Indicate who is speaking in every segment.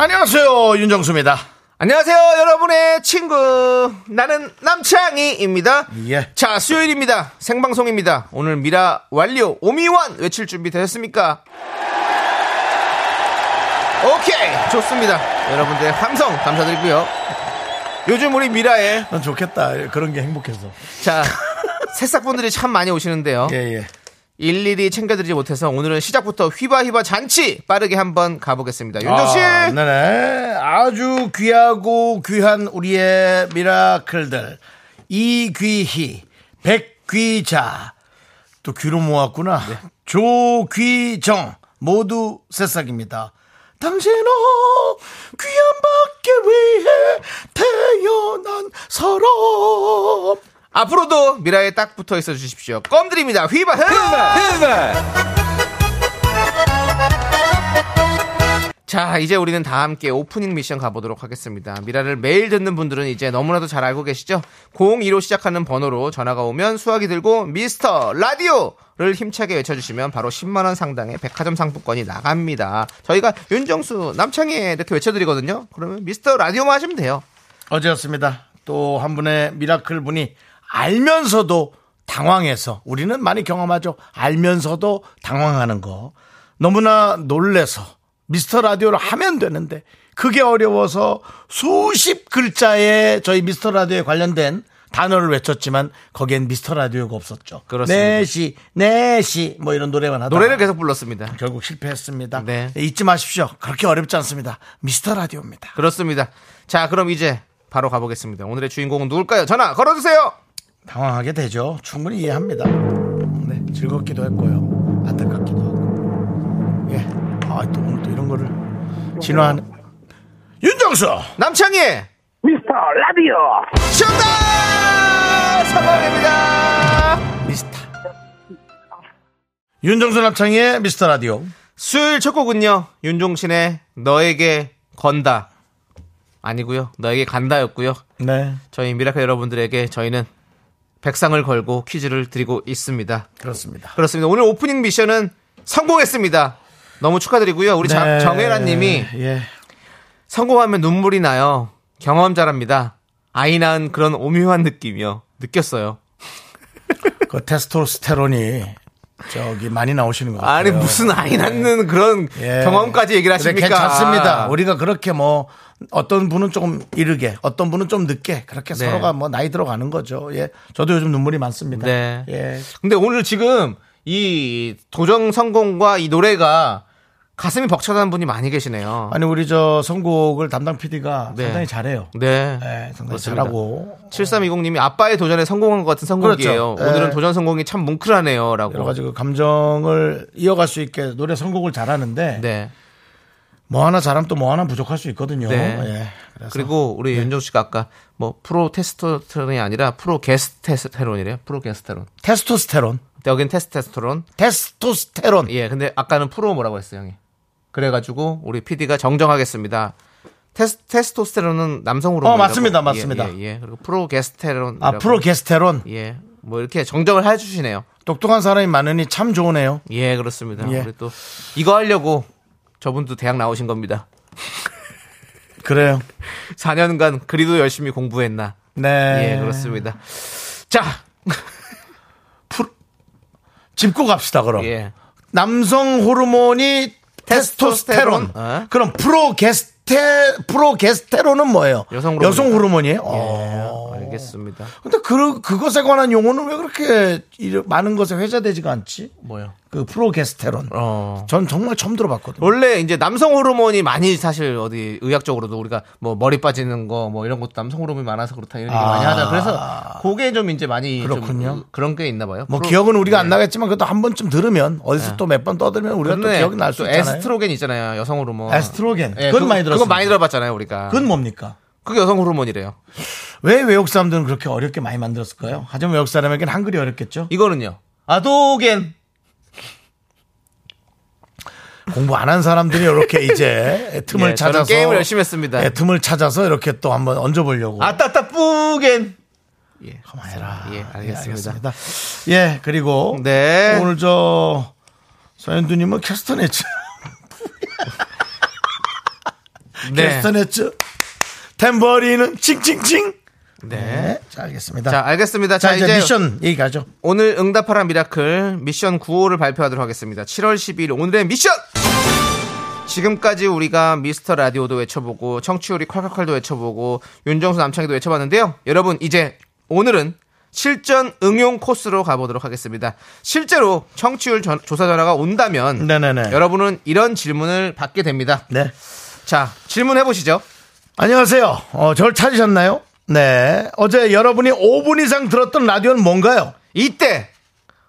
Speaker 1: 안녕하세요 윤정수입니다.
Speaker 2: 안녕하세요, 여러분의 친구. 나는 남창희입니다.
Speaker 1: 예.
Speaker 2: 자, 수요일입니다. 생방송입니다. 오늘 미라 완료 오미완 외칠 준비 되셨습니까? 오케이, 좋습니다. 여러분들의 함성 감사드리고요. 요즘 우리 미라에
Speaker 1: 난 좋겠다 그런 게 행복해서.
Speaker 2: 자 새싹분들이 참 많이 오시는데요.
Speaker 1: 예예.
Speaker 2: 일일이 챙겨드리지 못해서 오늘은 시작부터 휘바휘바 잔치 빠르게 한번 가보겠습니다. 윤정 씨,
Speaker 1: 아, 네네. 아주 귀하고 귀한 우리의 미라클들 이귀희, 백귀자 또 귀로 모았구나.
Speaker 2: 네.
Speaker 1: 조귀정 모두 새싹입니다. 당신은 귀한 밖에 위해 태어난 사람.
Speaker 2: 앞으로도 미라에 딱 붙어 있어 주십시오. 껌 드립니다. 휘바휘바. 자, 이제 우리는 다 함께 오프닝 미션 가보도록 하겠습니다. 미라를 매일 듣는 분들은 이제 너무나도 잘 알고 계시죠? 02로 시작하는 번호로 전화가 오면 수화기 들고 미스터 라디오를 힘차게 외쳐주시면 바로 10만원 상당의 백화점 상품권이 나갑니다. 저희가 윤정수, 남창희 이렇게 외쳐드리거든요. 그러면 미스터 라디오만 하시면 돼요.
Speaker 1: 어제였습니다. 또 한 분의 미라클 분이 알면서도 당황해서 우리는 많이 경험하죠. 알면서도 당황하는 거. 너무나 놀래서 미스터 라디오를 하면 되는데 그게 어려워서 수십 글자의 저희 미스터 라디오에 관련된 단어를 외쳤지만 거기엔 미스터 라디오가 없었죠.
Speaker 2: 그렇습니다.
Speaker 1: 네시, 네시 뭐 이런 노래만 하다.
Speaker 2: 노래를 계속 불렀습니다.
Speaker 1: 결국 실패했습니다.
Speaker 2: 네.
Speaker 1: 잊지 마십시오. 그렇게 어렵지 않습니다. 미스터 라디오입니다.
Speaker 2: 그렇습니다. 자, 그럼 이제 바로 가보겠습니다. 오늘의 주인공은 누굴까요? 전화 걸어주세요.
Speaker 1: 당황하게 되죠. 충분히 이해합니다. 네, 즐겁기도 했고요. 안타깝기도 하고. 예. 아, 또 오늘 또 이런 거를 진화하는. 윤정수!
Speaker 2: 남창희
Speaker 3: 미스터 라디오
Speaker 2: 정답 성공입니다.
Speaker 1: 미스터. 윤정수 남창희의 미스터 라디오.
Speaker 2: 수요일 첫 곡은요 윤종신의 너에게 건다 아니고요 너에게 간다였고요.
Speaker 1: 네.
Speaker 2: 저희 미라클 여러분들에게 저희는 백상을 걸고 퀴즈를 드리고 있습니다.
Speaker 1: 그렇습니다.
Speaker 2: 그렇습니다. 오늘 오프닝 미션은 성공했습니다. 너무 축하드리고요. 우리
Speaker 1: 네.
Speaker 2: 정혜라님이
Speaker 1: 예.
Speaker 2: 성공하면 눈물이 나요. 경험자랍니다. 아이 낳은 그런 오묘한 느낌이요. 느꼈어요.
Speaker 1: 그 테스토스테론이 저기 많이 나오시는 것 같아요.
Speaker 2: 아니 무슨 아이 낳는 그런
Speaker 1: 예.
Speaker 2: 경험까지 얘기를 하십니까?
Speaker 1: 근데 괜찮습니다. 우리가 그렇게 뭐 어떤 분은 조금 이르게, 어떤 분은 좀 늦게 그렇게
Speaker 2: 네.
Speaker 1: 서로가 뭐 나이 들어가는 거죠. 예, 저도 요즘 눈물이 많습니다.
Speaker 2: 네.
Speaker 1: 예.
Speaker 2: 근데 오늘 지금 이 도정 성공과 이 노래가 가슴이 벅차다는 분이 많이 계시네요.
Speaker 1: 아니 우리 저 선곡을 담당 PD가
Speaker 2: 네.
Speaker 1: 상당히 잘해요.
Speaker 2: 네.
Speaker 1: 예, 상당히
Speaker 2: 그렇습니다.
Speaker 1: 잘하고
Speaker 2: 7320님이 아빠의 도전에 성공한 것 같은 성공이에요.
Speaker 1: 그렇죠.
Speaker 2: 오늘은
Speaker 1: 예.
Speaker 2: 도전 성공이 참 뭉클하네요.
Speaker 1: 여러
Speaker 2: 라고.
Speaker 1: 가지 그 감정을 이어갈 수 있게 노래 선곡을 잘하는데
Speaker 2: 네.
Speaker 1: 뭐 하나 잘하면 또 뭐 하나 부족할 수 있거든요.
Speaker 2: 네.
Speaker 1: 예. 그래서
Speaker 2: 그리고 우리 윤정 씨가 아까 뭐 프로 테스토스테론이 아니라 프로 게스테스테론이래요. 프로 게스테론.
Speaker 1: 테스토스테론,
Speaker 2: 여긴 테스테스토론.
Speaker 1: 테스토스테론.
Speaker 2: 예, 근데 아까는 프로 뭐라고 했어요, 형이. 그래가지고 우리 PD가 정정하겠습니다. 테스, 테스토스테론은 남성으로.
Speaker 1: 어, 맞습니다, 맞습니다.
Speaker 2: 예, 예. 그리고 프로게스테론.
Speaker 1: 아 프로게스테론
Speaker 2: 예, 뭐 이렇게 정정을 해주시네요.
Speaker 1: 똑똑한 사람이 많으니 참 좋으네요.
Speaker 2: 예, 그렇습니다.
Speaker 1: 예.
Speaker 2: 우리 또 이거 하려고 저분도 대학 나오신 겁니다.
Speaker 1: 그래요.
Speaker 2: 4년간 그리도 열심히 공부했나.
Speaker 1: 네.
Speaker 2: 예, 그렇습니다. 자,
Speaker 1: 짚고 갑시다 그럼.
Speaker 2: 예.
Speaker 1: 남성 호르몬이 테스토스테론.
Speaker 2: 테스토스테론. 어?
Speaker 1: 그럼 프로게스테 프로게스테론은 뭐예요?
Speaker 2: 여성 호르몬.
Speaker 1: 호르몬이에요.
Speaker 2: 예,
Speaker 1: 어.
Speaker 2: 알겠습니다.
Speaker 1: 근데 그, 그것에 관한 용어는 왜 그렇게 이르- 많은 것에 회자되지가 않지?
Speaker 2: 뭐요?
Speaker 1: 그 프로게스테론.
Speaker 2: 어.
Speaker 1: 전 정말 처음 들어봤거든요.
Speaker 2: 원래 이제 남성 호르몬이 많이 사실 어디 의학적으로도 우리가 뭐 머리 빠지는 거 뭐 이런 것도 남성 호르몬이 많아서 그렇다 이런 얘기 많이
Speaker 1: 아.
Speaker 2: 하잖아요. 그래서 그게 좀 이제 많이 좀
Speaker 1: 그렇군요.
Speaker 2: 그런 게 있나 봐요.
Speaker 1: 뭐
Speaker 2: 프로- 예.
Speaker 1: 기억은 우리가 안 나겠지만 그래도 한 번쯤 들으면 어디서 또 몇 번 떠들면 우리가 또
Speaker 2: 그런데
Speaker 1: 기억이 날 수
Speaker 2: 또
Speaker 1: 있잖아요.
Speaker 2: 에스트로겐 있잖아요. 여성 호르몬.
Speaker 1: 에스트로겐.
Speaker 2: 예,
Speaker 1: 그건
Speaker 2: 그거-
Speaker 1: 많이 들었어요.
Speaker 2: 그거 많이 들어봤잖아요, 우리가.
Speaker 1: 그건 뭡니까?
Speaker 2: 그게 여성 호르몬이래요.
Speaker 1: 왜 외국 사람들은 그렇게 어렵게 많이 만들었을까요? 하지만 외국 사람에게는 한글이 어렵겠죠?
Speaker 2: 이거는요. 아도겐.
Speaker 1: 공부 안 한 사람들이 이렇게 이제 틈을
Speaker 2: 예, 저는
Speaker 1: 찾아서
Speaker 2: 게임을 열심히 했습니다. 네.
Speaker 1: 예, 틈을 찾아서 이렇게 또 한번 얹어보려고.
Speaker 2: 아따따뿌겐. 예.
Speaker 1: 해라.
Speaker 2: 예, 알겠습니다.
Speaker 1: 알겠습니다. 예, 그리고
Speaker 2: 네.
Speaker 1: 오늘 저 서현두님은 캐스터네츠,
Speaker 2: 네.
Speaker 1: 캐스터네츠, 탬버리는 칭칭칭.
Speaker 2: 네.
Speaker 1: 네, 자 알겠습니다.
Speaker 2: 자,
Speaker 1: 자,
Speaker 2: 알겠습니다. 자,
Speaker 1: 이제,
Speaker 2: 이제
Speaker 1: 미션 얘기하죠.
Speaker 2: 오늘 응답하라 미라클 미션 9호를 발표하도록 하겠습니다. 7월 10일 오늘의 미션! 지금까지 우리가 미스터 라디오도 외쳐보고 청취율이 콸콸콸도 외쳐보고 윤정수 남창희도 외쳐봤는데요. 여러분 이제 오늘은 실전 응용 코스로 가보도록 하겠습니다. 실제로 청취율 전- 조사 전화가 온다면
Speaker 1: 네네네.
Speaker 2: 여러분은 이런 질문을 받게 됩니다.
Speaker 1: 네.
Speaker 2: 자 질문해 보시죠.
Speaker 1: 안녕하세요. 어, 절 찾으셨나요? 네. 어제 여러분이 5분 이상 들었던 라디오는 뭔가요?
Speaker 2: 이때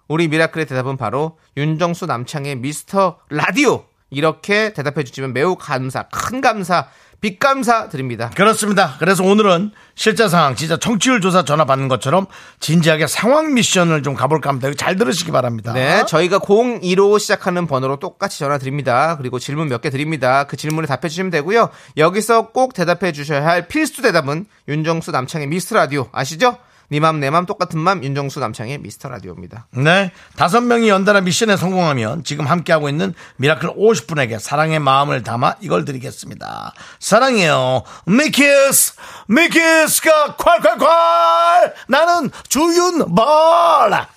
Speaker 2: 우리 미라클의 대답은 바로 윤정수 남창의 미스터 라디오 이렇게 대답해 주시면 매우 감사 큰 감사 빅 감사 드립니다.
Speaker 1: 그렇습니다. 그래서 오늘은 실제 상황, 진짜 청취율 조사 전화 받는 것처럼 진지하게 상황 미션을 좀 가볼까 합니다. 이거 잘 들으시기 바랍니다.
Speaker 2: 네, 저희가 015 시작하는 번호로 똑같이 전화 드립니다. 그리고 질문 몇 개 드립니다. 그 질문에 답해 주시면 되고요. 여기서 꼭 대답해 주셔야 할 필수 대답은 윤정수 남창의 미스터 라디오 아시죠? 니맘내맘 똑같은 맘 윤정수 남창의 미스터 라디오입니다.
Speaker 1: 네. 다섯 명이 연달아 미션에 성공하면 지금 함께하고 있는 미라클 50분에게 사랑의 마음을 담아 이걸 드리겠습니다. 사랑해요. 미키스! 미키스가 콸콸콸! 나는 주윤발!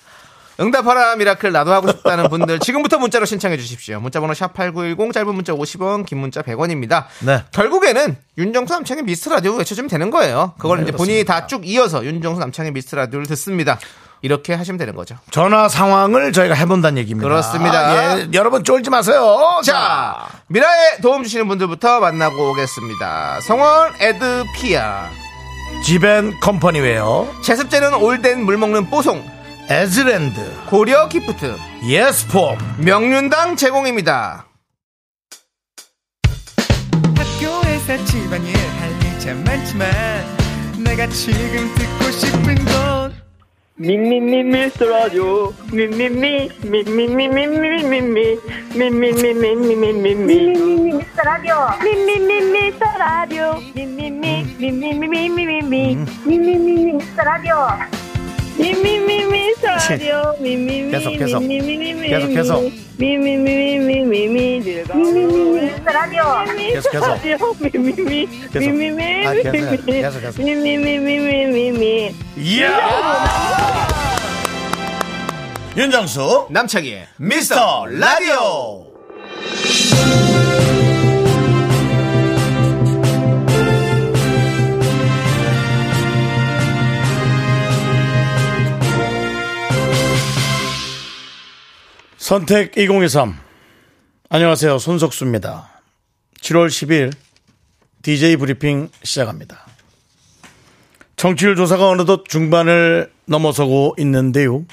Speaker 2: 응답하라 미라클 나도 하고 싶다는 분들 지금부터 문자로 신청해 주십시오. 문자번호 샵8910 짧은 문자 50원 긴 문자 100원입니다.
Speaker 1: 네.
Speaker 2: 결국에는 윤정수 남창의 미스트라디오 외쳐주면 되는 거예요. 네, 그걸 이제 본인이 다 쭉 이어서 윤정수 남창의 미스트라디오를 듣습니다. 이렇게 하시면 되는 거죠.
Speaker 1: 전화 상황을 저희가 해본다는 얘기입니다.
Speaker 2: 그렇습니다.
Speaker 1: 예, 여러분 쫄지 마세요. 자,
Speaker 2: 자 미라에 도움 주시는 분들부터 만나고 오겠습니다. 성원 에드피아
Speaker 1: 지벤 컴퍼니웨어,
Speaker 2: 제습제는 올덴 물먹는 뽀송
Speaker 1: 에즈랜드,
Speaker 2: 고려 기프트
Speaker 1: 예스폼,
Speaker 2: 명륜당 제공입니다.
Speaker 4: 학교에서 집안일 할 일 참 많지만 내가 지금 듣고 싶은 건
Speaker 5: 미미미 미스터 라디오 미미미 미미미 미미미 미미미 미미미 미미미
Speaker 6: 미미미 미스터 라디오 미미미 미스터 라디오 미미미 미미미 미미미 미미미 미스터 라디오
Speaker 5: 미미미 미스터 라디오 미미미
Speaker 1: 계속, 계속.
Speaker 5: 미미미
Speaker 1: 계속, 계속.
Speaker 5: 미미미 미미미
Speaker 6: 미미미
Speaker 5: 즐거운
Speaker 6: 미스터 라디오
Speaker 1: 계속, 계속.
Speaker 5: 라디오 미미미
Speaker 1: 계속.
Speaker 5: 미미미
Speaker 1: 아, 계속, 계속, 계속.
Speaker 5: 미미미 미미미
Speaker 1: 이야! 윤정수,
Speaker 2: 남창희의
Speaker 1: 미스터 라디오! 선택 2023. 안녕하세요. 손석수입니다. 7월 10일 DJ 브리핑 시작합니다. 청취율 조사가 어느덧 중반을 넘어서고 있는데요.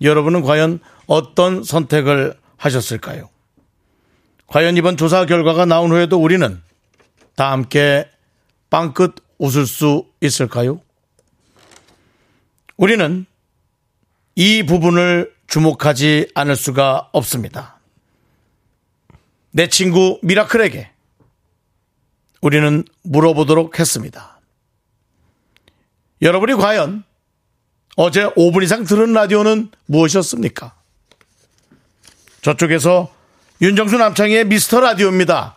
Speaker 1: 여러분은 과연 어떤 선택을 하셨을까요? 과연 이번 조사 결과가 나온 후에도 우리는 다 함께 빵끝 웃을 수 있을까요? 우리는 이 부분을 주목하지 않을 수가 없습니다. 내 친구 미라클에게 우리는 물어보도록 했습니다. 여러분이 과연 어제 5분 이상 들은 라디오는 무엇이었습니까? 저쪽에서 윤정수 남창의 미스터 라디오입니다.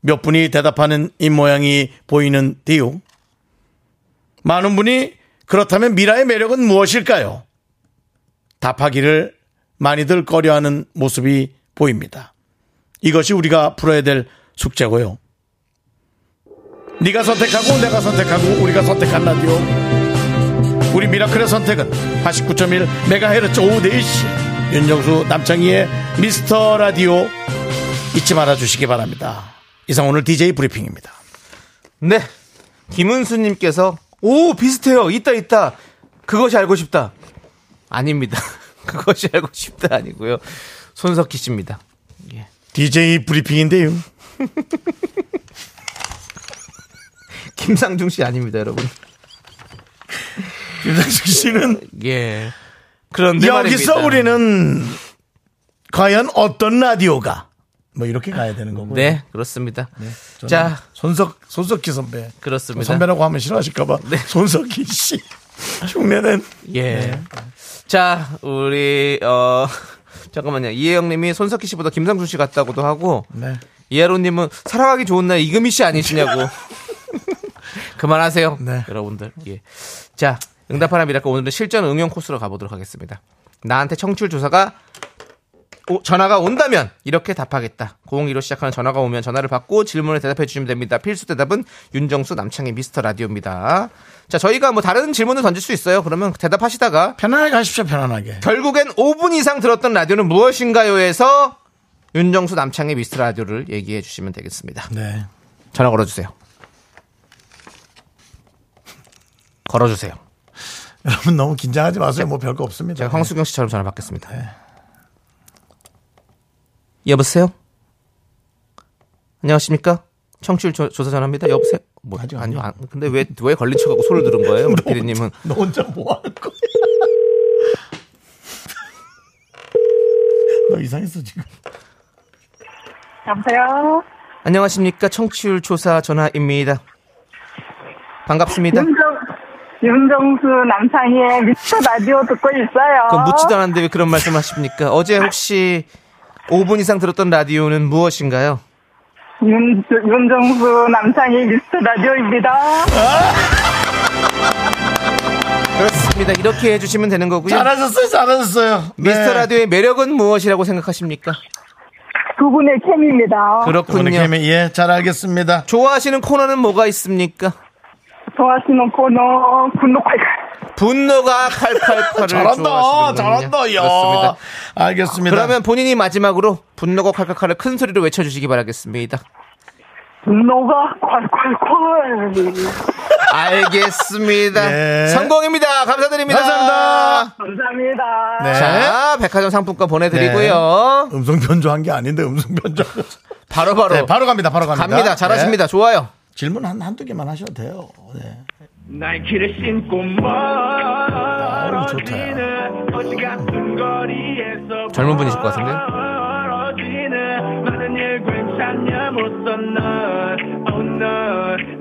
Speaker 1: 몇 분이 대답하는 입모양이 보이는 디오. 많은 분이 그렇다면 미라의 매력은 무엇일까요? 답하기를 많이들 꺼려하는 모습이 보입니다. 이것이 우리가 풀어야 될 숙제고요. 네가 선택하고 내가 선택하고 우리가 선택한 라디오 우리 미라클의 선택은 89.1 메가헤르츠 오후 4시 윤정수 남창희의 미스터 라디오 잊지 말아 주시기 바랍니다. 이상 오늘 DJ 브리핑입니다.
Speaker 2: 네. 김은수님께서, 오, 비슷해요. 있다, 있다. 그것이 알고 싶다. 아닙니다. 그것이 알고 싶다 아니고요. 손석희 씨입니다.
Speaker 1: DJ 브리핑인데요.
Speaker 2: 김상중 씨 아닙니다, 여러분.
Speaker 1: 김상식 씨는
Speaker 2: 예. 그런데
Speaker 1: 여기서
Speaker 2: 말입니다.
Speaker 1: 우리는 과연 어떤 라디오가 뭐 이렇게 가야 되는 거고요.
Speaker 2: 네, 그렇습니다.
Speaker 1: 저는
Speaker 2: 자,
Speaker 1: 손석 손석희 선배.
Speaker 2: 그렇습니다. 네.
Speaker 1: 선배라고 하면 싫어하실까봐. 손석희 씨 흉내낸
Speaker 2: 예.
Speaker 1: 네.
Speaker 2: 자, 우리 어 잠깐만요. 이혜영님이 손석희 씨보다 김상준 씨 같다고도 하고
Speaker 1: 네.
Speaker 2: 이하로님은 살아가기 좋은 날 이금희 씨 아니시냐고. 그만하세요,
Speaker 1: 네.
Speaker 2: 여러분들. 예. 자, 응답하라 미라클 오늘은 실전 응용 코스로 가보도록 하겠습니다. 나한테 청취율 조사가 오- 전화가 온다면 이렇게 답하겠다. 015로 시작하는 전화가 오면 전화를 받고 질문에 대답해 주시면 됩니다. 필수 대답은 윤정수 남창희 미스터 라디오입니다. 자, 저희가 뭐 다른 질문을 던질 수 있어요. 그러면 대답하시다가
Speaker 1: 편안하게 하십시오. 편안하게.
Speaker 2: 결국엔 5분 이상 들었던 라디오는 무엇인가요에서 윤정수 남창희 미스터 라디오를 얘기해 주시면 되겠습니다.
Speaker 1: 네.
Speaker 2: 전화 걸어주세요. 걸어주세요.
Speaker 1: 여러분 너무 긴장하지 마세요. 뭐 별거 없습니다.
Speaker 2: 제가 황수경 씨처럼 전화 받겠습니다. 여보세요? 안녕하십니까? 청취율 조, 사 전화입니다. 여보세요? 뭐, 아니요, 아니요. 안- 근데 왜, 왜 걸린 척하고 소리를 들은 거예요? 우리 피디님은.
Speaker 1: 너 혼자 뭐 하는 거야? 너 이상했어 지금.
Speaker 3: 여보세요?
Speaker 2: 안녕하십니까? 청취율 조사 전화입니다. 반갑습니다.
Speaker 3: 윤정, 윤정수 남창희의 미스터 라디오 듣고 있어요.
Speaker 2: 그 묻지도 않았는데 왜 그런 말씀 하십니까? 어제 혹시 5분 이상 들었던 라디오는 무엇인가요?
Speaker 3: 윤, 윤정수 남창희 미스터 라디오입니다.
Speaker 2: 그렇습니다. 이렇게 해주시면 되는 거고요.
Speaker 1: 잘하셨어요. 잘하셨어요. 네.
Speaker 2: 미스터 라디오의 매력은 무엇이라고 생각하십니까?
Speaker 3: 두 분의
Speaker 1: 아,
Speaker 3: 케미입니다.
Speaker 1: 오늘
Speaker 2: 그렇군요.
Speaker 1: 캠에 예, 잘 알겠습니다.
Speaker 2: 좋아하시는 코너는 뭐가 있습니까?
Speaker 3: 좋아하시는 코너 군노팔칼.
Speaker 2: 분노가 칼칼칼을
Speaker 1: 잘한다.
Speaker 2: 좋아하시는군요.
Speaker 1: 잘한다. 야.
Speaker 2: 그렇습니다. 네.
Speaker 1: 알겠습니다.
Speaker 2: 그러면 본인이 마지막으로 분노가 칼칼칼을 큰 소리로 외쳐주시기 바라겠습니다.
Speaker 3: 분노가 콸콸콸.
Speaker 2: 알겠습니다.
Speaker 1: 네.
Speaker 2: 성공입니다. 감사드립니다.
Speaker 1: 감사합니다.
Speaker 3: 감사합니다.
Speaker 1: 네.
Speaker 2: 자, 백화점 상품권 보내드리고요.
Speaker 1: 음성 변조한 게 아닌데 음성 변조.
Speaker 2: 바로바로
Speaker 1: 네, 바로 갑니다. 바로 갑니다.
Speaker 2: 갑니다. 잘하십니다. 좋아요.
Speaker 1: 네. 질문 한 한두 개만 하셔도 돼요. 네.
Speaker 7: 나이키를 신고 멀어지는
Speaker 1: 아, 이거 좋다.
Speaker 7: 어지 같은 거리에서
Speaker 2: 젊은 분이실 것 같은데?
Speaker 7: 멀어지는 많은 일 괜찮냐 못써 Oh no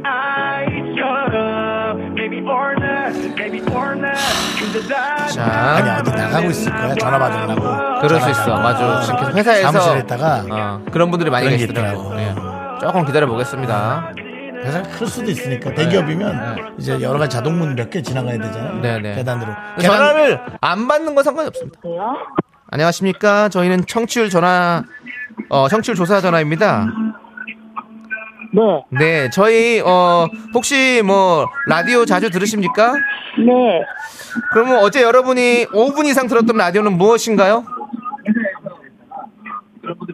Speaker 7: I shut up Maybe or not Maybe or not 근데 다
Speaker 2: 자,
Speaker 1: 아니 어디 나가고 있을 거야. 전화 받으려고.
Speaker 2: 그럴 수 있어. 맞아. 지금 계속 회사에서
Speaker 1: 사무실에 있다가
Speaker 2: 어, 그런 분들이 많이
Speaker 1: 그런 게
Speaker 2: 계시더라고요.
Speaker 1: 있더라고.
Speaker 2: 예. 조금 기다려 보겠습니다. 네.
Speaker 1: 회사가 클 수도 있으니까 대기업이면 이제 여러 가지 자동문 몇 개 지나가야 되잖아요.
Speaker 2: 네네.
Speaker 1: 계단으로. 계단-
Speaker 2: 전화를 안 받는 건 상관이 없습니다. 안녕하십니까? 저희는 청취율 전화 어, 청취율 조사 전화입니다.
Speaker 6: 네,
Speaker 2: 네, 저희 어 혹시 뭐 라디오 자주 들으십니까?
Speaker 6: 네.
Speaker 2: 그러면 어제 여러분이 5분 이상 들었던 라디오는 무엇인가요?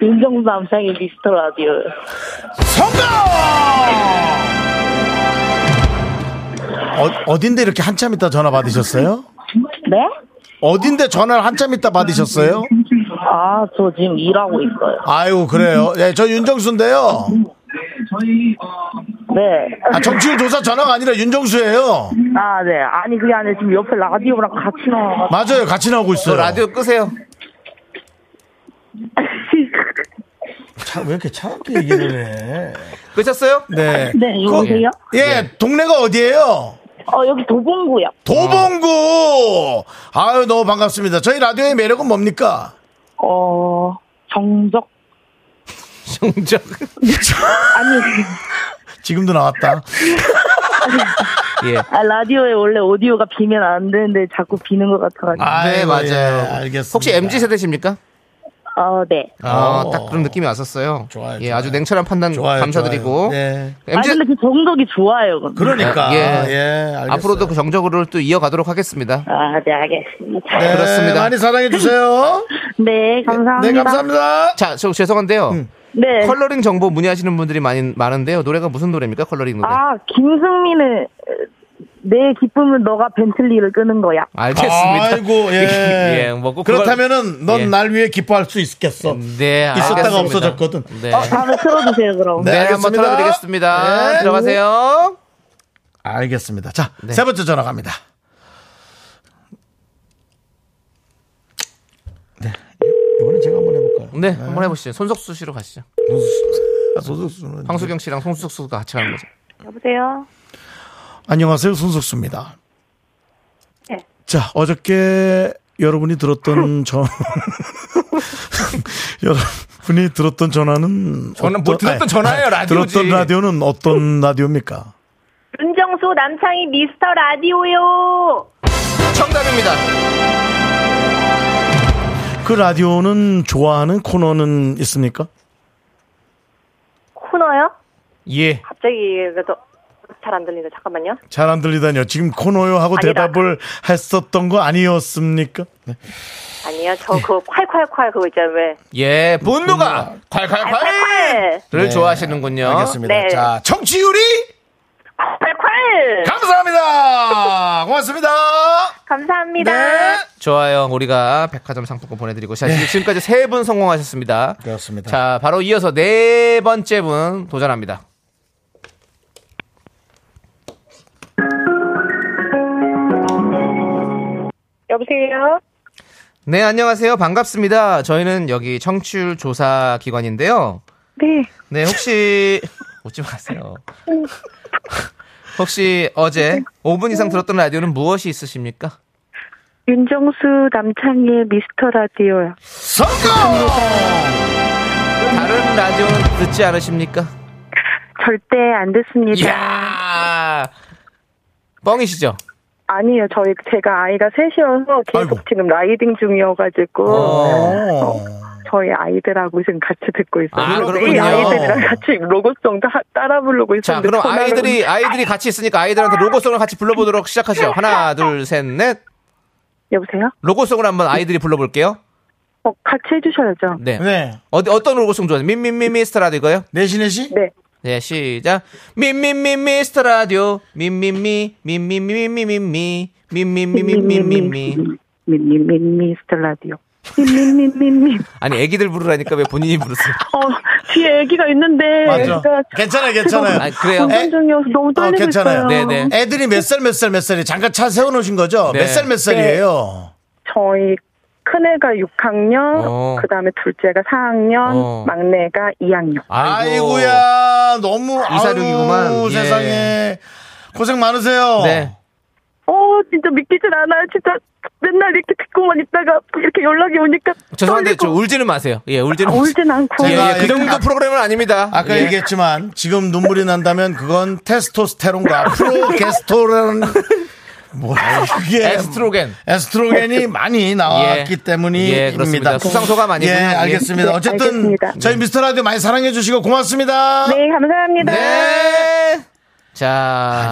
Speaker 6: 윤정수 남창의 미스터 라디오.
Speaker 1: 어, 어딘데 이렇게 한참 있다 전화 받으셨어요?
Speaker 6: 네?
Speaker 1: 어딘데 전화를 한참 있다 받으셨어요?
Speaker 6: 아, 저 지금 일하고 있어요.
Speaker 1: 아유 그래요. 예, 저 윤정수인데요.
Speaker 6: 네.
Speaker 1: 아, 정치율 조사 전화가 아니라 윤정수예요.
Speaker 6: 아, 네. 아니, 그게 아니라 지금 옆에 라디오랑 같이 나와가지고.
Speaker 1: 맞아요. 같이 나오고
Speaker 2: 저
Speaker 1: 있어요.
Speaker 2: 라디오 끄세요.
Speaker 1: 차, 왜 이렇게 차갑게 얘기를 해?
Speaker 2: 끄셨어요?
Speaker 1: 네.
Speaker 6: 네, 여보세요?
Speaker 1: 예, 동네가 어디예요?
Speaker 6: 어, 여기 도봉구요.
Speaker 1: 도봉구. 아유 너무 반갑습니다. 저희 라디오의 매력은 뭡니까?
Speaker 6: 어, 정적.
Speaker 2: 정적.
Speaker 6: 아니,
Speaker 1: 지금도 나왔다.
Speaker 2: 예.
Speaker 6: 아, 라디오에 원래 오디오가 비면 안 되는데 자꾸 비는 것 같아가지고.
Speaker 1: 아이고,
Speaker 2: 네, 맞아요.
Speaker 1: 예, 알겠습니다.
Speaker 2: 혹시 MZ 세대십니까?
Speaker 6: 어, 네.
Speaker 2: 아,
Speaker 1: 어.
Speaker 2: 딱 그런 느낌이 왔었어요.
Speaker 1: 좋아요,
Speaker 2: 예,
Speaker 1: 좋아요.
Speaker 2: 아주 냉철한 판단
Speaker 1: 좋아요,
Speaker 2: 감사드리고.
Speaker 1: 좋아요. 네.
Speaker 6: 아,
Speaker 2: MZ
Speaker 6: 근데 그 정덕이 좋아요. 근데.
Speaker 1: 그러니까.
Speaker 2: 예.
Speaker 1: 예. 알겠어요.
Speaker 2: 앞으로도 그 정적으로 또 이어가도록 하겠습니다.
Speaker 6: 아, 네, 알겠습니다.
Speaker 1: 네,
Speaker 2: 그렇습니다.
Speaker 1: 많이 사랑해 주세요.
Speaker 6: 네, 감사합니다.
Speaker 1: 네, 감사합니다.
Speaker 2: 자, 저 죄송한데요.
Speaker 1: 음.
Speaker 6: 네.
Speaker 2: 컬러링 정보 문의하시는 분들이 많이 많은데요. 노래가 무슨 노래입니까? 컬러링 노래.
Speaker 6: 아, 김승민의 내 기쁨은 너가 벤틀리를 끄는 거야.
Speaker 2: 알겠습니다.
Speaker 1: 아이고, 예.
Speaker 2: 예, 뭐꼭 그걸-
Speaker 1: 그렇다면은 넌
Speaker 2: 예.
Speaker 1: 날 위해 기뻐할 수 있겠어.
Speaker 2: 네,
Speaker 1: 있었다가
Speaker 2: 알겠습니다.
Speaker 1: 없어졌거든.
Speaker 2: 네.
Speaker 6: 다음에 틀어주세요, 그럼.
Speaker 2: 네, 한번
Speaker 1: 알겠습니다.
Speaker 2: 틀어드리겠습니다.
Speaker 1: 네.
Speaker 2: 들어가세요.
Speaker 1: 알겠습니다. 자,
Speaker 2: 네.
Speaker 1: 세 번째 전화 갑니다. 네. 이번엔 제가 한번 해볼까요?
Speaker 2: 네, 한번 해보시죠. 손석수 씨로 가시죠. 네,
Speaker 1: 손석수는.
Speaker 2: 황수경 씨랑 손석수가 같이 가는 거죠.
Speaker 6: 여보세요?
Speaker 1: 안녕하세요. 손석수입니다.
Speaker 6: 네.
Speaker 1: 자, 어저께 여러분이 들었던 전 여러분이 들었던 전화는
Speaker 2: 저는 뭘 들었던
Speaker 1: 아니,
Speaker 2: 전화예요,
Speaker 1: 아니,
Speaker 2: 라디오지.
Speaker 1: 들었던 라디오는 어떤 라디오입니까?
Speaker 6: 윤정수 남창희 미스터 라디오요!
Speaker 2: 정답입니다.
Speaker 1: 그 라디오는 좋아하는 코너는 있습니까?
Speaker 6: 코너요?
Speaker 1: 예.
Speaker 6: 갑자기, 그래서 잘 안 들리는데, 잠깐만요.
Speaker 1: 잘 안 들리다니요. 지금 코너요 하고
Speaker 6: 아니다.
Speaker 1: 대답을 했었던 거 아니었습니까? 네.
Speaker 6: 아니요, 저 그거 콸콸콸 그거 있잖아요, 왜.
Speaker 2: 예, 분노가 콸콸콸!
Speaker 6: 콸콸!
Speaker 2: 를
Speaker 1: 네,
Speaker 2: 좋아하시는군요.
Speaker 1: 알겠습니다.
Speaker 6: 네.
Speaker 1: 자, 청취율이
Speaker 6: 콸콸!
Speaker 1: 감사합니다. 고맙습니다. 네.
Speaker 6: 감사합니다.
Speaker 2: 좋아요. 우리가 백화점 상품권 보내드리고 사실 지금까지 세 분 성공하셨습니다.
Speaker 1: 그렇습니다.
Speaker 2: 자, 바로 이어서 네 번째 분 도전합니다.
Speaker 6: 여보세요?
Speaker 2: 네, 안녕하세요. 반갑습니다. 저희는 여기 청취율 조사 기관인데요.
Speaker 6: 네.
Speaker 2: 네, 혹시 웃지 마세요. 혹시 어제 5분 이상 들었던 라디오는 무엇이 있으십니까?
Speaker 6: 윤정수 남창희의 미스터 라디오요.
Speaker 1: 성공!
Speaker 2: 다른 라디오는 듣지 않으십니까?
Speaker 6: 절대 안 듣습니다.
Speaker 2: 이야! 뻥이시죠?
Speaker 6: 아니에요. 저희 제가 아이가 셋이어서 계속
Speaker 1: 아이고.
Speaker 6: 지금 라이딩 중이어가지고
Speaker 1: 어.
Speaker 6: 저희 아이들하고 지금 같이 듣고 있어요.
Speaker 2: 아,
Speaker 6: 그리고
Speaker 2: 그렇군요.
Speaker 6: 이 아이들이랑 같이 로고송도 하- 따라 부르고
Speaker 2: 자,
Speaker 5: 네,
Speaker 6: 있었는데
Speaker 2: 그럼
Speaker 6: 전화를
Speaker 2: 아이들이, 아이들이 같이 있으니까 아이들한테 로고송을 같이 불러보도록 시작하죠. 하나, 둘, 셋, 넷.
Speaker 6: 여보세요?
Speaker 2: 로고송을 한번 아이들이 불러볼게요.
Speaker 6: 어, 같이 해주셔야죠.
Speaker 2: 네.
Speaker 1: 네.
Speaker 2: 어디, 어떤 로고송 좋아하세요? 민민민 미스터 라디오요?
Speaker 1: 내신혜 씨?
Speaker 6: 네.
Speaker 2: 네, 시작. 민민민 미스터 라디오. 민민미, 민민미민민미. 민민미민민민미.
Speaker 6: 민민민 미스터 라디오. 민민민민민.
Speaker 2: 아니, 애기들 부르라니까 왜 본인이 부르세요?
Speaker 6: 어 뒤에 아기가 있는데
Speaker 1: 맞아.
Speaker 6: 애기가
Speaker 1: 괜찮아요, 괜찮아요.
Speaker 2: 아, 그래요?
Speaker 1: 에?
Speaker 6: 운전 중이어서 너무 떨리고
Speaker 1: 괜찮아요.
Speaker 6: 있어요.
Speaker 2: 네네.
Speaker 1: 애들이 몇 살, 몇 살, 몇 살이 잠깐 차 세워놓으신 거죠?
Speaker 2: 네.
Speaker 1: 몇 살, 몇 살이에요?
Speaker 6: 저희 큰애가 6학년,
Speaker 2: 어.
Speaker 6: 그 다음에 둘째가 4학년,
Speaker 2: 어.
Speaker 6: 막내가 2학년.
Speaker 2: 아이고.
Speaker 1: 아이고야, 너무
Speaker 2: 이사륙이구만.
Speaker 1: 아이고,
Speaker 2: 예.
Speaker 1: 세상에 고생 많으세요.
Speaker 2: 네.
Speaker 6: 어, 진짜 믿기질 않아요. 진짜 맨날 이렇게 듣고만 있다가 이렇게 연락이 오니까.
Speaker 2: 죄송한데, 저
Speaker 6: 떨리고.
Speaker 2: 울지는 마세요. 예, 울지는
Speaker 6: 아,
Speaker 2: 마세요.
Speaker 6: 울진 않고.
Speaker 2: 예,
Speaker 1: 제가
Speaker 2: 예, 그 정도 프로그램은 아닙니다.
Speaker 1: 아까
Speaker 2: 예.
Speaker 1: 얘기했지만 지금 눈물이 난다면 그건 테스토스테론과 프로게스토론 뭐야 그게
Speaker 2: 네. 에스트로겐.
Speaker 1: 에스트로겐이 많이 나왔기
Speaker 2: 예. 예,
Speaker 1: 때문입니다.
Speaker 2: 그렇습니다. 수상소감
Speaker 1: 예,
Speaker 2: 아니고요.
Speaker 1: 알겠습니다.
Speaker 6: 네,
Speaker 1: 어쨌든
Speaker 6: 알겠습니다.
Speaker 1: 저희 미스터 라디오 많이 사랑해 주시고 고맙습니다.
Speaker 6: 네, 감사합니다.
Speaker 2: 네. 자,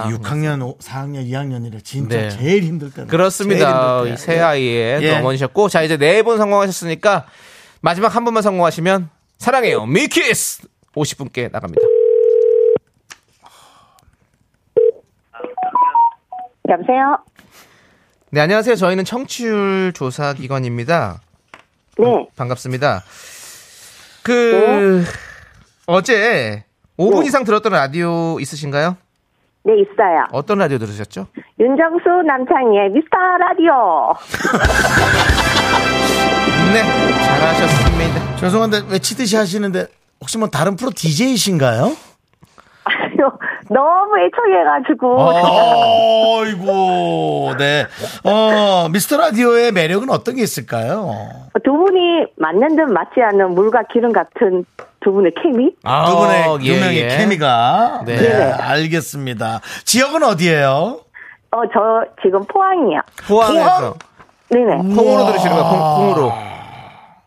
Speaker 1: 아, 6학년, 4학년, 2학년이라 진짜
Speaker 2: 네.
Speaker 1: 제일 힘들 때.
Speaker 2: 그렇습니다. 이 세 아이에
Speaker 1: 예.
Speaker 2: 넘어지셨고, 자, 이제 네 분 성공하셨으니까, 마지막 한 분만 성공하시면, 사랑해요. 미키스! 50분께 나갑니다.
Speaker 6: 여보세요?
Speaker 2: 네, 안녕하세요. 저희는 청취율 조사 기관입니다.
Speaker 6: 네.
Speaker 2: 반갑습니다. 그, 어제 5분 이상 들었던 라디오 있으신가요?
Speaker 6: 네, 있어요.
Speaker 2: 어떤 라디오 들으셨죠?
Speaker 6: 윤정수 남창희의 미스터 라디오.
Speaker 2: 네, 잘하셨습니다.
Speaker 1: 죄송한데 외치듯이 하시는데 혹시 뭐 다른 프로 DJ이신가요?
Speaker 6: 아유, 너무 애청해가지고.
Speaker 1: 어. 어이구, 네. 어, 미스터 라디오의 매력은 어떤 게 있을까요?
Speaker 6: 두 분이 맞는 듯 맞지 않은 물과 기름 같은 두 분의 케미?
Speaker 1: 두 분의
Speaker 2: 아, 예,
Speaker 1: 두 명의
Speaker 2: 예.
Speaker 1: 케미가.
Speaker 2: 네.
Speaker 1: 네. 알겠습니다. 지역은 어디예요?
Speaker 6: 어, 저 지금 포항이요.
Speaker 2: 포항에서.
Speaker 1: 포항?
Speaker 6: 네네.
Speaker 2: 음. 콩으로 들으시는 거예요. 콩, 으로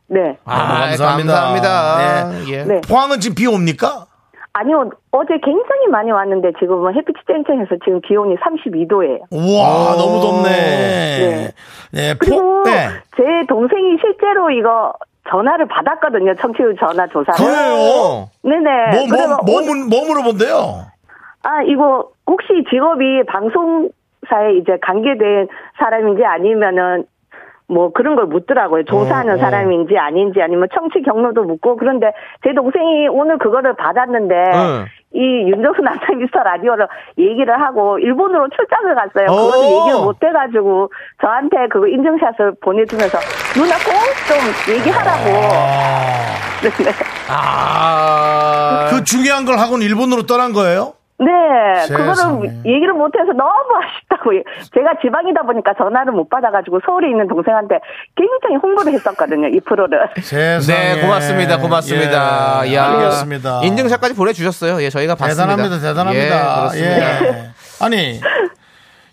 Speaker 6: 네.
Speaker 1: 너무
Speaker 2: 아이, 감사합니다.
Speaker 1: 네.
Speaker 2: 예.
Speaker 6: 네.
Speaker 1: 포항은 지금 비 옵니까?
Speaker 6: 아니요, 어제 굉장히 많이 왔는데 지금은 햇빛이 쨍쨍해서 지금 기온이 32도예요.
Speaker 1: 우와,
Speaker 2: 오.
Speaker 1: 너무 덥네. 네.
Speaker 6: 네.
Speaker 1: 포,
Speaker 6: 그리고
Speaker 1: 네.
Speaker 6: 제 동생이 실제로 이거 전화를 받았거든요. 청취율 전화 조사를.
Speaker 1: 그래요?
Speaker 6: 아. 네네.
Speaker 1: 뭐, 뭐,
Speaker 6: 그래서
Speaker 1: 뭐,
Speaker 6: 오늘-
Speaker 1: 물- 뭐 물어본대요?
Speaker 6: 아, 이거 혹시 직업이 방송사에 이제 관계된 사람인지 아니면은 뭐 그런 걸 묻더라고요. 조사하는
Speaker 1: 어, 어.
Speaker 6: 사람인지 아닌지 아니면 청취 경로도 묻고 그런데 제 동생이 오늘 그거를 받았는데
Speaker 1: 네.
Speaker 2: 응.
Speaker 6: 이 윤정수 남자 미스터 라디오를 얘기를 하고 일본으로 출장을 갔어요. 그거를
Speaker 1: 오.
Speaker 6: 얘기를 못 해가지고 저한테 그거 인증샷을 보내주면서 누나 꼭 좀 얘기하라고. 네.
Speaker 1: 아.
Speaker 2: 아.
Speaker 1: 그 중요한 걸 하고는 일본으로 떠난 거예요?
Speaker 6: 네,
Speaker 1: 세상에.
Speaker 6: 그거를 얘기를 못해서 너무 아쉽다고. 제가 지방이다 보니까 전화를 못 받아가지고 서울에 있는 동생한테 굉장히 홍보를 했었거든요, 이 프로를.
Speaker 1: 세상에.
Speaker 2: 네, 고맙습니다. 고맙습니다.
Speaker 1: 예,
Speaker 2: 야.
Speaker 1: 알겠습니다.
Speaker 2: 인증샷까지 보내주셨어요. 예, 저희가 봤습니다.
Speaker 1: 대단합니다,
Speaker 2: 예,
Speaker 1: 대단합니다. 예,
Speaker 2: 그렇습니다.
Speaker 1: 아니,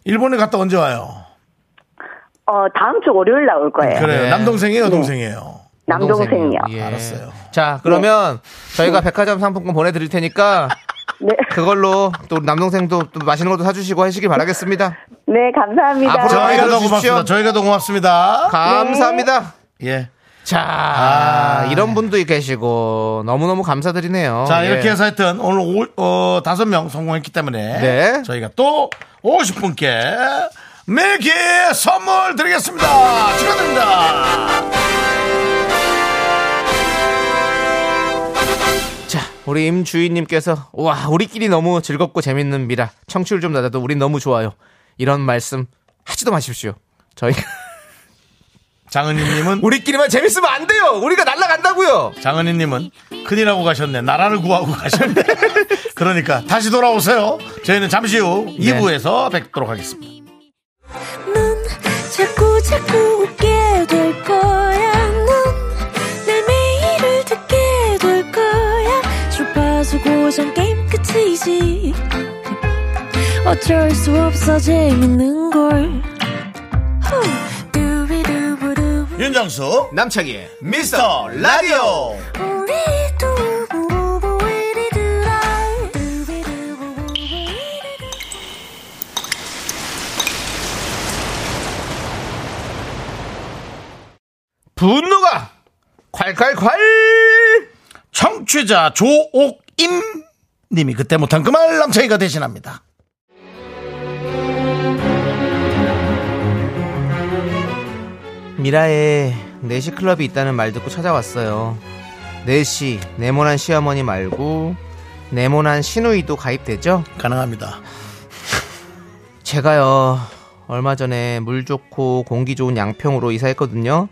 Speaker 1: 일본에 갔다 언제 와요?
Speaker 6: 어, 다음 주 월요일 날 올 거예요.
Speaker 1: 그래요.
Speaker 2: 네.
Speaker 1: 남동생이에요, 여동생이에요?
Speaker 6: 남동생이요.
Speaker 2: 예.
Speaker 1: 알았어요. 네.
Speaker 2: 자, 그러면 저희가 백화점 상품권 보내드릴 테니까
Speaker 6: 네,
Speaker 2: 그걸로 또 우리 남동생도 또 맛있는 것도 사주시고 하시길 바라겠습니다.
Speaker 6: 네, 감사합니다.
Speaker 2: 앞으로 많이
Speaker 1: 저희가 더
Speaker 2: 들어주십시오.
Speaker 1: 고맙습니다. 저희가 더 고맙습니다.
Speaker 2: 감사합니다.
Speaker 1: 예.
Speaker 2: 자, 아, 이런 분도 계시고 너무너무 감사드리네요.
Speaker 1: 아. 자,
Speaker 2: 예.
Speaker 1: 이렇게 해서 하여튼 오늘 오- 어, 다섯 명 성공했기 때문에
Speaker 2: 네.
Speaker 1: 저희가 또 50분께 밀키 선물 드리겠습니다. 축하드립니다.
Speaker 2: 자, 우리 임주인님께서 와, 우리끼리 너무 즐겁고 재밌는 미라. 청취율 좀 낮아도 우린 너무 좋아요. 이런 말씀 하지도 마십시오. 저희
Speaker 1: 장은희님은
Speaker 2: 우리끼리만 재밌으면 안 돼요. 우리가 날라간다고요.
Speaker 1: 장은희님은 큰일하고 가셨네. 나라를 구하고 가셨네. 그러니까 다시 돌아오세요. 저희는 잠시 후
Speaker 2: 네.
Speaker 1: 2부에서 뵙도록 하겠습니다.
Speaker 8: 넌 자꾸 자꾸 웃게 될 거야. 넌내 매일을 듣게 될 거야. 주파수 고정 게임 끝이지. 어쩔 수 없어 재밌는 걸. 후. 두비두부두.
Speaker 1: 윤정수
Speaker 2: 남창희의
Speaker 1: 미스터 라디오
Speaker 8: 우리 두부부부 우리 두라. 두비두부부부 우리 두라.
Speaker 2: 분노가 콸콸콸!
Speaker 1: 청취자 조옥임 님이 그때 못한 그 말 남창희가 대신합니다.
Speaker 2: 미라에 4시 클럽이 있다는 말 듣고 찾아왔어요. 4시 네모난 시어머니 말고 네모난 시누이도 가입되죠?
Speaker 1: 가능합니다.
Speaker 2: 제가요 얼마 전에 물 좋고 공기 좋은 양평으로 이사했거든요.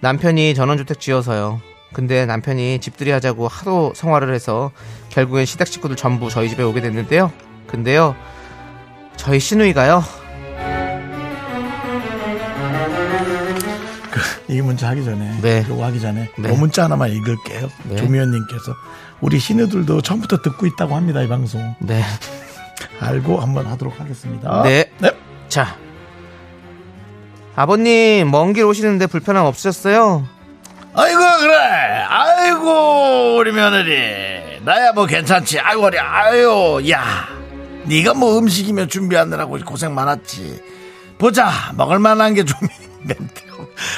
Speaker 2: 남편이 전원주택 지어서요. 근데 남편이 집들이 하자고 하도 성화를 해서 결국엔 시댁 식구들 전부 저희 집에 오게 됐는데요. 근데요 저희 시누이가요
Speaker 1: 이 문자 하기 전에
Speaker 2: 네.
Speaker 1: 그리고 하기 전에
Speaker 2: 네.
Speaker 1: 요 문자 하나만 읽을게요.
Speaker 2: 네.
Speaker 1: 조미연 님께서 우리 신우들도 처음부터 듣고 있다고 합니다. 이 방송
Speaker 2: 네
Speaker 1: 알고 한번 하도록 하겠습니다.
Speaker 2: 네. 자. 아버님, 먼 길 오시는데 불편함 없으셨어요?
Speaker 1: 아이고 그래. 아이고 우리 며느리. 나야 뭐 괜찮지. 아이고 우리 아유 야. 네가 뭐 음식이며 준비하느라고 고생 많았지. 보자 먹을 만한 게 좀 있는데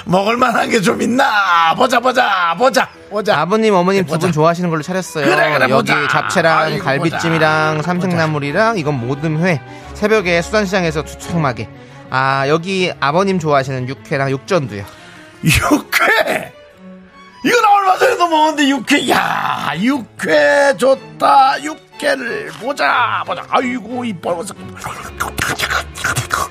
Speaker 1: 먹을 만한 게 좀 있나 보자 보자 보자 보자.
Speaker 2: 아버님, 어머님 두
Speaker 1: 보자.
Speaker 2: 분 좋아하시는 걸로 차렸어요.
Speaker 1: 그래, 그래,
Speaker 2: 여기
Speaker 1: 보자.
Speaker 2: 잡채랑
Speaker 1: 아이고,
Speaker 2: 갈비찜이랑
Speaker 1: 보자.
Speaker 2: 삼색나물이랑 이건 모듬 회. 새벽에 수산시장에서 두툼하게. 아, 여기 아버님 좋아하시는 육회랑 육전도요.
Speaker 1: 육회! 이거 나 얼마 전에도 먹었는데 육회, 야 육회 좋다. 육회를 보자, 보자. 아이고, 이 빨간색.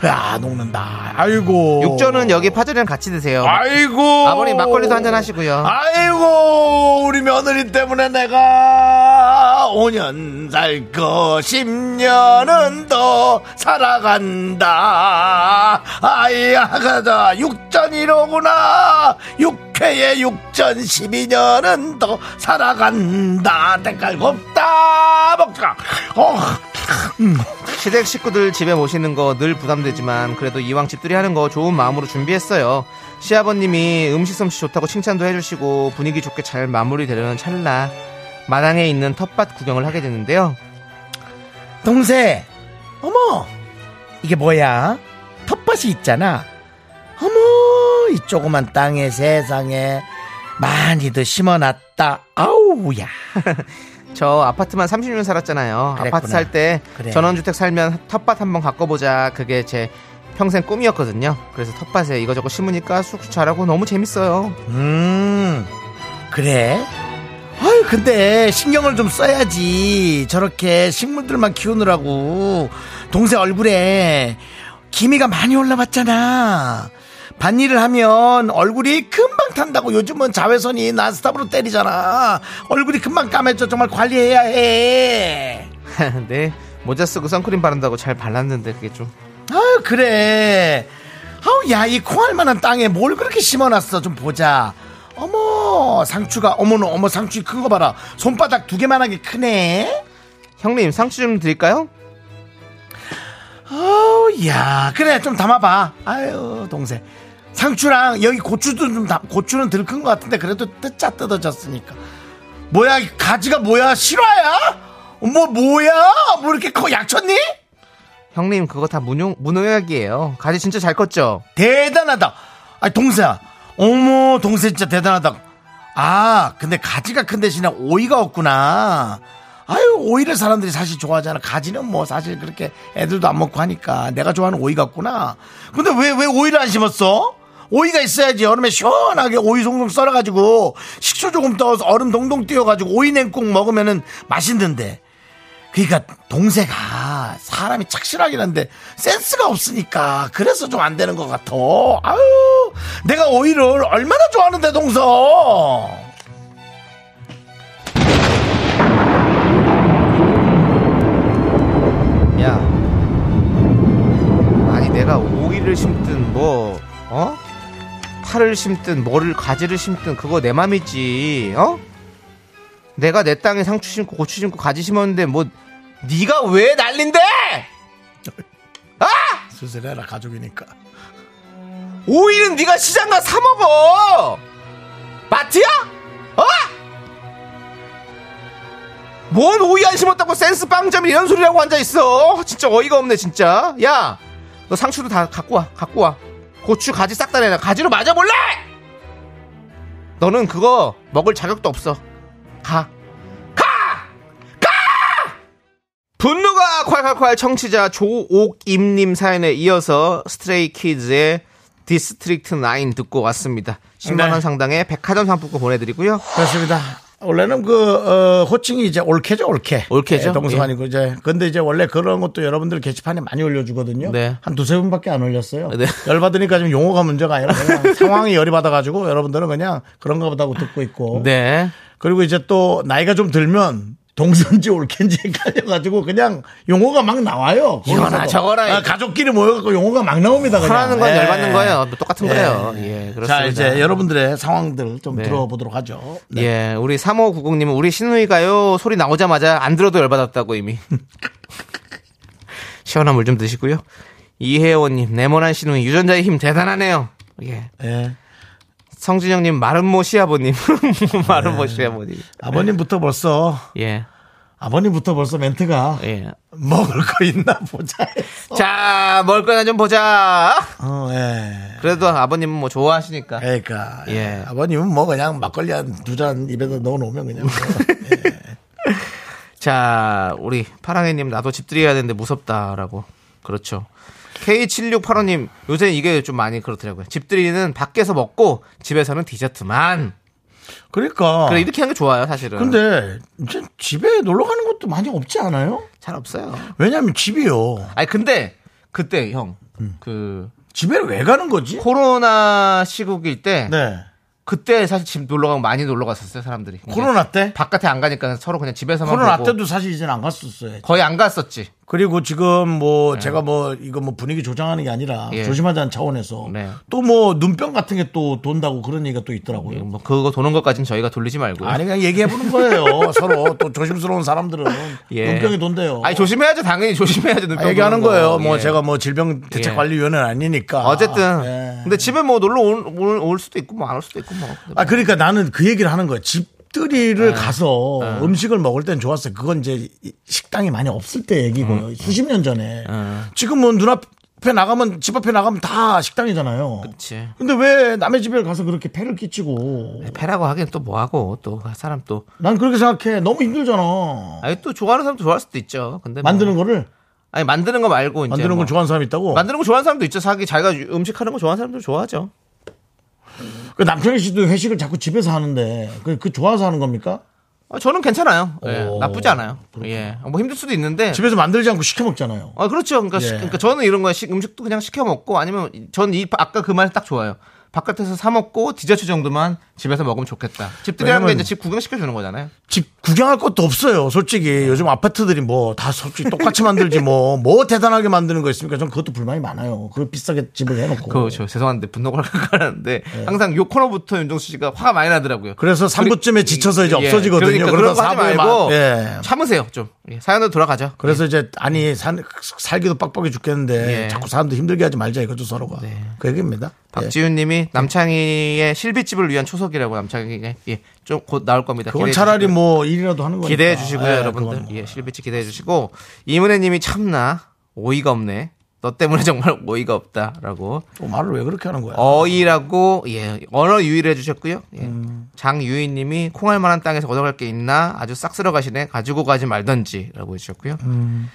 Speaker 1: 야, 녹는다. 아이고.
Speaker 2: 육전은 여기 파절이랑 같이 드세요.
Speaker 1: 아이고.
Speaker 2: 아버님 막걸리도 한잔 하시고요.
Speaker 1: 아이고, 우리 며느리 때문에 내가 5년 살거 10년은 더 살아간다. 아이야, 가자. 육전 1호구나. 육회의 육전 12년은 더 살아간다. 대깔 곱다. 먹자. 어,
Speaker 2: 시댁 식구들 집에 모시는 거 늘 부담되지만 그래도 이왕 집들이 하는 거 좋은 마음으로 준비했어요. 시아버님이 음식 솜씨 좋다고 칭찬도 해주시고 분위기 좋게 잘 마무리되려는 찰나 마당에 있는 텃밭 구경을 하게 되는데요.
Speaker 1: 동생, 어머, 이게 뭐야? 텃밭이 있잖아. 어머, 이 조그만 땅에 세상에 많이도 심어놨다. 아우야.
Speaker 2: 저 아파트만 30년 살았잖아요.
Speaker 1: 그랬구나.
Speaker 2: 아파트 살 때
Speaker 1: 그래.
Speaker 2: 전원주택 살면 텃밭 한번 가꿔보자. 그게 제 평생 꿈이었거든요. 그래서 텃밭에 이거저거 심으니까 쑥쑥 자라고 너무 재밌어요.
Speaker 1: 음, 그래? 아유, 근데 신경을 좀 써야지. 저렇게 식물들만 키우느라고. 동생 얼굴에 기미가 많이 올라왔잖아. 반일을 하면 얼굴이 금방 탄다고 요즘은 자외선이 난스탑으로 때리잖아. 얼굴이 금방 까매져. 정말 관리해야 해.
Speaker 2: 네 모자 쓰고 선크림 바른다고 잘 발랐는데 그게 좀
Speaker 1: 아유, 그래. 아우, 야, 이 콩알 만한 땅에 뭘 그렇게 심어놨어. 좀 보자. 어머, 상추가, 어머나, 어머, 상추 큰 거 봐라. 손바닥 두 개만하게 크네.
Speaker 2: 형님 상추 좀 드릴까요?
Speaker 1: 아우, 야, 그래, 좀 담아봐. 아유, 동생. 상추랑 여기 고추도 좀, 담, 고추는 덜 큰 것 같은데, 그래도 뜯자 뜯어졌으니까. 뭐야, 이 가지가 뭐야? 실화야? 뭐, 뭐야? 뭐 이렇게 커? 약쳤니?
Speaker 2: 형님 그거 다 무용, 무농약이에요. 가지 진짜 잘 컸죠?
Speaker 1: 대단하다. 아, 동생아. 어머, 동생 진짜 대단하다. 아, 근데 가지가 큰 대신에 오이가 없구나. 아유, 오이를 사람들이 사실 좋아하잖아. 가지는 뭐 사실 그렇게 애들도 안 먹고 하니까 내가 좋아하는 오이가 없구나. 근데 왜, 왜 오이를 안 심었어? 오이가 있어야지. 여름에 시원하게 오이 송송 썰어가지고 식초 조금 떠서 얼음 동동 띄워가지고 오이 냉국 먹으면은 맛있는데. 그러니까 동생아 사람이 착실하긴 한데 센스가 없으니까 그래서 좀 안 되는 것 같아. 아유, 내가 오이를 얼마나 좋아하는데 동서.
Speaker 2: 야 아니 내가 오이를 심든 뭐 어? 파를 심든 뭐를 가지를 심든 그거 내 맘이지 어? 내가 내 땅에 상추 심고 고추 심고 가지 심었는데 뭐 네가 왜 난린데? 어?
Speaker 1: 수술해라 가족이니까.
Speaker 2: 오이는 네가 시장 가사 먹어. 마트야? 어? 뭔 오이 안 심었다고 센스 빵점 이런 소리라고 앉아 있어. 진짜 어이가 없네 진짜. 야, 너 상추도 다 갖고 와, 갖고 와. 고추 가지 싹 다 내놔. 가지로 맞아 볼래? 너는 그거 먹을 자격도 없어. 가. 가! 분노가 콸콸콸 청취자 조옥임님 사연에 이어서 스트레이 키즈의 디스트릭트 9 듣고 왔습니다. 10만원
Speaker 1: 네.
Speaker 2: 상당의 백화점 상품권 보내드리고요.
Speaker 1: 그렇습니다. 원래는 그 어, 호칭이 이제 올케죠 올케.
Speaker 2: 올케죠?
Speaker 1: 예, 동서 아니고 이제 근데 이제 원래 그런 것도 여러분들 게시판에 많이 올려주거든요.
Speaker 2: 네.
Speaker 1: 한두세 분밖에 안 올렸어요.
Speaker 2: 네.
Speaker 1: 열 받으니까 지금 용어가 문제가 아니라 그냥 상황이 열이 받아가지고 여러분들은 그냥 그런가 보다고 듣고 있고.
Speaker 2: 네.
Speaker 1: 그리고 이제 또 나이가 좀 들면 동선지 올캔지 헷갈려가지고 그냥 용어가 막 나와요.
Speaker 2: 이거나
Speaker 1: 거기서도.
Speaker 2: 저거나.
Speaker 1: 아, 가족끼리 모여갖고 용어가 막 나옵니다. 그냥.
Speaker 2: 화나는 건
Speaker 1: 예.
Speaker 2: 열받는 거예요. 뭐 똑같은
Speaker 1: 예.
Speaker 2: 거예요. 예, 그렇습니다.
Speaker 1: 자, 이제 여러분들의 상황들 좀
Speaker 2: 네.
Speaker 1: 들어보도록 하죠. 네.
Speaker 2: 예, 우리 3590님은 우리 신우이가요 소리 나오자마자 안 들어도 열받았다고 이미. 시원한 물 좀 드시고요. 이혜원님 네모난 신우이 유전자의 힘 대단하네요. 예.
Speaker 1: 예.
Speaker 2: 성진영님 마른모 시아버님 마른모
Speaker 1: 네.
Speaker 2: 시아버님.
Speaker 1: 아버님부터 벌써,
Speaker 2: 예,
Speaker 1: 아버님부터 벌써 멘트가
Speaker 2: 예.
Speaker 1: 먹을 거 있나 보자. 해서.
Speaker 2: 자, 먹을 거나 좀 보자.
Speaker 1: 어, 예.
Speaker 2: 그래도 아버님은 뭐 좋아하시니까.
Speaker 1: 그러니까.
Speaker 2: 예.
Speaker 1: 아버님은 뭐 그냥 막걸리 한 두 잔 입에다 넣어놓으면 그냥. 뭐. 예.
Speaker 2: 자, 우리 파랑애님 나도 집들이해야 되는데 무섭다라고. 그렇죠. K7685님 요새 이게 좀 많이 그렇더라고요. 집들이는 밖에서 먹고 집에서는 디저트만.
Speaker 1: 그러니까.
Speaker 2: 그래 이렇게 하는 게 좋아요 사실은.
Speaker 1: 근데 이제 집에 놀러 가는 것도 많이 없지 않아요?
Speaker 2: 잘 없어요.
Speaker 1: 왜냐면 집이요.
Speaker 2: 아니 근데 그때
Speaker 1: 음.
Speaker 2: 형 그
Speaker 1: 집에 왜 가는 거지?
Speaker 2: 코로나 시국일 때
Speaker 1: 네.
Speaker 2: 그때 사실 집 놀러 가고 많이 놀러 갔었어요 사람들이. 근데
Speaker 1: 코로나 때?
Speaker 2: 바깥에 안 가니까 서로 그냥 집에서만
Speaker 1: 코로나
Speaker 2: 보고
Speaker 1: 때도 사실 이제는 안 갔었어요.
Speaker 2: 거의 안 갔었지.
Speaker 1: 그리고 지금 뭐 제가 뭐 이거 뭐 분위기 조장하는 게 아니라
Speaker 2: 네. 예.
Speaker 1: 조심하자는 차원에서
Speaker 2: 네.
Speaker 1: 또 뭐 눈병 같은 게 또 돈다고 그런 얘기가 또 있더라고요.
Speaker 2: 뭐 그거 도는 것까지는 저희가 돌리지 말고.
Speaker 1: 아니 그냥 얘기해 보는 거예요. 서로 또 조심스러운 사람들은
Speaker 2: 예.
Speaker 1: 눈병이 돈대요.
Speaker 2: 아니 조심해야죠. 당연히 조심해야죠. 눈병
Speaker 1: 뭐. 아, 얘기하는
Speaker 2: 도는 거.
Speaker 1: 거예요. 뭐
Speaker 2: 예.
Speaker 1: 제가 뭐 질병 대책관리위원회는 아니니까.
Speaker 2: 어쨌든
Speaker 1: 예.
Speaker 2: 근데 집에 뭐 놀러 올, 올, 올 수도 있고 뭐 안 올 수도 있고 뭐. 아,
Speaker 1: 아 그러니까 나는 그 얘기를 하는 거야. 집들이를 가서 음식을 먹을 땐 좋았어요. 그건 이제 이- 식당이 많이 없을 때
Speaker 2: 음,
Speaker 1: 얘기고요. 수십 년 전에.
Speaker 2: 아.
Speaker 1: 지금은 뭐 눈앞에 나가면 집 앞에 나가면 다 식당이잖아요.
Speaker 2: 그렇지.
Speaker 1: 근데 왜 남의 집에 가서 그렇게 패를 끼치고?
Speaker 2: 패라고 하긴 또 뭐하고 또그 사람 또
Speaker 1: 난 그렇게 생각해. 너무 힘들잖아.
Speaker 2: 아니 뭐. 또 좋아하는 사람도 좋아할 수도 있죠. 근데 뭐-
Speaker 1: 만드는 거를
Speaker 2: 아니 만드는 거 말고 이제
Speaker 1: 만드는
Speaker 2: 뭐-
Speaker 1: 걸 좋아하는 사람이 있다고.
Speaker 2: 만드는 거 좋아하는 사람도 있죠. 자기 자기가 유- 음식하는 거 좋아하는 사람도 좋아하죠.
Speaker 1: 그 남편이 씨도 회식을 자꾸 집에서 하는데 그, 그 좋아서 하는 겁니까?
Speaker 2: 아, 저는 괜찮아요. 예,
Speaker 1: 오,
Speaker 2: 나쁘지 않아요. 예, 뭐 힘들 수도 있는데.
Speaker 1: 집에서 만들지 않고 시켜 먹잖아요.
Speaker 2: 아 그렇죠. 그러니까, 시-
Speaker 1: 예.
Speaker 2: 그러니까 저는 이런 거 식- 음식도 그냥 시켜 먹고 아니면 저는 이 아까 그 말 딱 좋아요. 바깥에서 사 먹고 디저트 정도만 집에서 먹으면 좋겠다. 집들이라는 게
Speaker 1: 왜냐면-
Speaker 2: 이제 집 구경 시켜 주는 거잖아요.
Speaker 1: 집 구경할 것도 없어요. 솔직히 요즘 아파트들이 뭐 다 솔직히 똑같이 만들지 뭐 뭐 대단하게 만드는 거 있습니까? 전 그것도 불만이 많아요. 그 비싸게 집을 해놓고.
Speaker 2: 그, 저 죄송한데 분노가 가는데 항상 요 코너부터 윤정수 씨가 화가 많이 나더라고요.
Speaker 1: 네. 그래서 3부쯤에 지쳐서 이제 없어지거든요.
Speaker 2: 그러니까 그런 거
Speaker 1: 그러다
Speaker 2: 하지
Speaker 1: 4부에
Speaker 2: 말고
Speaker 1: 만- 예.
Speaker 2: 참으세요 좀. 예, 사연으로 돌아가죠.
Speaker 1: 그래서 이제 아니 산, 살기도 빡빡해 죽겠는데
Speaker 2: 예.
Speaker 1: 자꾸 사람들 힘들게 하지 말자 이거죠 서로가.
Speaker 2: 네.
Speaker 1: 그 얘기입니다. 예.
Speaker 2: 박지윤님이 남창희의 실비집을 위한 초석이라고 남창희가 예, 좀 곧 나올 겁니다.
Speaker 1: 그건
Speaker 2: 기대해
Speaker 1: 차라리
Speaker 2: 주시고요.
Speaker 1: 뭐 일이라도 하는 거니까.
Speaker 2: 기대해 주시고요,
Speaker 1: 예,
Speaker 2: 여러분들.
Speaker 1: 그건 뭐.
Speaker 2: 예, 실비집 기대해 주시고 이문혜님이 참나 오이가 없네. 너 때문에 정말 오이가 없다라고
Speaker 1: 또 말을 왜 그렇게 하는
Speaker 2: 아.
Speaker 1: 거야?
Speaker 2: 어. 어이라고 예 언어 유의를 해주셨고요. 예.
Speaker 1: 음.
Speaker 2: 장유희님이 콩알만한 땅에서 얻어갈 게 있나 아주 싹 쓸어가시네 가지고 가지 말던지라고 해주셨고요.
Speaker 1: 음.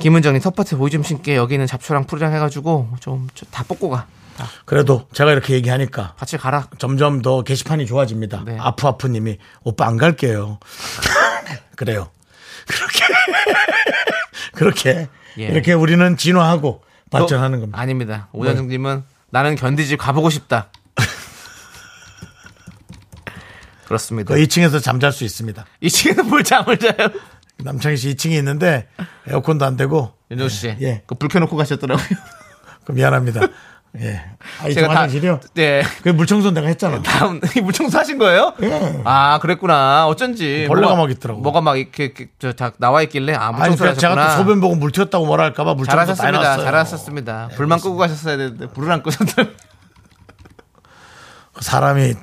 Speaker 2: 김은정님 텃밭에 오이 좀 심게 여기 있는 잡초랑 풀이랑 해가지고 좀 다 뽑고 가
Speaker 1: 그래도 제가 이렇게 얘기하니까
Speaker 2: 같이 가라.
Speaker 1: 점점 더 게시판이 좋아집니다.
Speaker 2: 네.
Speaker 1: 아프아프님이 오빠 안 갈게요. 그래요. 그렇게 그렇게
Speaker 2: 예.
Speaker 1: 이렇게 우리는 진화하고 발전하는
Speaker 2: 또-
Speaker 1: 겁니다. 네.
Speaker 2: 아닙니다. 오현정님은 나는 견디지 가보고 싶다. 그렇습니다.
Speaker 1: 그 2층에서 잠잘 수 있습니다.
Speaker 2: 이 친구는 뭘 잠을 자요?
Speaker 1: 남창희 씨 2층에 있는데 에어컨도 안 되고
Speaker 2: 윤정 씨,
Speaker 1: 예.
Speaker 2: 그불 켜놓고 가셨더라고요.
Speaker 1: 그 미안합니다. 예. 아, 2층
Speaker 2: 다-
Speaker 1: 화장실이요?
Speaker 2: 네.
Speaker 1: 그 물청소 내가 했잖아.
Speaker 2: 다음 이 물청소 하신 거예요? 아 그랬구나. 어쩐지
Speaker 1: 벌레가
Speaker 2: 뭐가-
Speaker 1: 막 있더라고.
Speaker 2: 뭐가 막 이렇게, 이렇게 저다 나와 있길래 아
Speaker 1: 아니,
Speaker 2: 물청소
Speaker 1: 그러니까
Speaker 2: 하셨구나.
Speaker 1: 제가 또 소변 보고 물 튀었다고 뭐라 할까봐 물청소 다
Speaker 2: 잘하셨습니다.
Speaker 1: 해놨어요. 예,
Speaker 2: 잘하셨습니다. 불만 끄고 가셨어야 되는데 불을 안 끄셨더라고요.
Speaker 1: 사람이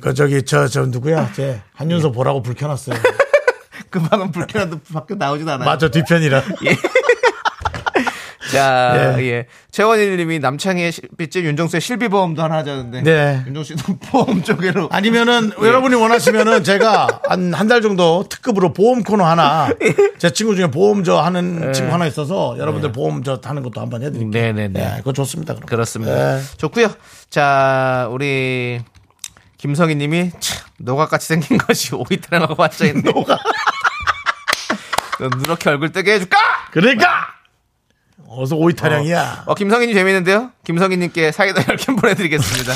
Speaker 1: 그 저기 저 저 누구야? 제
Speaker 2: 예.
Speaker 1: 한윤서 보라고 불 켜놨어요.
Speaker 2: 그 방은 불 켜놔도 밖에 나오진 않아요. 네.
Speaker 1: 맞아 뒤편이라.
Speaker 2: 자,
Speaker 1: 예.
Speaker 2: 예. 최원일 님이 남창희의 실비집, 윤정수의 실비보험도 하나 하자는데.
Speaker 1: 네.
Speaker 2: 윤정수는 보험 쪽으로.
Speaker 1: 아니면은
Speaker 2: 예.
Speaker 1: 여러분이 원하시면은 제가 한 한 달 정도 특급으로 보험 코너 하나
Speaker 2: 예.
Speaker 1: 제 친구 중에 보험 저 하는 친구 하나 있어서 여러분들 보험 저 하는 것도 한번 해드릴게요.
Speaker 2: 네네네.
Speaker 1: 네, 그거 좋습니다. 그럼.
Speaker 2: 예,
Speaker 1: 예.
Speaker 2: 그렇습니다. 좋고요 자, 우리 김성희 님이 참, 노각같이 생긴 것이 오이타랑하고 앉아있네. 노각. 누렇게 얼굴 뜨게 해줄까?
Speaker 1: 그러니까 어서 오이 타령이야.
Speaker 2: 어, 김성희 님 재밌는데요? 김성희 님께 사이다 10캔 보내드리겠습니다.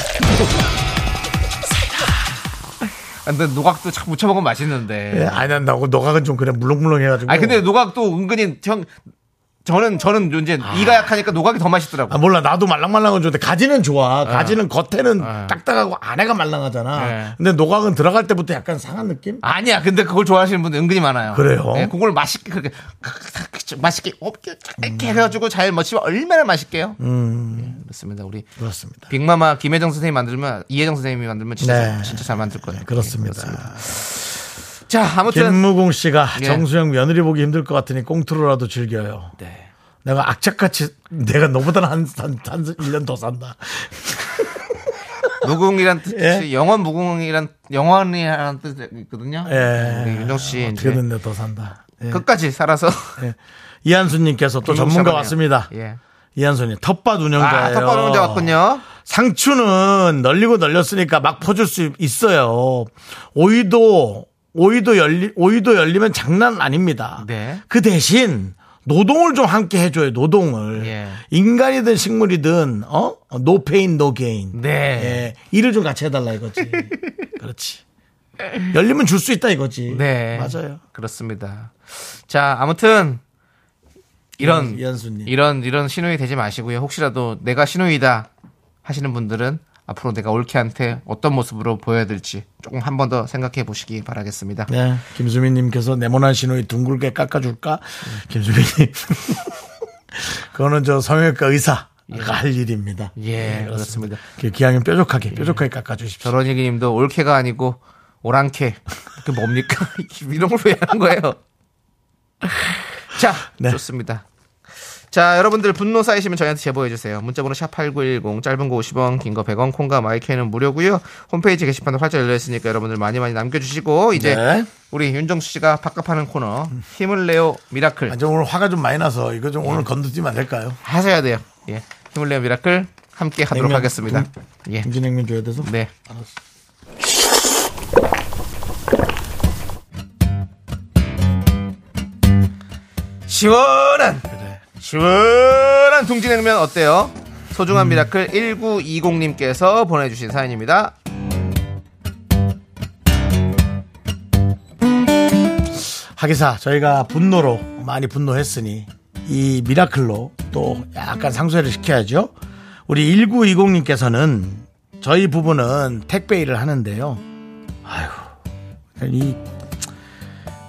Speaker 2: 아, 근데 노각도 참 무쳐먹으면 맛있는데.
Speaker 1: 예, 안 한다고 노각은 좀 그래 물렁물렁해가지고.
Speaker 2: 아니 근데 노각도 은근히 형 저는 저는 이제 이가 약하니까 노각이 더 맛있더라고.
Speaker 1: 아, 몰라 나도 말랑말랑은 좋은데 가지는 좋아. 가지는 겉에는
Speaker 2: 아.
Speaker 1: 딱딱하고 안에가 말랑하잖아.
Speaker 2: 네.
Speaker 1: 근데 노각은 들어갈 때부터 약간 상한 느낌?
Speaker 2: 아니야, 근데 그걸 좋아하시는 분들 은근히 많아요.
Speaker 1: 그래요?
Speaker 2: 예, 그걸 맛있게 그렇게 좀 맛있게 이렇게 이렇게 해가지고 잘 먹으면 얼마나 맛있게요.
Speaker 1: 음.
Speaker 2: 예, 그렇습니다. 우리
Speaker 1: 그렇습니다.
Speaker 2: 빅마마 김혜정 선생님 만들면 이혜정 선생님이 만들면 진짜
Speaker 1: 네.
Speaker 2: 진짜 잘 만들 거예요.
Speaker 1: 그렇습니다.
Speaker 2: 예, 자 아무튼
Speaker 1: 김무공 씨가
Speaker 2: 예.
Speaker 1: 정수영 며느리 보기 힘들 것 같으니 꽁트로라도 즐겨요.
Speaker 2: 네.
Speaker 1: 내가 악착같이 내가 너보다 한, 한, 한 1년 더 산다.
Speaker 2: 무궁이란 뜻이
Speaker 1: 예?
Speaker 2: 영원 무궁이란 영원이라는 뜻이 있거든요.
Speaker 1: 예.
Speaker 2: 우리 윤정 씨
Speaker 1: 어떻게
Speaker 2: 이제
Speaker 1: 됐네, 더 산다. 예.
Speaker 2: 끝까지 살아서
Speaker 1: 예. 이한수님께서 또 전문가
Speaker 2: 시작하네요.
Speaker 1: 왔습니다.
Speaker 2: 예.
Speaker 1: 이한수님, 텃밭
Speaker 2: 아,
Speaker 1: 운영자예요.
Speaker 2: 텃밭 운영자 왔군요.
Speaker 1: 상추는 널리고 널렸으니까 막 퍼줄 수 있어요. 오이도 오이도 열리 오이도 열리면 장난 아닙니다.
Speaker 2: 네.
Speaker 1: 그 대신 노동을 좀 함께 해줘요. 노동을
Speaker 2: 예.
Speaker 1: 인간이든 식물이든 어 노페인 노게인.
Speaker 2: 네.
Speaker 1: 예, 일을 좀 같이 해달라 이거지. 그렇지. 열리면 줄 수 있다 이거지.
Speaker 2: 네.
Speaker 1: 맞아요.
Speaker 2: 그렇습니다. 자, 아무튼 이런
Speaker 1: 음, 이현수님.
Speaker 2: 이런 이런 신우이 되지 마시고요. 혹시라도 내가 신우이다 하시는 분들은 앞으로 내가 올케한테 어떤 모습으로 보여야 될지 조금 한 번 더 생각해 보시기 바라겠습니다.
Speaker 1: 네. 김수민님께서 네모난 신호이 둥글게 깎아줄까? 김수민님. 그거는 저 성형외과 의사. 갈 일입니다.
Speaker 2: 예,
Speaker 1: 네,
Speaker 2: 그렇습니다. 예.
Speaker 1: 그 기왕이면 뾰족하게 뾰족하게 깎아주십시오.
Speaker 2: 저런 얘기님도 올케가 아니고 오랑캐. 그게 뭡니까? 이런 걸 왜 하는 거예요? 자,
Speaker 1: 네.
Speaker 2: 좋습니다. 자, 여러분들 분노 쌓이시면 저희한테 제보해 주세요. 문자번호 샵 #8910 짧은 거 50원, 긴 거 100원, 콩과 마이크는 무료고요. 홈페이지 게시판도 활짝 열려 있으니까 여러분들 많이 많이 남겨주시고 이제
Speaker 1: 네.
Speaker 2: 우리 윤정수 씨가 밥값하는 코너 힘을 내요 미라클
Speaker 1: 아, 저 오늘 화가 좀 많이 나서 이거 좀
Speaker 2: 예.
Speaker 1: 오늘 건드리면 안 될까요?
Speaker 2: 하셔야 돼요. 예, 힘을 내요 미라클 함께 하도록
Speaker 1: 냉면, 음.
Speaker 2: 하겠습니다. 예,
Speaker 1: 김진행면 줘야 돼서.
Speaker 2: 네. 시원한
Speaker 1: 그래.
Speaker 2: 시원한 둥지냉면 어때요? 소중한 미라클 1920님께서 보내주신 사연입니다.
Speaker 1: 하기사 저희가 분노로 많이 분노했으니 이 미라클로 또 약간 상쇄를 시켜야죠. 우리 1920님께서는 저희 부부는 택배 일을 하는데요. 아휴, 이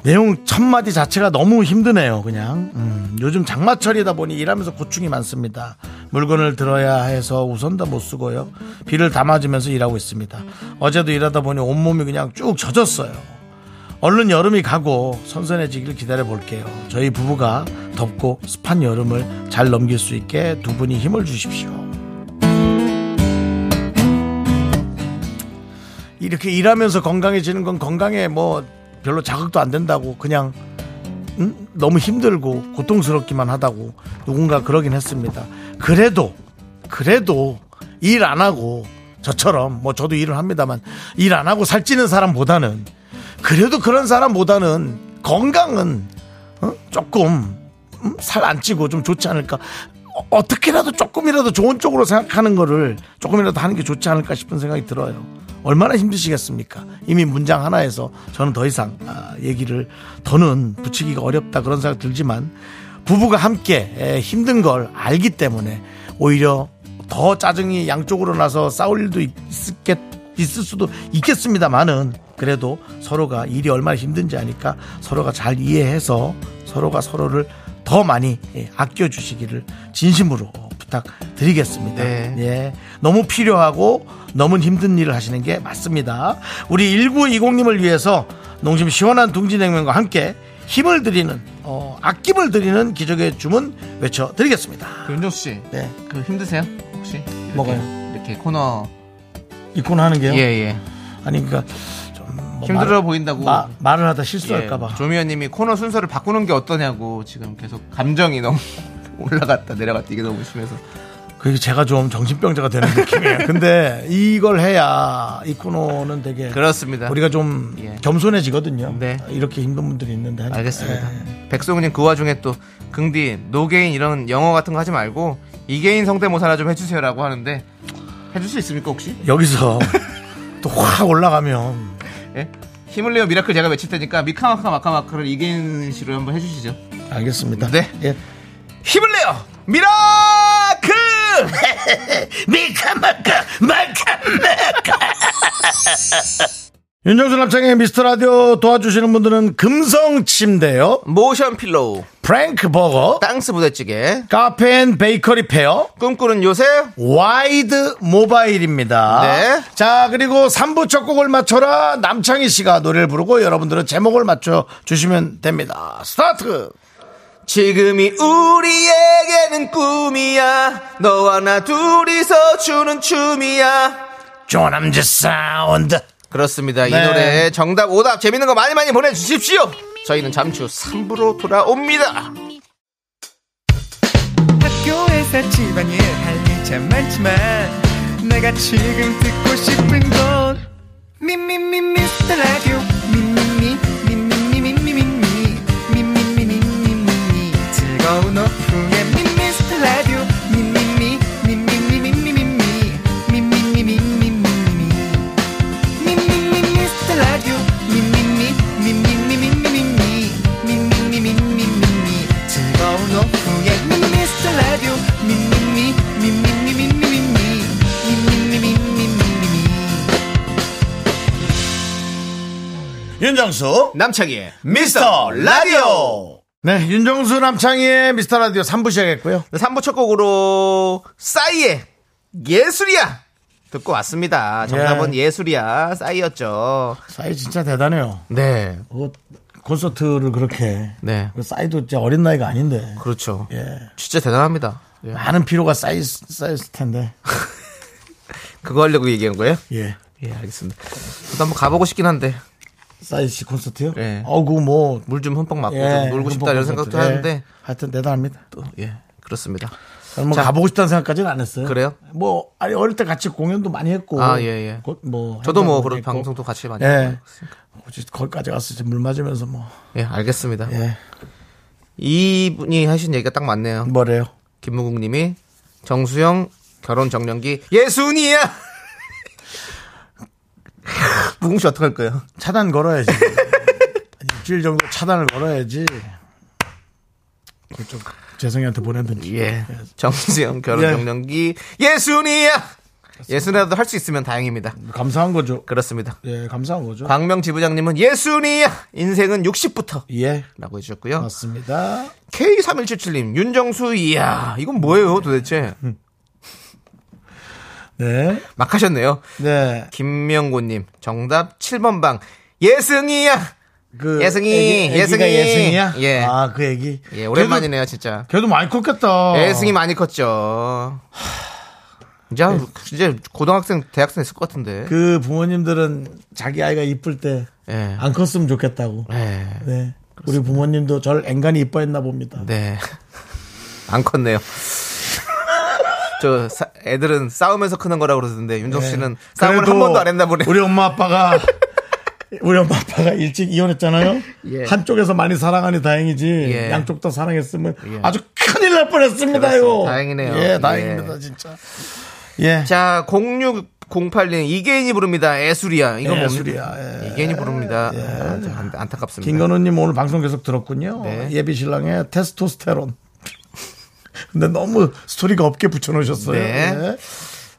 Speaker 1: 내용 첫 마디 자체가 너무 힘드네요. 그냥 음, 요즘 장마철이다 보니 일하면서 고충이 많습니다. 물건을 들어야 해서 우선 다 못 쓰고요. 비를 다 맞으면서 일하고 있습니다. 어제도 일하다 보니 온몸이 그냥 쭉 젖었어요. 얼른 여름이 가고 선선해지길 기다려 볼게요. 저희 부부가 덥고 습한 여름을 잘 넘길 수 있게 두 분이 힘을 주십시오. 이렇게 일하면서 건강해지는 건 건강에 뭐 별로 자극도 안 된다고 그냥 음? 너무 힘들고 고통스럽기만 하다고 누군가 그러긴 했습니다. 그래도 그래도 일 안 하고 저처럼 뭐 저도 일을 합니다만 일 안 하고 살찌는 사람보다는 그래도 그런 사람보다는 건강은 어? 조금 음, 살 안 찌고 좀 좋지 않을까 어, 어떻게라도 조금이라도 좋은 쪽으로 생각하는 거를 조금이라도 하는 게 좋지 않을까 싶은 생각이 들어요 얼마나 힘드시겠습니까 이미 문장 하나에서 저는 더 이상 아, 얘기를 더는 붙이기가 어렵다 그런 생각 들지만 부부가 함께 에, 힘든 걸 알기 때문에 오히려 더 짜증이 양쪽으로 나서 싸울 일도 있겠, 있을 수도 있겠습니다만은 그래도 서로가 일이 얼마나 힘든지 아니까 서로가 잘 이해해서 서로가 서로를 더 많이 예, 아껴주시기를 진심으로 부탁드리겠습니다.
Speaker 2: 네.
Speaker 1: 예. 너무 필요하고 너무 힘든 일을 하시는 게 맞습니다. 우리 1920님을 위해서 농심 시원한 둥지냉면과 함께 힘을 드리는 어, 아낌을 드리는 기적의 주문 외쳐드리겠습니다.
Speaker 2: 윤정수 씨,
Speaker 1: 네.
Speaker 2: 그 힘드세요? 혹시 이렇게,
Speaker 1: 뭐가요?
Speaker 2: 이렇게 코너
Speaker 1: 이 코너 하는 게요?
Speaker 2: 예 예.
Speaker 1: 아니 그러니까 좀뭐
Speaker 2: 힘들어 보인다고. 예,
Speaker 1: 마, 말을 하다 실수할까봐.
Speaker 2: 조미연님이 코너 순서를 바꾸는 게 어떠냐고 지금 계속 감정이 너무 올라갔다 내려갔다 이게 너무 심해서
Speaker 1: 그게 제가 좀 정신병자가 되는 느낌이에요. 근데 이걸 해야 이 코너는 되게
Speaker 2: 그렇습니다.
Speaker 1: 우리가 좀
Speaker 2: 예.
Speaker 1: 겸손해지거든요.
Speaker 2: 네.
Speaker 1: 이렇게 힘든 분들이 있는데 하니까.
Speaker 2: 알겠습니다.
Speaker 1: 예.
Speaker 2: 네. 백성우님 그 와중에 또 긍디 노게인 이런 영어 같은 거 하지 말고 이계인 성대모사나 좀 해주세요라고 하는데 해줄 수 있습니까 혹시?
Speaker 1: 여기서 또 확 올라가면
Speaker 2: 예? 힘을 내요 미라클 제가 외칠 테니까 미카마카 마카마카를 이계인 씨로 한번 해주시죠.
Speaker 1: 알겠습니다.
Speaker 2: 네.
Speaker 1: 예.
Speaker 2: 힘을 내요 미라클!
Speaker 1: 미카마카 마카마카 윤정수 남창의 미스터 라디오 도와주시는 분들은 금성 침대요,
Speaker 2: 모션 필로우,
Speaker 1: 프랭크 버거,
Speaker 2: 땅스 부대찌개,
Speaker 1: 카페 앤 베이커리 페어,
Speaker 2: 꿈꾸는 요새
Speaker 1: 와이드 모바일입니다.
Speaker 2: 네.
Speaker 1: 자, 그리고 3부 첫 곡을 맞춰라. 남창희 씨가 노래를 부르고 여러분들은 제목을 맞춰 주시면 됩니다. 스타트!
Speaker 2: 지금이 우리에게는 꿈이야 너와 나 둘이서 추는 춤이야
Speaker 1: 조남지 사운드.
Speaker 2: 그렇습니다 이
Speaker 1: 네.
Speaker 2: 노래 정답 오답 재밌는 거 많이 많이 보내주십시오 저희는 잠시 후 3부로 돌아옵니다
Speaker 4: 학교에서 집안일 할 일 참 많지만 내가 지금 듣고 싶은 건 미미미 미스터 라디오 미미미 미미미 미미미 미미미 미미미 즐거운 오후에 미스터 라디오 미미미 미미미 미미미 미미미 미미미
Speaker 1: 윤정수.
Speaker 2: 남창희의
Speaker 1: 미스터 라디오. 네, 윤정수 남창희의 미스터 라디오 3부 시작했고요.
Speaker 2: 3부 첫 곡으로 싸이의 예술이야 듣고 왔습니다. 정답은 예. 술이야 싸이였죠.
Speaker 1: 싸이 진짜 대단해요.
Speaker 2: 네,
Speaker 1: 그거 콘서트를 그렇게.
Speaker 2: 네,
Speaker 1: 그 싸이도 진짜 어린 나이가 아닌데.
Speaker 2: 그렇죠.
Speaker 1: 예.
Speaker 2: 진짜 대단합니다. 예.
Speaker 1: 많은 피로가 쌓이, 쌓였을 텐데.
Speaker 2: 그거 하려고 얘기한 거예요?
Speaker 1: 예.
Speaker 2: 예, 알겠습니다. 저도 한번 가보고 싶긴 한데
Speaker 1: 싸이 씨 콘서트요?
Speaker 2: 예.
Speaker 1: 어구, 뭐.
Speaker 2: 물 좀 흠뻑 맞고
Speaker 1: 예,
Speaker 2: 좀 놀고
Speaker 1: 그
Speaker 2: 싶다 이런
Speaker 1: 콘서트.
Speaker 2: 생각도
Speaker 1: 예.
Speaker 2: 하는데
Speaker 1: 하여튼 대단합니다.
Speaker 2: 또 예, 그렇습니다.
Speaker 1: 저는 뭐
Speaker 2: 자.
Speaker 1: 가보고 싶다는 생각까지는 안 했어요.
Speaker 2: 그래요?
Speaker 1: 뭐, 아니, 어릴 때 같이 공연도 많이 했고.
Speaker 2: 아, 예, 예.
Speaker 1: 곧 뭐.
Speaker 2: 저도 뭐
Speaker 1: 행사도
Speaker 2: 그런
Speaker 1: 했고.
Speaker 2: 방송도 같이 많이
Speaker 1: 예.
Speaker 2: 예.
Speaker 1: 혹시 거기까지 가서 이제 물 맞으면서 뭐.
Speaker 2: 예, 알겠습니다.
Speaker 1: 예.
Speaker 2: 이분이 하신 얘기가 딱 맞네요.
Speaker 1: 뭐래요?
Speaker 2: 김무국님이 정수영 결혼 정년기 예순이야. 무궁 씨 어떡할 거예요?
Speaker 1: 차단 걸어야지. 한 일주일 정도 차단을 걸어야지. 그걸 좀 재성이한테 보내든지.
Speaker 2: 예. 정수영 결혼
Speaker 1: 예.
Speaker 2: 정년기 예순이야. 예순이라도 할 수 있으면 다행입니다.
Speaker 1: 감사한 거죠.
Speaker 2: 그렇습니다.
Speaker 1: 예, 감사한 거죠.
Speaker 2: 광명 지부장님은 예순이야. 인생은 60부터.
Speaker 1: 예,
Speaker 2: 라고 해주셨고요.
Speaker 1: 맞습니다.
Speaker 2: K3177님, 윤정수, 이야, 이건 뭐예요 도대체?
Speaker 1: 음. 네.
Speaker 2: 막 하셨네요.
Speaker 1: 네.
Speaker 2: 김명곤님, 정답 7번 방, 예승이야!
Speaker 1: 그
Speaker 2: 예승이,
Speaker 1: 애기, 애기가
Speaker 2: 예승이.
Speaker 1: 예승이야?
Speaker 2: 예.
Speaker 1: 아, 그 애기.
Speaker 2: 예, 오랜만이네요, 진짜.
Speaker 1: 걔도, 걔도 많이 컸겠다.
Speaker 2: 예승이 많이 컸죠. 이제, 한- 이제 고등학생, 대학생 됐을 것 같은데.
Speaker 1: 네. 그 부모님들은 자기 아이가 이쁠 때 안
Speaker 2: 예.
Speaker 1: 컸으면 좋겠다고.
Speaker 2: 예.
Speaker 1: 네. 우리 부모님도 저를 앵간히 이뻐했나 봅니다.
Speaker 2: 네. 안 컸네요. 저 사- 애들은 싸우면서 크는 거라고 그러던데 윤정
Speaker 1: 네.
Speaker 2: 씨는 싸움을 한
Speaker 1: 그래도
Speaker 2: 번도 안 했나 보네.
Speaker 1: 우리 엄마 아빠가 우리 엄마 아빠가 일찍 이혼했잖아요.
Speaker 2: 예.
Speaker 1: 한쪽에서 많이 사랑하니 다행이지
Speaker 2: 예.
Speaker 1: 양쪽 다 사랑했으면
Speaker 2: 예.
Speaker 1: 아주 큰일 날 뻔했습니다요.
Speaker 2: 그렇습니다. 다행이네요.
Speaker 1: 예, 다행입니다
Speaker 2: 예.
Speaker 1: 진짜. 예,
Speaker 2: 자, 0608님 이계인이 부릅니다. 애술이야. 이건
Speaker 1: 예,
Speaker 2: 뭡니까?
Speaker 1: 애술이야. 예.
Speaker 2: 이계인이 부릅니다. 아, 저 안, 안타깝습니다.
Speaker 1: 네. 김건우님 오늘 방송 계속 들었군요.
Speaker 2: 네.
Speaker 1: 예비 신랑의 테스토스테론. 근데 너무 스토리가 없게 붙여놓으셨어요.
Speaker 2: 네.
Speaker 1: 예.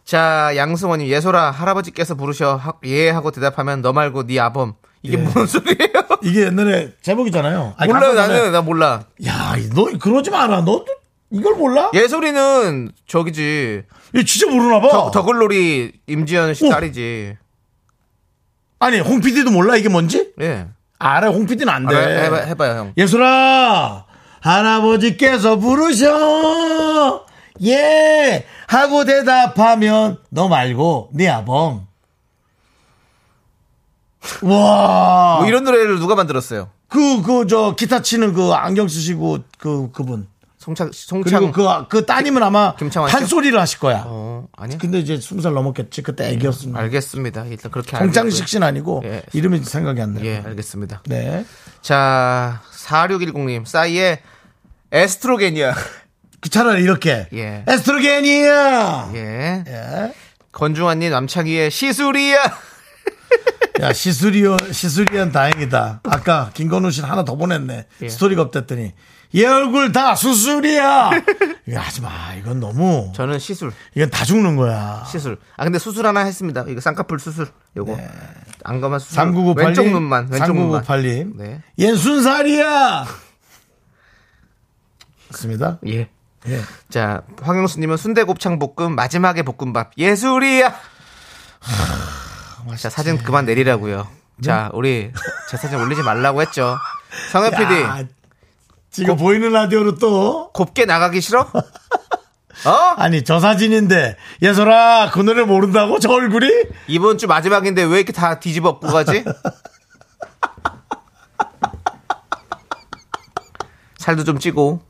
Speaker 2: 자, 양승원님 예솔아 할아버지께서 부르셔 하- 예 하고 대답하면 너 말고 네 아범. 이게
Speaker 1: 예.
Speaker 2: 무슨 소리예요?
Speaker 1: 이게 옛날에 제목이잖아요. 아니,
Speaker 2: 몰라 요
Speaker 1: 가사잖아요.
Speaker 2: 나는 나 몰라.
Speaker 1: 야, 너 그러지 마라. 너 이걸 몰라?
Speaker 2: 예솔이는 저기지.
Speaker 1: 얘 진짜 모르나 봐.
Speaker 2: 더, 더글놀이 임지연 씨
Speaker 1: 어. 오.
Speaker 2: 딸이지.
Speaker 1: 아니 홍 PD도 몰라 이게 뭔지?
Speaker 2: 예.
Speaker 1: 알아 홍 PD는 안 돼.
Speaker 2: 알아요? 네, 해봐, 해봐요 형.
Speaker 1: 예술아 할아버지께서 부르셔 예 하고 대답하면 너 말고 네 아범. 와.
Speaker 2: 뭐 이런 노래를 누가 만들었어요?
Speaker 1: 그 그 저 기타 치는 그 안경 쓰시고 그 그분
Speaker 2: 송창
Speaker 1: 그리고
Speaker 2: 송창
Speaker 1: 그 그 따님은 아마
Speaker 2: 김창완 씨요?
Speaker 1: 한 소리를 하실 거야.
Speaker 2: 어, 아니요.
Speaker 1: 근데 이제 스무 살 넘었겠지 그때 애기였습니다.
Speaker 2: 알겠습니다. 일단 그렇게
Speaker 1: 공장식
Speaker 2: 알겠고요.
Speaker 1: 씨는 아니고
Speaker 2: 예.
Speaker 1: 이름이 생각이 안 나요.
Speaker 2: 예, 알겠습니다.
Speaker 1: 네.
Speaker 2: 자, 4610님, 싸이의 에스트로겐이야.
Speaker 1: 그 차라리 이렇게
Speaker 2: 예.
Speaker 1: 에스트로겐이야.
Speaker 2: 예.
Speaker 1: 예.
Speaker 2: 건중환님, 남창희의 시술이야.
Speaker 1: 야 시술이요 시술이면 다행이다. 아까 김건우 씨는 하나 더 보냈네.
Speaker 2: 예.
Speaker 1: 스토리가 없댔더니 얘 얼굴 다 수술이야. 이거 하지 마. 이건 너무
Speaker 2: 저는 시술,
Speaker 1: 이건 다 죽는 거야.
Speaker 2: 시술. 아, 근데 수술 하나 했습니다. 이거 쌍꺼풀 수술. 요거.
Speaker 1: 네.
Speaker 2: 안검한 수술.
Speaker 1: 3998님.
Speaker 2: 왼쪽 눈만, 왼쪽 눈만.
Speaker 1: 3998님.
Speaker 2: 네.
Speaker 1: 옌순살이야! 맞습니다.
Speaker 2: 예.
Speaker 1: 예.
Speaker 2: 자, 황영수님은 순대곱창 볶음, 마지막에 볶음밥. 예술이야! 자, 사진 그만 내리라고요. 자, 우리 제 사진 올리지 말라고 했죠. 성현
Speaker 1: 야,
Speaker 2: PD,
Speaker 1: 지금 보이는 라디오로 또.
Speaker 2: 곱게 나가기 싫어? 어?
Speaker 1: 아니, 저 사진인데, 예솔아, 그 노래 모른다고? 저 얼굴이?
Speaker 2: 이번 주 마지막인데 왜 이렇게 다 뒤집어엎고 가지? 살도 좀 찌고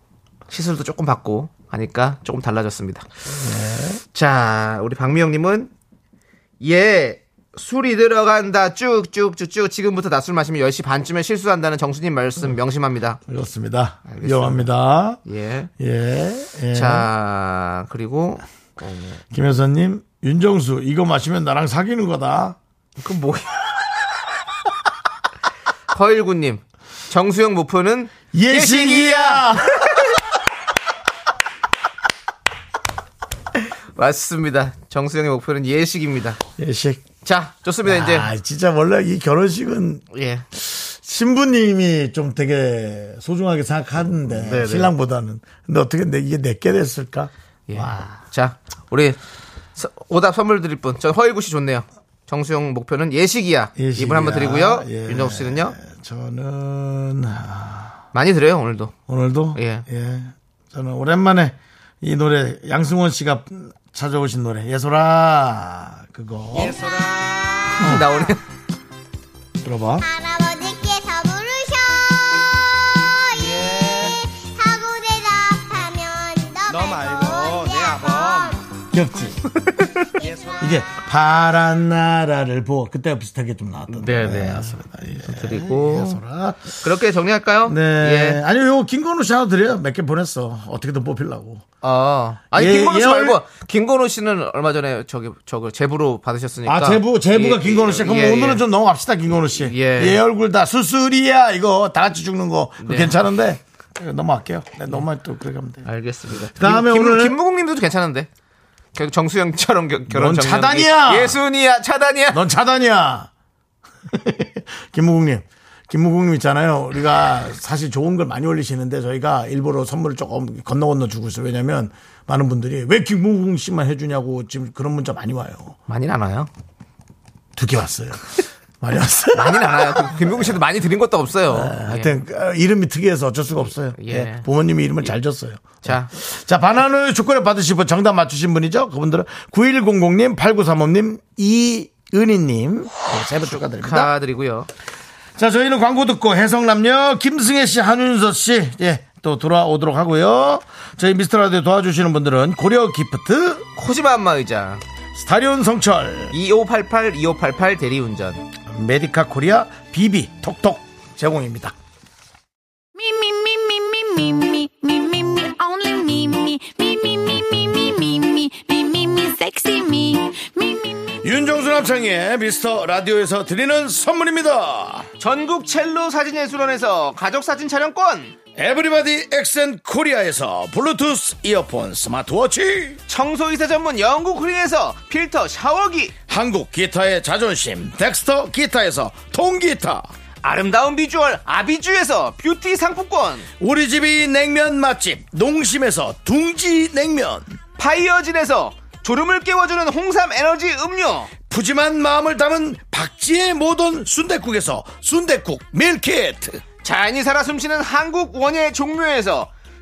Speaker 2: 시술도 조금 받고 하니까 조금 달라졌습니다. 자, 우리 박미영님은 예 술이 들어간다 쭉쭉쭉쭉 지금부터 낮술 마시면 10시 반쯤에 실수한다는 정수님 말씀 명심합니다.
Speaker 1: 그렇습니다. 위험합니다.
Speaker 2: 예.
Speaker 1: 예. 예.
Speaker 2: 자, 그리고
Speaker 1: 김혜선님, 윤정수, 이거 마시면 나랑 사귀는 거다.
Speaker 2: 그 뭐야? 허일구님 정수영 목표는
Speaker 1: 예식이야!
Speaker 2: 맞습니다. 정수영의 목표는 예식입니다.
Speaker 1: 예식.
Speaker 2: 자, 좋습니다. 이제
Speaker 1: 아, 진짜 원래 이 결혼식은
Speaker 2: 예,
Speaker 1: 신부님이 좀 되게 소중하게 생각하는데
Speaker 2: 네네.
Speaker 1: 신랑보다는 근데 어떻게 내, 이게 내게 됐을까?
Speaker 2: 예. 자, 우리 서- 오답 선물 드릴 분. 저 허일구 씨 좋네요. 정수영 목표는 예식이야.
Speaker 1: 예식이야.
Speaker 2: 이분 한번 드리고요.
Speaker 1: 예.
Speaker 2: 윤정수 씨는요.
Speaker 1: 저는 아,
Speaker 2: 많이 드려요, 오늘도.
Speaker 1: 오늘도
Speaker 2: 예.
Speaker 1: 저는 오랜만에 이 노래 양승원 씨가 찾아오신 노래 예소라 그거 음.
Speaker 2: 나오네.
Speaker 1: 들어봐.
Speaker 8: 할아버지께서 부르셔
Speaker 2: 예.
Speaker 8: 하고 대답하면 너,
Speaker 4: 너 말고 내 아범
Speaker 1: 귀엽지? 이게 파란 나라를 보아 그때 비슷하게 좀 나왔던
Speaker 2: 네, 네.
Speaker 1: 맞습니다. 예.
Speaker 2: 드리고
Speaker 1: 예소라.
Speaker 2: 그렇게 정리할까요?
Speaker 1: 네.
Speaker 2: 예.
Speaker 1: 아니요, 요 김건우 씨 하나 드려요. 몇 개 보냈어. 어떻게든 뽑히려고.
Speaker 2: 아, 아니
Speaker 1: 예,
Speaker 2: 김건우 씨
Speaker 1: 예,
Speaker 2: 말고
Speaker 1: 얼-
Speaker 2: 김건우 씨는 얼마 전에 저기 저걸 제부로 받으셨으니까.
Speaker 1: 아, 제부, 제부가
Speaker 2: 예,
Speaker 1: 김건우 씨. 그럼
Speaker 2: 예,
Speaker 1: 오늘은
Speaker 2: 예.
Speaker 1: 좀 넘어갑시다, 김건우 씨.
Speaker 2: 예.
Speaker 1: 얘 얼굴 다 수술이야. 이거 다 같이 죽는 거. 그거
Speaker 2: 네.
Speaker 1: 괜찮은데? 예, 넘어갈게요. 네, 너무 또 그렇게 하면 돼.
Speaker 2: 알겠습니다.
Speaker 1: 그다음에
Speaker 2: 김,
Speaker 1: 오늘은-
Speaker 2: 김무국 님도 괜찮은데. 결국 정수영처럼 겨- 결혼
Speaker 1: 넌
Speaker 2: 정리.
Speaker 1: 차단이야!
Speaker 2: 예순이야, 차단이야.
Speaker 1: 넌 차단이야. 김무국님. 김무국님 있잖아요. 우리가 사실 좋은 걸 많이 올리시는데 저희가 일부러 선물을 조금 건너 건너 주고 있어요. 왜냐면 많은 분들이 왜 김무국 씨만 해주냐고 지금 그런 문자 많이 와요.
Speaker 2: 많이 나나요?
Speaker 1: 두 개 왔어요. 많이 왔어요.
Speaker 2: 많이 나나요? 그 김무국 씨도 많이 드린 것도 없어요. 예.
Speaker 1: 하여튼 어, 이름이 특이해서 어쩔 수가 없어요.
Speaker 2: 예.
Speaker 1: 예, 부모님이 이름을 잘 줬어요. 예.
Speaker 2: 자.
Speaker 1: 자, 바나나의 조건을 받으신 분 정답 맞추신 분이죠. 그분들은 9100님, 8935님, 이은희님 네, 세분 축하드립니다.
Speaker 2: 축하드리고요.
Speaker 1: 자, 저희는 광고 듣고 해성남녀 김승혜 씨, 한윤서 씨, 예, 또 돌아오도록 하고요. 저희 미스터 라디오 도와주시는 분들은 고려 기프트,
Speaker 2: 코지마 안마 의자
Speaker 1: 스타리온 성철,
Speaker 2: 2588 2588 대리운전
Speaker 1: 메디카 코리아, 비비, 톡톡 제공입니다.
Speaker 8: Me, me, me, me, me, me, me, me, me, me, only me, me, me, me, me, me, me, me, me, me, me, me, sexy me, me, me, me.
Speaker 1: 윤정수 남창의 미스터 라디오에서 드리는 선물입니다.
Speaker 2: 전국 첼로 사진예술원에서 가족 사진 촬영권
Speaker 1: 에브리바디 엑센 코리아에서 블루투스 이어폰 스마트워치
Speaker 2: 청소이사 전문 영국 크린에서 필터 샤워기
Speaker 1: 한국 기타의 자존심 덱스터 기타에서 통기타
Speaker 2: 아름다운 비주얼 아비주에서 뷰티 상품권
Speaker 1: 우리 집이 냉면 맛집 농심에서 둥지 냉면
Speaker 2: 파이어진에서 졸음을 깨워주는 홍삼 에너지 음료
Speaker 1: 푸짐한 마음을 담은 박지의 모던 순댓국에서순댓국 밀키트
Speaker 2: 자연이 살아 숨쉬는 한국 원예 종묘에서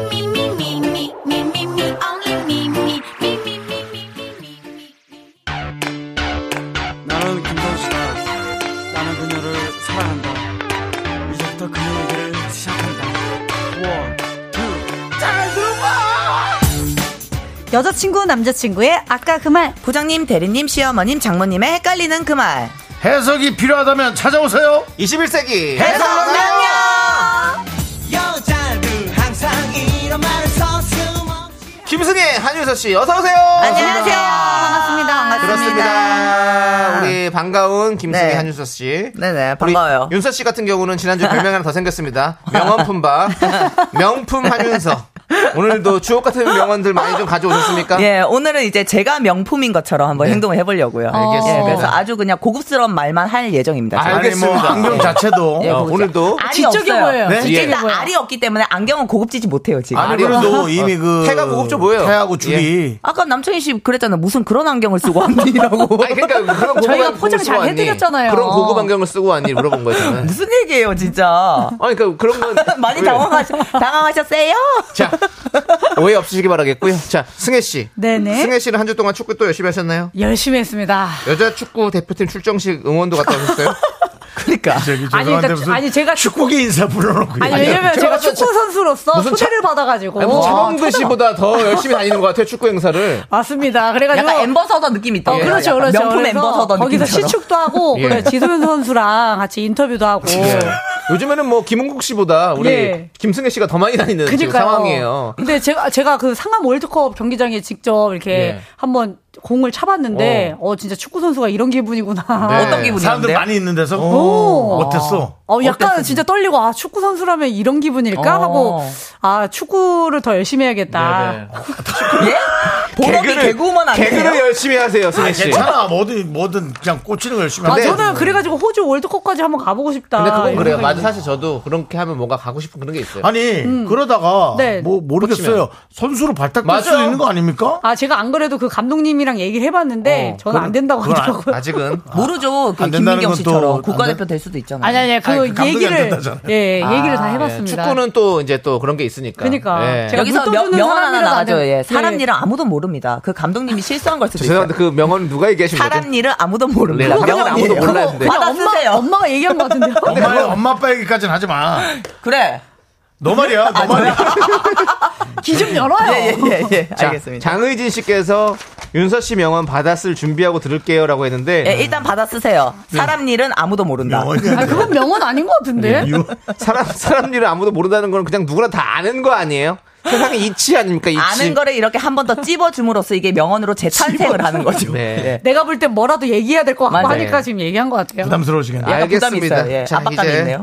Speaker 8: me, me, me, me, me, me, me, only me, me, me, me, me, me, me, me, me.
Speaker 4: 나는 김선수다 나는 그녀를 사랑한다 이제부터 그녀의 길을 시작한다 원, 투, 잘 들어봐
Speaker 9: 여자친구 남자친구의 아까 그 말
Speaker 10: 부장님, 대리님, 시어머님, 장모님의 헷갈리는 그 말.
Speaker 1: 해석이 필요하다면 찾아오세요.
Speaker 2: 21세기
Speaker 4: 여자들 항상 이런 말을 서슴없이
Speaker 2: 김승혜 한유서 씨 어서 오세요.
Speaker 10: 안녕하세요.
Speaker 9: 반갑습니다
Speaker 2: 그렇습니다. 우리 반가운 김승혜
Speaker 10: 네.
Speaker 2: 한유서 씨.
Speaker 10: 네네,
Speaker 2: 우리
Speaker 10: 반가워요.
Speaker 2: 윤서 씨 같은 경우는 지난주 별명 하나 더 생겼습니다. 명언품바 명품 한윤서. 오늘도 주옥 같은 명언들 많이 좀 가져오셨습니까?
Speaker 10: 예, 오늘은 이제 제가 명품인 것처럼 한번
Speaker 2: 네.
Speaker 10: 행동을 해보려고요.
Speaker 2: 알겠습니다.
Speaker 10: 예, 그래서 아주 그냥 고급스러운 말만 할 예정입니다. 제가.
Speaker 1: 아니 뭐
Speaker 2: 알겠습니다.
Speaker 1: 안경 자체도
Speaker 10: 예,
Speaker 9: 뭐,
Speaker 2: 어,
Speaker 10: 고급스러운.
Speaker 2: 오늘도
Speaker 10: 알이
Speaker 9: 아, 지적이
Speaker 10: 없어요.
Speaker 9: 보여요.
Speaker 1: 네?
Speaker 10: 지적이
Speaker 1: 예.
Speaker 10: 나 알이 없기 때문에 안경은 고급지지 못해요, 지금.
Speaker 2: 아니,
Speaker 1: 아니
Speaker 9: 뭐.
Speaker 1: 그래도 이미 그
Speaker 2: 태가 고급져 보여요.
Speaker 1: 태하고
Speaker 9: 예.
Speaker 1: 줄이
Speaker 10: 아까 남창희 씨 그랬잖아. 무슨 그런 안경을 쓰고 왔니라고.
Speaker 2: 아니 그러니까 그런 고급
Speaker 9: 저희가
Speaker 2: 안경
Speaker 9: 포장
Speaker 2: 쓰고
Speaker 9: 잘
Speaker 2: 왔니?
Speaker 9: 해드렸잖아요.
Speaker 2: 그런 고급 안경을 쓰고 왔니 물어본 거예요. 저는.
Speaker 10: 무슨 얘기예요, 진짜.
Speaker 2: 아니 그러니까 그런 건
Speaker 10: 많이
Speaker 2: 왜-
Speaker 10: 당황하셔, 당황하셨어요?
Speaker 2: 자 오해 없으시기 바라겠고요. 자 승혜 씨.
Speaker 9: 네네.
Speaker 2: 승혜 씨는 한 주 동안 축구 또 열심히 하셨나요?
Speaker 9: 열심히 했습니다.
Speaker 2: 여자 축구 대표팀 출정식 응원도 갔다 오셨어요?
Speaker 10: 그러니까.
Speaker 1: 저기
Speaker 9: 아니,
Speaker 1: 죄송한데
Speaker 9: 그러니까
Speaker 1: 무슨
Speaker 9: 아니, 제가-
Speaker 1: 축구계 인사 불러놓고
Speaker 9: 아니
Speaker 1: 아니,
Speaker 9: 왜냐면
Speaker 2: 저-
Speaker 9: 제가
Speaker 2: 저-
Speaker 9: 축구 선수로서
Speaker 2: 무슨 차-
Speaker 9: 초대를 받아가지고
Speaker 2: 아니 뭐 차범근
Speaker 9: 아,
Speaker 2: 씨보다 더 열심히 다니는 것 같아요 축구 행사를.
Speaker 9: 맞습니다. 그래가지고
Speaker 10: 약간 엠버서더 느낌 있다.
Speaker 9: 어, 그렇죠, 그렇죠.
Speaker 10: 명품
Speaker 9: 그래서
Speaker 10: 엠버서더
Speaker 9: 거기서
Speaker 10: 느낌처럼.
Speaker 9: 시축도 하고,
Speaker 2: 예.
Speaker 10: 예.
Speaker 9: 그래, 지도현 선수랑 같이 인터뷰도 하고,
Speaker 2: 요즘에는 뭐 김은국 씨보다 우리
Speaker 11: 네.
Speaker 2: 김승혜 씨가 더 많이 다니는 지금
Speaker 11: 그니까요.
Speaker 2: 상황이에요.
Speaker 11: 근데 제가 제가 그 상암 월드컵 경기장에 직접 이렇게
Speaker 2: 네.
Speaker 11: 한번 공을 차봤는데 어, 진짜 축구 선수가 이런 네. 기분이구나.
Speaker 1: 사람들 많이 있는 데서
Speaker 11: 오.
Speaker 1: 네. 어땠어?
Speaker 11: 어, 약간 진짜 떨리고, 아, 축구 선수라면 이런 기분일까?
Speaker 1: 어.
Speaker 11: 하고, 아, 축구를 더 열심히
Speaker 10: 아,
Speaker 2: 네,
Speaker 11: 해야겠다.
Speaker 2: 개그를- 개그를 열심히 하세요, 승혜
Speaker 1: 아,
Speaker 2: 씨.
Speaker 1: 괜찮아. 뭐든 뭐든 그냥 꽂히는 거 열심히
Speaker 11: 네. 아,
Speaker 1: 하면
Speaker 11: 저는
Speaker 1: 되지.
Speaker 11: 그래가지고 호주 월드컵까지 한번 가보고 싶다.
Speaker 2: 근데 그건
Speaker 11: 이런
Speaker 2: 그래요.
Speaker 11: 생각이
Speaker 2: 맞아. 사실 저도 그렇게 하면 뭔가 가고 싶은 그런 게 있어요.
Speaker 1: 아니 그러다가
Speaker 11: 음. 네.
Speaker 1: 뭐 모르겠어요. 선수로 발탁될 수도
Speaker 11: 맞아요.
Speaker 1: 있는 거 아닙니까?
Speaker 11: 아, 제가 안 그래도 그 감독님이랑 얘기를 해봤는데, 저는 안 된다고
Speaker 1: 그건 아-
Speaker 11: 하더라고요.
Speaker 2: 아직은
Speaker 10: 모르죠. 그
Speaker 1: 안 된다는 건
Speaker 10: 김민경
Speaker 1: 또
Speaker 10: 씨처럼
Speaker 1: 안
Speaker 10: 국가대표 될 수도 있잖아요.
Speaker 11: 아니, 아니, 그
Speaker 10: 아니, 그 감독이 안
Speaker 11: 얘기를,
Speaker 10: 된다잖아요.
Speaker 11: 예, 얘기를 다
Speaker 10: 아,
Speaker 11: 해봤습니다.
Speaker 2: 예, 축구는 또 이제 또 그런 게 있으니까.
Speaker 11: 그러니까.
Speaker 2: 예.
Speaker 11: 제가
Speaker 10: 여기서
Speaker 11: 웃돈
Speaker 10: 명,
Speaker 11: 주는
Speaker 10: 명언 하나
Speaker 11: 사람이라
Speaker 10: 나가죠.
Speaker 11: 나는-
Speaker 10: 예. 사람
Speaker 11: 예.
Speaker 10: 일은 아무도 모릅니다. 그 감독님이 실수한 걸 수도 있어요.
Speaker 2: 죄송한데 그 명언 누가 얘기하신 거죠?
Speaker 10: 사람 일은 아무도 모릅니다.
Speaker 2: 네, 명언 아무도 몰랐는데.
Speaker 10: 받아
Speaker 11: 엄마,
Speaker 10: 쓰세요.
Speaker 11: 엄마가 얘기한 것 같은데요?
Speaker 1: 엄마 엄마 아빠 얘기까지는 하지 마.
Speaker 10: 그래.
Speaker 1: 너 말이야. 너 말이야.
Speaker 11: 귀 좀 열어요.
Speaker 10: 예, 예, 예.
Speaker 2: 자,
Speaker 10: 알겠습니다.
Speaker 2: 장의진 씨께서 윤서 씨 명언 받았을 준비하고 들을게요라고 했는데
Speaker 10: 예, 일단 받아 쓰세요.
Speaker 2: 네.
Speaker 10: 사람 일은 아무도 모른다.
Speaker 2: 어,
Speaker 11: 아, 그건 명언 아닌 것 같은데?
Speaker 2: 사람 사람 일을 아무도 모른다는 건 그냥 누구나 다 아는 거 아니에요? 세상에 이치 아닙니까? 이치.
Speaker 10: 아는 거를 이렇게 한 번 더 찝어줌으로써 이게 명언으로 재탄생을 하는 거죠.
Speaker 2: 네.
Speaker 11: 내가 볼 땐 뭐라도 얘기해야 될 것 같고
Speaker 10: 맞아요.
Speaker 11: 하니까 지금 얘기한 것 같아요.
Speaker 1: 부담스러우시겠네.
Speaker 10: 약간 부담이
Speaker 2: 알겠습니다.
Speaker 10: 있어요. 예,
Speaker 2: 자,
Speaker 10: 압박감이
Speaker 2: 이제
Speaker 10: 있네요.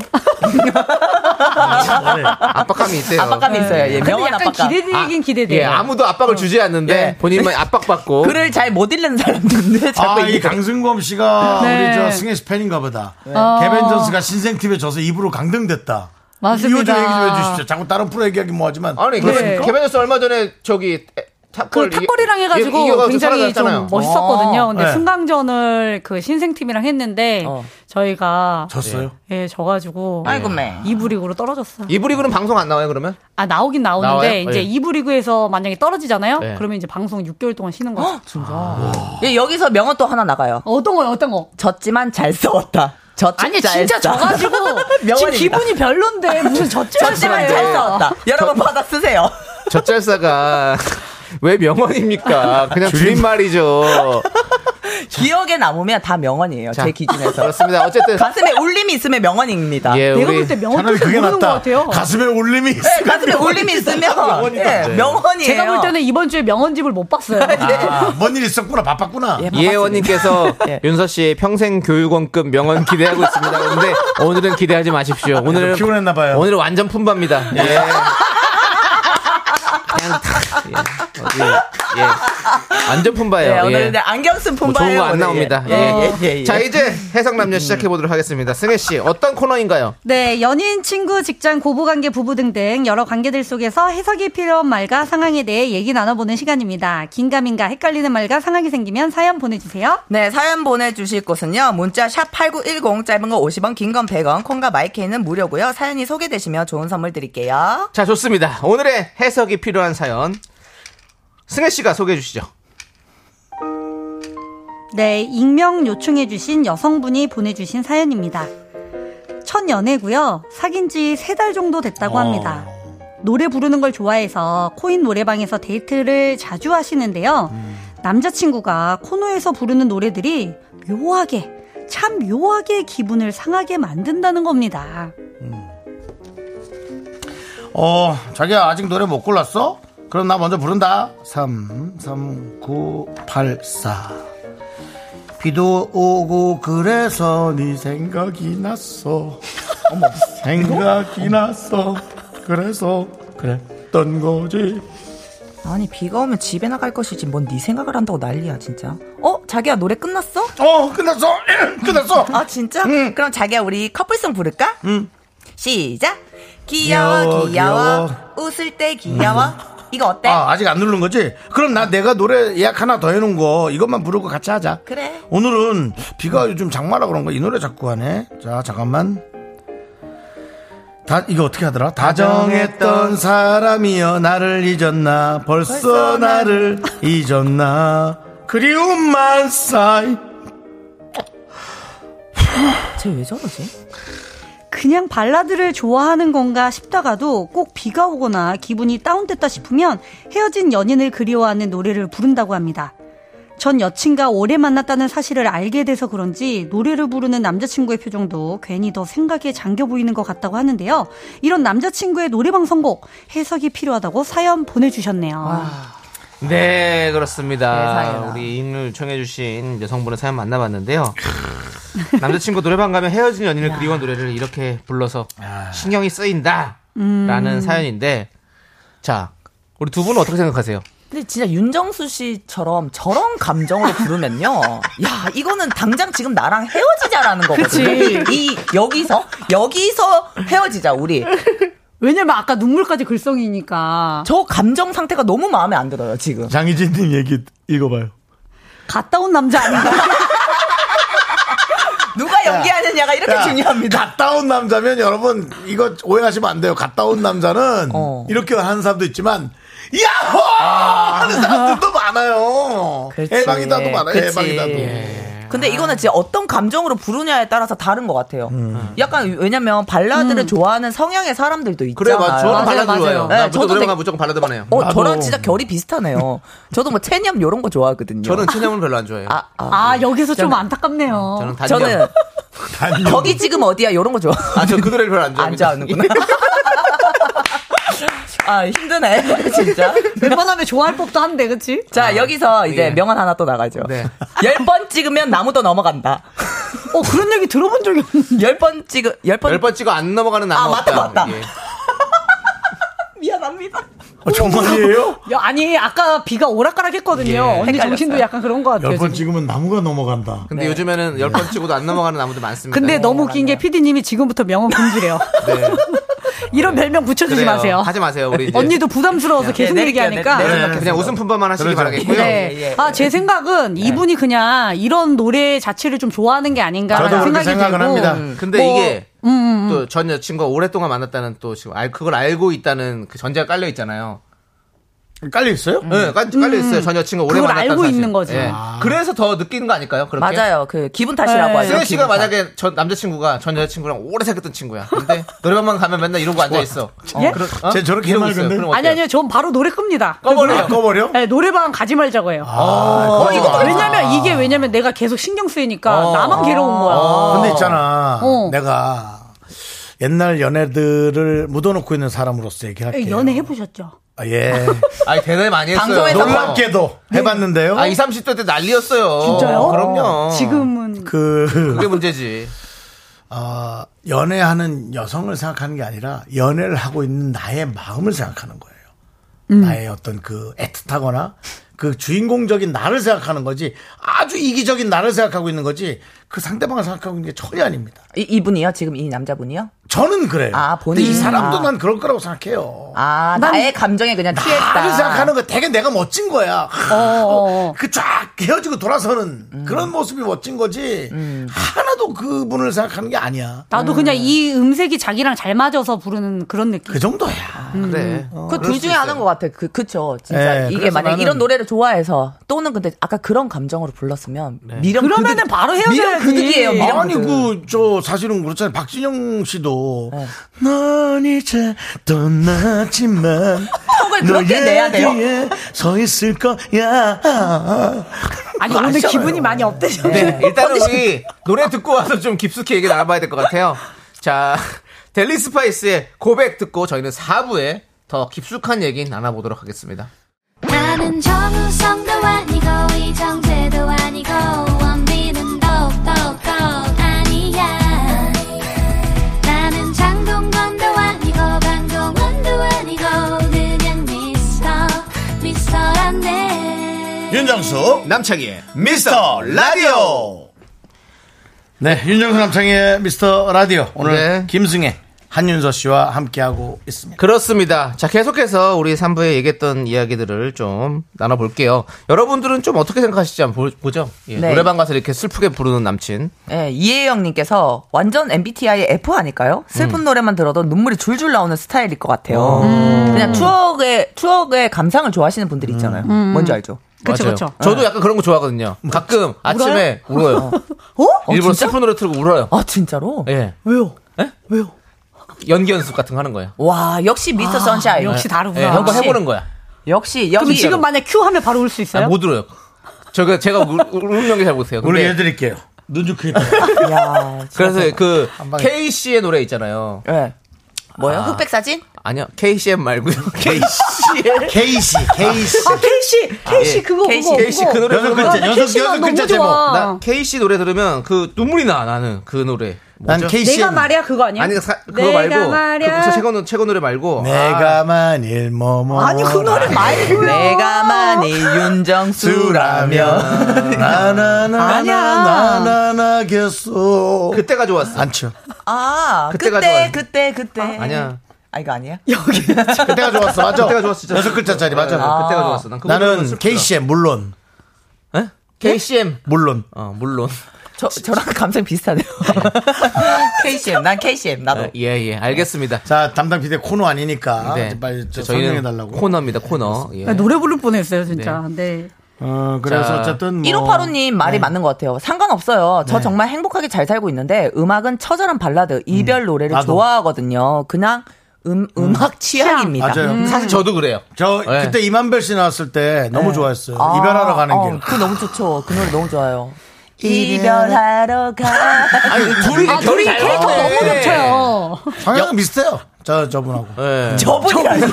Speaker 11: 아,
Speaker 1: 네.
Speaker 2: 압박감이 있대요.
Speaker 10: 압박감이 있어요. 예,
Speaker 11: 근데
Speaker 10: 명언
Speaker 11: 약간
Speaker 10: 압박감.
Speaker 11: 기대되긴 기대돼요. 어.
Speaker 2: 예, 아무도 압박을 주지 않는데
Speaker 10: 예.
Speaker 2: 본인만 압박받고
Speaker 10: 글을 잘 못 읽는 사람인데 자꾸
Speaker 1: 아이
Speaker 10: 이게
Speaker 1: 강승범 씨가
Speaker 11: 네.
Speaker 1: 우리 저 승혜 씨 팬인가 보다. 네.
Speaker 11: 어.
Speaker 1: 개벤전스가 신생 팀에 져서 입으로 강등됐다.
Speaker 11: 맞습니다.
Speaker 1: 이거 좀 얘기 좀 해주십시오. 자꾸 다른 프로 얘기하긴 뭐하지만.
Speaker 2: 아니 그
Speaker 11: 네.
Speaker 2: 개변에서 얼마 전에 저기
Speaker 11: 그 탁골이랑 해가지고 굉장히 좀
Speaker 2: 뭐,
Speaker 11: 멋있었거든요. 근데
Speaker 1: 네.
Speaker 11: 승강전을 그 신생팀이랑 했는데 저희가
Speaker 1: 졌어요.
Speaker 11: 예 져가지고
Speaker 10: 아이고 매.
Speaker 11: 이부 리그로 떨어졌어. 요
Speaker 2: 이브리그는 방송 안 나와요 그러면?
Speaker 11: 아 나오긴 나오는데
Speaker 2: 나와요?
Speaker 11: 이제
Speaker 2: 예.
Speaker 11: 이부 리그에서 만약에 떨어지잖아요.
Speaker 2: 네.
Speaker 11: 그러면 이제 방송 6개월 동안 쉬는 거죠.
Speaker 10: 예, 여기서 명언 또 하나 나가요.
Speaker 11: 어떤 거요? 어떤 거?
Speaker 10: 졌지만 잘 싸웠다. 졌지
Speaker 11: 아니 진짜 져가지고 지금
Speaker 10: 명언입니다.
Speaker 11: 기분이 별론데 무슨 젖지만
Speaker 10: 졌지만 잘 싸웠다. 여러분 받아 쓰세요.
Speaker 2: 젖잘사가 왜 명언입니까? 그냥 줄임말이죠.
Speaker 10: 기억에 남으면 다 명언이에요.
Speaker 2: 자,
Speaker 10: 제 기준에서.
Speaker 2: 그렇습니다. 어쨌든
Speaker 10: 가슴에 울림이 있으면 명언입니다.
Speaker 2: 예,
Speaker 11: 아, 내가
Speaker 2: 우리
Speaker 11: 볼 때 명언
Speaker 1: 차라리
Speaker 11: 뜻을
Speaker 1: 그게
Speaker 11: 어, 모르는 것
Speaker 1: 낫다.
Speaker 11: 같아요.
Speaker 1: 가슴에 울림이 있어.
Speaker 10: 네, 가슴에 울림이 있으면 예, 명언이에요. 네,
Speaker 11: 제가 볼 때는 이번 주에 명언집을 못 봤어요.
Speaker 1: 아, 뭔일 있었구나. 바빴구나.
Speaker 10: 예,
Speaker 2: 이혜원님께서
Speaker 11: 예.
Speaker 2: 윤서 씨의 평생 교육원급 명언 기대하고 있습니다. 근데 오늘은 기대하지 마십시오. 오늘은
Speaker 1: 피곤했나 봐요.
Speaker 2: 오늘은 완전 품바입니다. 예. 그냥 탁, 예. 어디, 예. 완전 품바예요.
Speaker 10: 예, 오늘
Speaker 2: 예.
Speaker 10: 이제 안경 쓴
Speaker 2: 뭐
Speaker 10: 품바예요.
Speaker 2: 좋은 거 안
Speaker 10: 오늘.
Speaker 2: 나옵니다.
Speaker 10: 예, 예, 예. 예.
Speaker 2: 자 이제 해상남녀 시작해 보도록 하겠습니다. 승혜 씨 어떤 코너인가요?
Speaker 9: 네, 연인, 친구, 직장, 고부관계, 부부 등등 여러 관계들 속에서 해석이 필요한 말과 상황에 대해 얘기 나눠보는 시간입니다. 긴가민가 헷갈리는 말과 상황이 생기면 사연 보내주세요.
Speaker 10: 네, 사연 보내주실 곳은요. 문자 샵8910 짧은 거 50원, 긴 건 100원, 콩과 마이케이는 무료고요. 사연이 소개되시면 좋은 선물 드릴게요.
Speaker 2: 자 좋습니다. 오늘의 해석이 필요한 사연 승혜 씨가 소개해 주시죠.
Speaker 9: 네, 익명 요청해주신 여성분이 보내주신 사연입니다. 첫 연애고요. 사귄 지 세 달 정도 됐다고 합니다. 노래 부르는 걸 좋아해서 코인 노래방에서 데이트를 자주 하시는데요. 남자친구가 코너에서 부르는 노래들이 묘하게, 참 묘하게 기분을 상하게 만든다는 겁니다.
Speaker 1: 어, 자기야, 아직 노래 못 골랐어? 아, 그럼 나 먼저 부른다. 3, 3, 9, 8, 4. 비도 오고 그래서 네 생각이 났어. 어머, 생각이 났어. 그래서 그랬던 거지.
Speaker 10: 아니, 비가 오면 집에 나갈 것이지. 뭔 네 생각을 한다고 난리야, 진짜. 어? 자기야, 노래 끝났어?
Speaker 1: 어, 끝났어. 끝났어.
Speaker 10: 아, 진짜? 그럼 자기야, 우리 커플송 부를까? 시작!
Speaker 1: 귀여워,
Speaker 10: 귀여워, 귀여워, 웃을 때 귀여워. 이거 어때?
Speaker 1: 아, 아직 안 누른 거지? 그럼 나 내가 노래 예약 하나 더 해놓은 거 이것만 부르고 같이 하자.
Speaker 10: 그래.
Speaker 1: 오늘은 비가 요즘 장마라 그런가 이 노래 자꾸 하네. 자 잠깐만. 다 이거 어떻게 하더라? 다정했던 사람이여 나를 잊었나 벌써,
Speaker 10: 벌써
Speaker 1: 나를 잊었나 그리움만 쌓이
Speaker 10: 쟤 왜 저러지?
Speaker 9: 그냥 발라드를 좋아하는 건가 싶다가도 꼭 비가 오거나 기분이 다운됐다 싶으면 헤어진 연인을 그리워하는 노래를 부른다고 합니다.
Speaker 11: 전 여친과 오래 만났다는 사실을 알게 돼서 그런지 노래를 부르는 남자친구의 표정도 괜히 더 생각에 잠겨 보이는 것 같다고 하는데요. 이런 남자친구의 노래방 선곡 해석이 필요하다고 사연 보내주셨네요.
Speaker 2: 네, 그렇습니다.
Speaker 11: 세상에나.
Speaker 2: 우리 인을 청해주신 여성분의 사연 만나봤는데요. 남자친구 노래방 가면 헤어진 연인을 그리워한 노래를 이렇게 불러서 신경이 쓰인다!
Speaker 12: 음.
Speaker 2: 라는 사연인데, 자, 우리 두 분은 어떻게 생각하세요?
Speaker 10: 근데 진짜 윤정수 씨처럼 저런 감정으로 부르면요. 야, 이거는 당장 지금 나랑 헤어지자라는 거거든요.
Speaker 12: 그치.
Speaker 10: 이, 여기서, 여기서 헤어지자, 우리.
Speaker 12: 왜냐면 아까 눈물까지 글썽이니까.
Speaker 10: 저 감정 상태가 너무 마음에 안 들어요, 지금.
Speaker 1: 장희진님 얘기 읽어봐요.
Speaker 11: 갔다 온 남자 아닌가?
Speaker 10: 누가 연기하느냐가 이렇게 중요합니다.
Speaker 1: 갔다 온 남자면 여러분 이거 오해하시면 안 돼요. 갔다 온 남자는
Speaker 10: 어.
Speaker 1: 이렇게 하는 사람도 있지만 야호 하는 사람들도 많아요. 해방이다도 많아요.
Speaker 10: 아. 그치.
Speaker 1: 해방이다도.
Speaker 10: 예. 근데 이거는 진짜 어떤 감정으로 부르냐에 따라서 다른 것 같아요. 음. 약간 왜냐면 발라드를 좋아하는 성향의 사람들도
Speaker 2: 그래,
Speaker 10: 있잖아요.
Speaker 2: 맞, 저는 발라드 좋아해요.
Speaker 10: 네,
Speaker 2: 나 무조건
Speaker 10: 저도
Speaker 2: 노래방
Speaker 10: 되게,
Speaker 2: 가면 무조건 발라드만 해요. 아,
Speaker 10: 어, 저랑 진짜 결이 비슷하네요. 저도 뭐 체념 이런 거 좋아하거든요.
Speaker 2: 저는 춘향을 별로 안 좋아해요.
Speaker 10: 아,
Speaker 11: 아, 여기서 좀
Speaker 10: 저는-
Speaker 11: 안타깝네요.
Speaker 2: 저는 단념.
Speaker 10: 저는 거기 지금 어디야 이런 거 좋아.
Speaker 2: 아, 저 그 노래를 별로 안 좋아해요.
Speaker 10: 안 좋아하는구나. 아 힘드네 진짜.
Speaker 11: 웬만하면 좋아할 법도 한데, 그치?
Speaker 10: 자 여기서 이제
Speaker 11: 예.
Speaker 10: 명언 하나 또 나가죠.
Speaker 2: 네.
Speaker 10: 열 번 찍으면 나무도 넘어간다.
Speaker 11: 어 그런 얘기 들어본 적이 없는데.
Speaker 10: 열번 찍으 열번
Speaker 2: 열번 찍어 안 넘어가는
Speaker 10: 아,
Speaker 2: 나무
Speaker 10: 맞다,
Speaker 2: 없다.
Speaker 10: 맞다.
Speaker 2: 예.
Speaker 10: 미안합니다.
Speaker 1: 어, 정말이에요?
Speaker 11: 야, 아니 아까 비가 오락가락 했거든요.
Speaker 2: 예,
Speaker 11: 언니
Speaker 2: 헷갈렸어요.
Speaker 11: 정신도 약간 그런 것 같아요.
Speaker 1: 열 번
Speaker 11: 지금.
Speaker 1: 찍으면 나무가 넘어간다.
Speaker 2: 근데
Speaker 10: 네.
Speaker 2: 요즘에는 열 번 찍어도 안 넘어가는 나무도 많습니다.
Speaker 11: 근데 너무 웃긴 게 피디님이 지금부터 명언 금지래요.
Speaker 2: 네.
Speaker 11: 이런 별명 붙여주지
Speaker 2: 그래요.
Speaker 11: 마세요.
Speaker 2: 하지 마세요, 우리 이제.
Speaker 11: 언니도 부담스러워서 계속
Speaker 10: 네,
Speaker 11: 얘기하니까.
Speaker 10: 네, 네, 네, 네.
Speaker 2: 그냥 웃음 품바만 하시기
Speaker 1: 그러죠.
Speaker 2: 바라겠고요.
Speaker 11: 네.
Speaker 10: 예, 예.
Speaker 11: 아, 제 생각은 이분이 그냥 이런 노래 자체를 좀 좋아하는 게 아닌가라는
Speaker 1: 저도 그렇게
Speaker 11: 생각이
Speaker 1: 생각은
Speaker 11: 들고.
Speaker 1: 합니다.
Speaker 2: 음. 근데
Speaker 11: 뭐,
Speaker 2: 이게
Speaker 11: 음, 음, 음.
Speaker 2: 또 전 여친과 오랫동안 만났다는 또 지금 알 그걸 알고 있다는 그 전제가 깔려 있잖아요.
Speaker 1: 깔려 있어요?
Speaker 2: 네, 깔, 깔려 있어요. 전 여친과 오래
Speaker 11: 음. 그걸
Speaker 2: 만났다는
Speaker 11: 알고
Speaker 2: 사실.
Speaker 11: 있는 아. 거죠.
Speaker 2: 예. 그래서 더 느끼는 거 아닐까요? 그렇게?
Speaker 10: 맞아요. 그 기분
Speaker 1: 네.
Speaker 10: 탓이라고 하죠.
Speaker 2: 세현 씨가
Speaker 10: 기분 탓.
Speaker 2: 만약에 전 남자친구가 전 여자친구랑 오래 사귀었던 친구야. 근데 노래방만 가면 맨날 이러고 앉아 있어.
Speaker 11: 예?
Speaker 1: 쟤 저렇게 맑은데?
Speaker 11: 아니, 아니요. 전 바로 노래 끕니다.
Speaker 1: 꺼버려. 꺼버려?
Speaker 11: 네, 노래방 가지 말자고 해요. 어,
Speaker 1: 아,
Speaker 11: 이거 왜냐면 이게 왜냐면 내가 계속 신경 쓰이니까 나만 괴로운 거야.
Speaker 1: 근데 있잖아.
Speaker 11: 어.
Speaker 1: 내가 옛날 연애들을 묻어놓고 있는 사람으로서 얘기할게요.
Speaker 11: 예, 연애 해보셨죠?
Speaker 1: 아, 예.
Speaker 2: 아니 대단히 많이 했어요.
Speaker 10: 방송에서
Speaker 1: 놀랍게도 해봤는데요.
Speaker 2: 아, 20, 30대 때 난리였어요.
Speaker 11: 진짜요?
Speaker 2: 그럼요.
Speaker 11: 지금은
Speaker 1: 그,
Speaker 2: 그게 문제지.
Speaker 1: 어, 연애하는 여성을 생각하는 게 아니라 연애를 하고 있는 나의 마음을 생각하는 거예요. 나의 어떤 그 애틋하거나 그 주인공적인 나를 생각하는 거지 아주 이기적인 나를 생각하고 있는 거지 그 상대방을 생각하고 있는 게 전혀 아닙니다.
Speaker 10: 이, 이분이요? 지금 이 남자분이요?
Speaker 1: 저는 그래요.
Speaker 10: 아,
Speaker 1: 근데 이
Speaker 10: 본인.
Speaker 1: 사람도 난 그럴 거라고 생각해요.
Speaker 10: 아, 나의 감정에 그냥 취했다.
Speaker 1: 나를 생각하는 거 되게 내가 멋진 거야.
Speaker 11: 어. 음.
Speaker 1: 그 쫙 헤어지고 돌아서는 그런 모습이 멋진 거지 하나도 그분을 생각하는 게 아니야.
Speaker 11: 나도 그냥 이 음색이 자기랑 잘 맞아서 부르는 그런 느낌.
Speaker 1: 그
Speaker 11: 아,
Speaker 1: 정도야.
Speaker 11: 음.
Speaker 2: 그래.
Speaker 10: 그 둘 중에 하는 것 같아. 그, 그쵸.
Speaker 1: 예,
Speaker 10: 진짜. 이게
Speaker 1: 그래서
Speaker 10: 만약
Speaker 1: 나는-
Speaker 10: 이런 노래를 좋아해서 또는 근데 아까 그런 감정으로 불렀으면
Speaker 11: 네.
Speaker 10: 미련
Speaker 11: 그러면은
Speaker 10: 그득-
Speaker 11: 바로 헤어져야지.
Speaker 10: 미련 그득이에요, 미련
Speaker 1: 아니
Speaker 10: 그득.
Speaker 1: 그 저 사실은 그렇잖아요. 박진영 씨도
Speaker 11: 어.
Speaker 1: 넌 이제 떠났지만
Speaker 10: 턱을 그렇게
Speaker 1: 너의
Speaker 10: 내야 돼요.
Speaker 1: 뒤에 서 있을 거야.
Speaker 11: 아니 오늘
Speaker 1: 아시잖아요.
Speaker 11: 기분이 많이 업되셨네.
Speaker 2: 네, 일단은 우리 노래 듣고 와서 좀 깊숙이 얘기 나눠봐야 될 것 같아요. 자, 델리 스파이스의 고백 듣고 저희는 4부에 더 깊숙한 얘기 나눠보도록 하겠습니다.
Speaker 5: 나는 정우성도 아니고 이정재도 아니고 원빈은 더욱더 아니야 나는 장동건도 아니고 강동원도 아니고 그냥 미스터 미스터란데
Speaker 1: 윤정수 남창희의 미스터 라디오. 네, 윤정수 남창희의 미스터 라디오 오늘
Speaker 2: 네.
Speaker 1: 김승혜 한윤서 씨와 함께하고 있습니다.
Speaker 2: 그렇습니다. 자, 계속해서 우리 3부에 얘기했던 이야기들을 좀 나눠볼게요. 여러분들은 좀 어떻게 생각하시지 한번 보- 보죠. 예,
Speaker 10: 네.
Speaker 2: 노래방 가서 이렇게 슬프게 부르는 남친.
Speaker 10: 예, 이혜영님께서 완전 MBTI의 F 아닐까요?
Speaker 11: 음.
Speaker 10: 슬픈 노래만 들어도 눈물이 줄줄 나오는 스타일일 것 같아요. 그냥 추억의 추억의 감상을 좋아하시는 분들이 있잖아요.
Speaker 11: 음.
Speaker 10: 뭔지 알죠?
Speaker 11: 그쵸 어.
Speaker 2: 맞아요.
Speaker 11: 뭐, 그쵸.
Speaker 2: 저도 약간 그런 거 좋아하거든요. 가끔 아침에 울어요.
Speaker 10: 어?
Speaker 2: 일부러
Speaker 10: 진짜?
Speaker 2: 슬픈 노래 틀고 울어요.
Speaker 10: 아 진짜로?
Speaker 2: 예.
Speaker 11: 왜요?
Speaker 2: 연기 연습 같은 거 하는 거예요.
Speaker 10: 와 역시 미스터 선샤인.
Speaker 11: 역시
Speaker 2: 예,
Speaker 10: 역시
Speaker 11: 다르구나.
Speaker 2: 한번
Speaker 10: 역시.
Speaker 2: 해보는 거야.
Speaker 10: 역시
Speaker 11: 그럼
Speaker 10: 여기
Speaker 11: 지금 만약 큐 하면 바로 올 수 있어요?
Speaker 2: 아, 못 들어요. 제가 제가 울- 울음 연기 잘 못해요.
Speaker 1: 우리
Speaker 2: 근데
Speaker 1: 해드릴게요. 네. 눈좀 크게.
Speaker 2: 그래서 그
Speaker 10: 한 방에.
Speaker 2: K 씨의 노래 있잖아요.
Speaker 1: 네.
Speaker 10: 뭐요?
Speaker 2: 아.
Speaker 10: 흑백 사진?
Speaker 2: 아니요 K c M 말고요. K
Speaker 1: K 씨 K 씨
Speaker 11: 아, 케이씨, 케이씨 그거 그거.
Speaker 2: K 씨 그 노래
Speaker 1: 여섯
Speaker 2: 들으면-
Speaker 1: 글자, 여섯- K-씨가 여섯 글자 너무 제목. 좋아.
Speaker 2: 나 K 씨 노래 들으면 그 눈물이 나 나는 그 노래.
Speaker 1: 난
Speaker 2: 뭐죠?
Speaker 1: KCM.
Speaker 11: 내가 말이야 그거 아니야?
Speaker 2: 아니 사- 그거
Speaker 11: 내가
Speaker 2: 말고
Speaker 11: 말이야.
Speaker 2: 그 무슨 최고 노 최고 노래 말고
Speaker 10: 아.
Speaker 1: 내가 만일 뭐뭐
Speaker 11: 아니, 그 노래 말고요.
Speaker 10: 내가 만일 윤정수라면 아니야.
Speaker 1: 나나나나나나겠소.
Speaker 2: 그때가 좋았어.
Speaker 1: 안죠.
Speaker 10: 아
Speaker 2: 그때가
Speaker 10: 그때
Speaker 2: 좋아요.
Speaker 10: 그때 그때
Speaker 2: 아, 아니야.
Speaker 10: 아 이거 아니야?
Speaker 1: 그때가 좋았어, 맞아.
Speaker 2: 그때가 좋았어, 진짜.
Speaker 1: 여섯 글자짜리 맞아.
Speaker 2: 아, 그때가 좋았어. 난그 부분은
Speaker 1: 나는
Speaker 2: 슬프다.
Speaker 1: K 씨의 물론,
Speaker 2: K c M
Speaker 1: 물론.
Speaker 2: 어 물론
Speaker 10: 저 저랑 감성 비슷하네요. KCM 난 KCM 나도
Speaker 2: 어, 예예 알겠습니다.
Speaker 1: 자 담당 피디 코너 아니니까
Speaker 2: 네.
Speaker 1: 빨리 저
Speaker 2: 저희는
Speaker 1: 설명해 달라고.
Speaker 2: 코너입니다 코너. 예.
Speaker 11: 아, 노래 부를 뻔했어요 진짜. 네.
Speaker 1: 어, 그래서
Speaker 2: 자,
Speaker 1: 어쨌든 뭐
Speaker 10: 1585님 말이
Speaker 2: 네.
Speaker 10: 맞는 것 같아요. 상관없어요. 저 정말 행복하게 잘 살고 있는데 음악은 처절한 발라드, 이별 노래를
Speaker 1: 나도.
Speaker 10: 좋아하거든요. 그냥 음, 음악 취향입니다.
Speaker 1: 맞아요.
Speaker 2: 사실 저도 그래요.
Speaker 1: 저
Speaker 2: 네.
Speaker 1: 그때 이만별 씨 나왔을 때 너무 좋아했어요.
Speaker 10: 아,
Speaker 1: 이별하러 가는
Speaker 10: 어,
Speaker 1: 길.
Speaker 10: 그 너무 좋죠. 그 노래 너무 좋아요. 이별하러 가.
Speaker 2: 아니 둘이
Speaker 11: 아, 둘이 캐릭터 너무 겹쳐요.
Speaker 1: 성향 비슷해요. 저 저분하고.
Speaker 2: 네.
Speaker 10: 저분이라니.
Speaker 11: 네.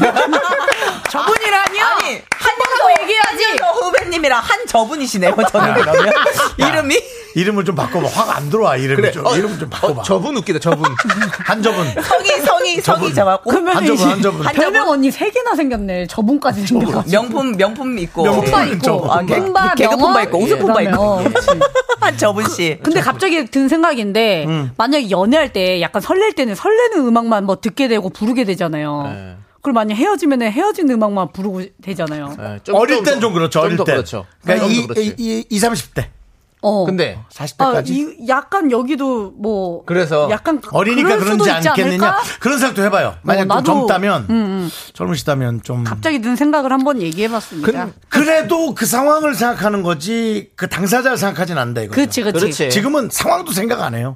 Speaker 11: 저분이라니요?
Speaker 10: 아니, 한 명도 얘기해야지. 후배님이랑 한 저분이시네요, 저는 그러면. 이름이?
Speaker 1: 이름을 좀 바꿔봐. 확 안 들어와 이름이
Speaker 2: 그래.
Speaker 1: 좀.
Speaker 2: 어,
Speaker 1: 이름 좀 바꿔봐.
Speaker 2: 어, 저분 웃기다 저분.
Speaker 1: 한 저분.
Speaker 10: 성이, 성이, 성이 잡았고.
Speaker 11: 그러면
Speaker 1: 한 저분 한 어, 뭐, 저분.
Speaker 10: 한
Speaker 11: 별명 언니 세 개나 생겼네. 저분까지 생겨가지고.
Speaker 10: 명품, 명품 있고.
Speaker 11: 품바
Speaker 1: 명품. 네.
Speaker 11: 있고,
Speaker 1: 저분.
Speaker 10: 아, 개-
Speaker 11: 품바
Speaker 10: 개그
Speaker 11: 명언,
Speaker 10: 품바 있고, 웃음
Speaker 11: 예.
Speaker 10: 품바 있고.
Speaker 11: 그다음에, 어, 그치. 그,
Speaker 10: 한 저분씨.
Speaker 11: 근데 갑자기 든 생각인데
Speaker 1: 음.
Speaker 11: 만약에 연애할 때 약간 설렐 때는 설레는 음악만 뭐 듣게 되고 부르게 되잖아요.
Speaker 2: 네.
Speaker 11: 그리고 만약 헤어지면 헤어진 음악만 부르고 되잖아요.
Speaker 2: 예, 좀-
Speaker 1: 어릴
Speaker 2: 좀
Speaker 1: 땐
Speaker 2: 더-
Speaker 1: 좀 그렇죠. 어릴
Speaker 2: 좀더
Speaker 1: 때.
Speaker 2: 그렇죠.
Speaker 1: 그러니까
Speaker 2: 좀더
Speaker 1: 이,
Speaker 2: 그렇지.
Speaker 1: 이, 이, 20, 30대.
Speaker 11: 어.
Speaker 2: 근데
Speaker 11: 아,
Speaker 1: 40대까지.
Speaker 11: 이, 약간 여기도 뭐
Speaker 2: 그래서
Speaker 11: 약간
Speaker 1: 어리니까
Speaker 11: 그럴
Speaker 1: 그런지
Speaker 11: 수도 있지
Speaker 1: 않겠느냐?
Speaker 11: 않을까?
Speaker 1: 그런 생각도 해봐요. 만약
Speaker 11: 어,
Speaker 1: 좀
Speaker 11: 나도- 음.
Speaker 1: 젊다면, 젊으시다면 좀.
Speaker 11: 갑자기 든 생각을 한번 얘기해봤습니다.
Speaker 1: 그래도 그 상황을 생각하는 거지, 그 당사자를 생각하진 않는다, 이거.
Speaker 11: 그치 음. 그치.
Speaker 2: 그렇지.
Speaker 1: 지금은 상황도 생각 안 해요.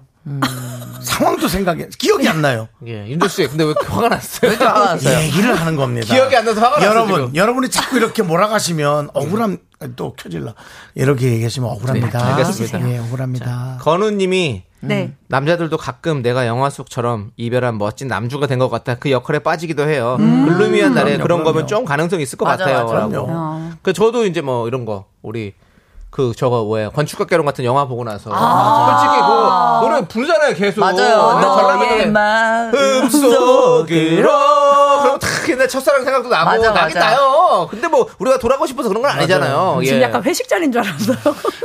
Speaker 1: 상황도 생각이, 기억이 안 나요.
Speaker 2: 예, 윤조 씨, 근데 왜 이렇게 화가 났어요? 예.
Speaker 1: 얘기를 하는 겁니다.
Speaker 2: 기억이 안 나서 화가 났어요,
Speaker 1: 여러분,
Speaker 2: 지금.
Speaker 1: 여러분이 자꾸 이렇게 몰아가시면 억울함, 또 켜질라. 이렇게 얘기하시면 억울합니다.
Speaker 2: 네, 알겠습니다.
Speaker 1: 예, 억울합니다.
Speaker 2: 건우님이
Speaker 1: 음.
Speaker 11: 네.
Speaker 2: 남자들도 가끔 내가 영화 속처럼 이별한 멋진 남주가 된 것 같다. 그 역할에 빠지기도 해요. 글루미한 날에
Speaker 1: 그럼요,
Speaker 2: 그런
Speaker 1: 그럼요.
Speaker 2: 거면 좀 가능성 이 있을 것
Speaker 10: 맞아,
Speaker 2: 같아요.
Speaker 10: 맞아.
Speaker 2: 라고.
Speaker 1: 그럼요.
Speaker 2: 그 저도 이제 뭐 이런 거 우리 그 저거 뭐야 건축학개론 같은 영화 보고 나서
Speaker 1: 아.
Speaker 2: 솔직히 그 노래 부르잖아요 계속
Speaker 10: 맞아요.
Speaker 1: 어,
Speaker 2: 나
Speaker 10: 너의
Speaker 2: 전라도
Speaker 10: 마음
Speaker 2: 흠속으로 그럼 탁 옛날 첫사랑 생각도 나고
Speaker 10: 맞아,
Speaker 2: 나긴
Speaker 10: 맞아.
Speaker 2: 나요. 근데 뭐 우리가 돌아가고 싶어서 그런 건 아니잖아요.
Speaker 11: 지금
Speaker 2: 예.
Speaker 11: 약간 회식 자리인 줄 알았어요.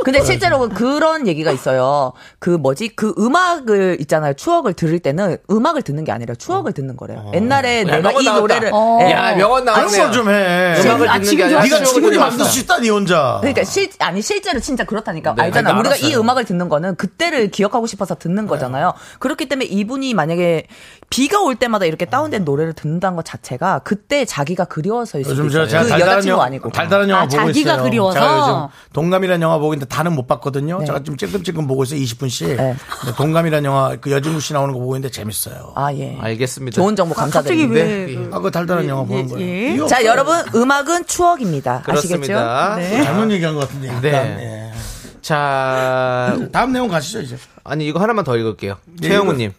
Speaker 10: 근데 실제로 그런 얘기가 있어요. 그 뭐지? 그 음악을 있잖아요. 추억을 들을 때는 음악을 듣는 게 아니라 추억을 듣는 거래요. 옛날에
Speaker 2: 어. 야,
Speaker 10: 내가
Speaker 2: 명언
Speaker 10: 이
Speaker 2: 나왔다.
Speaker 10: 노래를
Speaker 11: 어.
Speaker 10: 예.
Speaker 2: 야 명언 나오네요.
Speaker 1: 알았어, 좀 해.
Speaker 2: 음악을
Speaker 11: 아,
Speaker 2: 듣는 게
Speaker 11: 지금
Speaker 2: 아니라
Speaker 1: 네가
Speaker 11: 아,
Speaker 1: 충분히
Speaker 2: 추억을
Speaker 1: 만들 수 있다, 니 혼자.
Speaker 10: 그러니까 실 아니 실제로 진짜 그렇다니까
Speaker 2: 네,
Speaker 10: 알잖아.
Speaker 1: 그러니까
Speaker 10: 우리가 이
Speaker 1: 알았어요. 네.
Speaker 10: 음악을 듣는 거는 그때를 기억하고 싶어서 듣는 거잖아요. 그렇기 때문에 이분이 만약에 비가 올 때마다 이렇게 다운된 노래를 듣는다는 것 자체가 그때 자기가 그리워서일 수도
Speaker 1: 요즘 저
Speaker 10: 있어요.
Speaker 1: 제가
Speaker 10: 그
Speaker 1: 달달한
Speaker 10: 여자친구
Speaker 1: 영화
Speaker 10: 아니고.
Speaker 1: 달달한 영화
Speaker 11: 아,
Speaker 1: 보고
Speaker 11: 자기가
Speaker 1: 있어요.
Speaker 11: 그리워서?
Speaker 1: 제가 요즘 동감이라는 영화 보고 있는데 다는 못 봤거든요.
Speaker 10: 네.
Speaker 1: 제가 지금 찔끔찔끔 보고 있어요. 20분씩.
Speaker 10: 네.
Speaker 1: 동감이라는 영화 그 여진우 씨 나오는 거 보고 있는데 재밌어요.
Speaker 10: 아 예.
Speaker 2: 알겠습니다.
Speaker 10: 좋은
Speaker 1: 뭐
Speaker 10: 정보
Speaker 11: 갑자기
Speaker 10: 감사드립니다.
Speaker 11: 왜?
Speaker 2: 네.
Speaker 11: 그-
Speaker 1: 아그 달달한 영화 보는 거예요.
Speaker 11: 예.
Speaker 1: 이유
Speaker 10: 자
Speaker 1: 없어요.
Speaker 10: 여러분 음악은 추억입니다. 아시겠죠?
Speaker 2: 그렇습니다.
Speaker 1: 잘못 얘기한 것 같은데 약간.
Speaker 2: 네. 자,
Speaker 1: 예. 다음 내용 가시죠 이제.
Speaker 2: 아니 이거 하나만 더 읽을게요. 최영우님,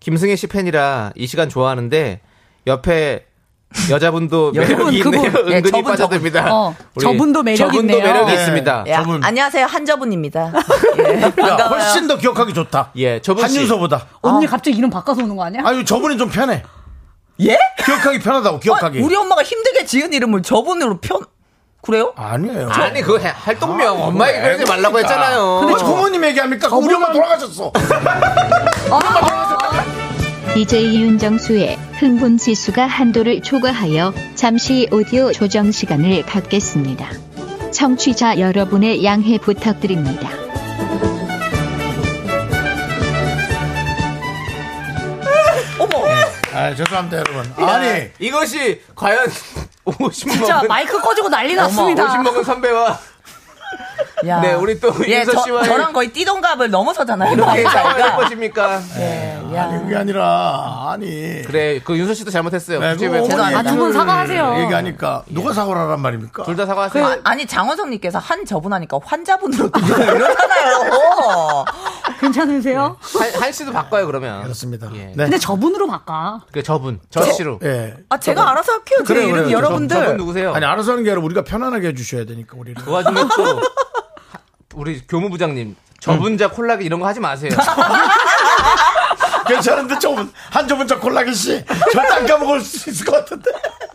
Speaker 2: 김승혜 씨 팬이라 이 시간 좋아하는데 옆에 여자분도
Speaker 10: 여러분,
Speaker 2: 매력이 있네요.
Speaker 10: 그분. 예,
Speaker 2: 은근히
Speaker 10: 저분,
Speaker 2: 빠져듭니다.
Speaker 11: 어,
Speaker 2: 우리
Speaker 11: 저분도 매력
Speaker 2: 저분도
Speaker 11: 있네요.
Speaker 2: 매력이
Speaker 11: 네.
Speaker 2: 있습니다.
Speaker 10: 야,
Speaker 1: 저분.
Speaker 10: 안녕하세요 한저분입니다.
Speaker 1: 야,
Speaker 10: 반가워요.
Speaker 1: 훨씬 더 기억하기 좋다.
Speaker 2: 예, 저분 씨.
Speaker 1: 한윤서보다.
Speaker 11: 언니
Speaker 10: 아.
Speaker 11: 갑자기 이름 바꿔서 오는 거 아니야?
Speaker 1: 아유 저분이 좀 편해.
Speaker 10: 예?
Speaker 1: 기억하기 편하다고 기억하기.
Speaker 10: 아, 우리 엄마가 힘들게 지은 이름을 저분으로 편 그래요?
Speaker 1: 아니에요.
Speaker 2: 아니 그거 해- 활동명 엄마에게 그러지 말라고 했잖아요. 어.
Speaker 1: 근데 부모님 얘기합니까? 우리 엄마 돌아가셨어.
Speaker 13: DJ 윤정수의 흥분 지수가 한도를 초과하여 잠시 오디오 조정 시간을 갖겠습니다. 청취자 여러분의 양해 부탁드립니다.
Speaker 10: 어머.
Speaker 1: 아 죄송합니다 여러분. 아니
Speaker 2: 이것이 과연 50
Speaker 11: 진짜
Speaker 10: 아,
Speaker 2: 먹은
Speaker 11: 마이크 꺼지고 난리
Speaker 2: 어머,
Speaker 11: 났습니다. 아.
Speaker 2: 50 먹은 선배와
Speaker 10: 야.
Speaker 2: 네, 우리 또
Speaker 10: 예,
Speaker 2: 윤서
Speaker 10: 저,
Speaker 2: 씨와의-
Speaker 10: 저랑 거의 띠동갑을 넘어서잖아요.
Speaker 2: 이렇게
Speaker 11: 네.
Speaker 10: 나이가.
Speaker 1: 네.
Speaker 2: 상황이 벌어집니까?
Speaker 10: 예. 야.
Speaker 1: 아니 그게 아니라 아니.
Speaker 2: 그래 그 윤서 씨도 잘못했어요.
Speaker 1: 네,
Speaker 2: 굳이
Speaker 1: 그거
Speaker 2: 왜
Speaker 1: 어머니
Speaker 2: 죄송합니다.
Speaker 1: 얘기를 얘기하니까 누가 사과를 하란 말입니까?
Speaker 2: 둘 다 사과하세요.
Speaker 10: 그, 아니 장원성님께서 한 저분 하니까 환자분으로 들려요. 이러잖아요.
Speaker 11: 괜찮으세요?
Speaker 10: 네.
Speaker 2: 한, 한 씨도 바꿔요 그러면.
Speaker 1: 그렇습니다.
Speaker 11: 근데 저분으로 바꿔.
Speaker 2: 그 저분 저 씨로.
Speaker 1: 예.
Speaker 10: 아 제가 알아서 할게요. 제
Speaker 1: 그래요,
Speaker 10: 이름
Speaker 1: 그래요.
Speaker 10: 여러분들.
Speaker 1: 저- 저분 아니 알아서 하는 게 아니라 우리가 편안하게 해주셔야 되니까 우리는.
Speaker 2: 그 와중에 또 우리 교무부장님 저분자 콜라기 이런 거 하지 마세요.
Speaker 1: 괜찮은데 저분 한 저분 저 콜라기 씨 절대 안 까먹을 수 있을 것 같은데.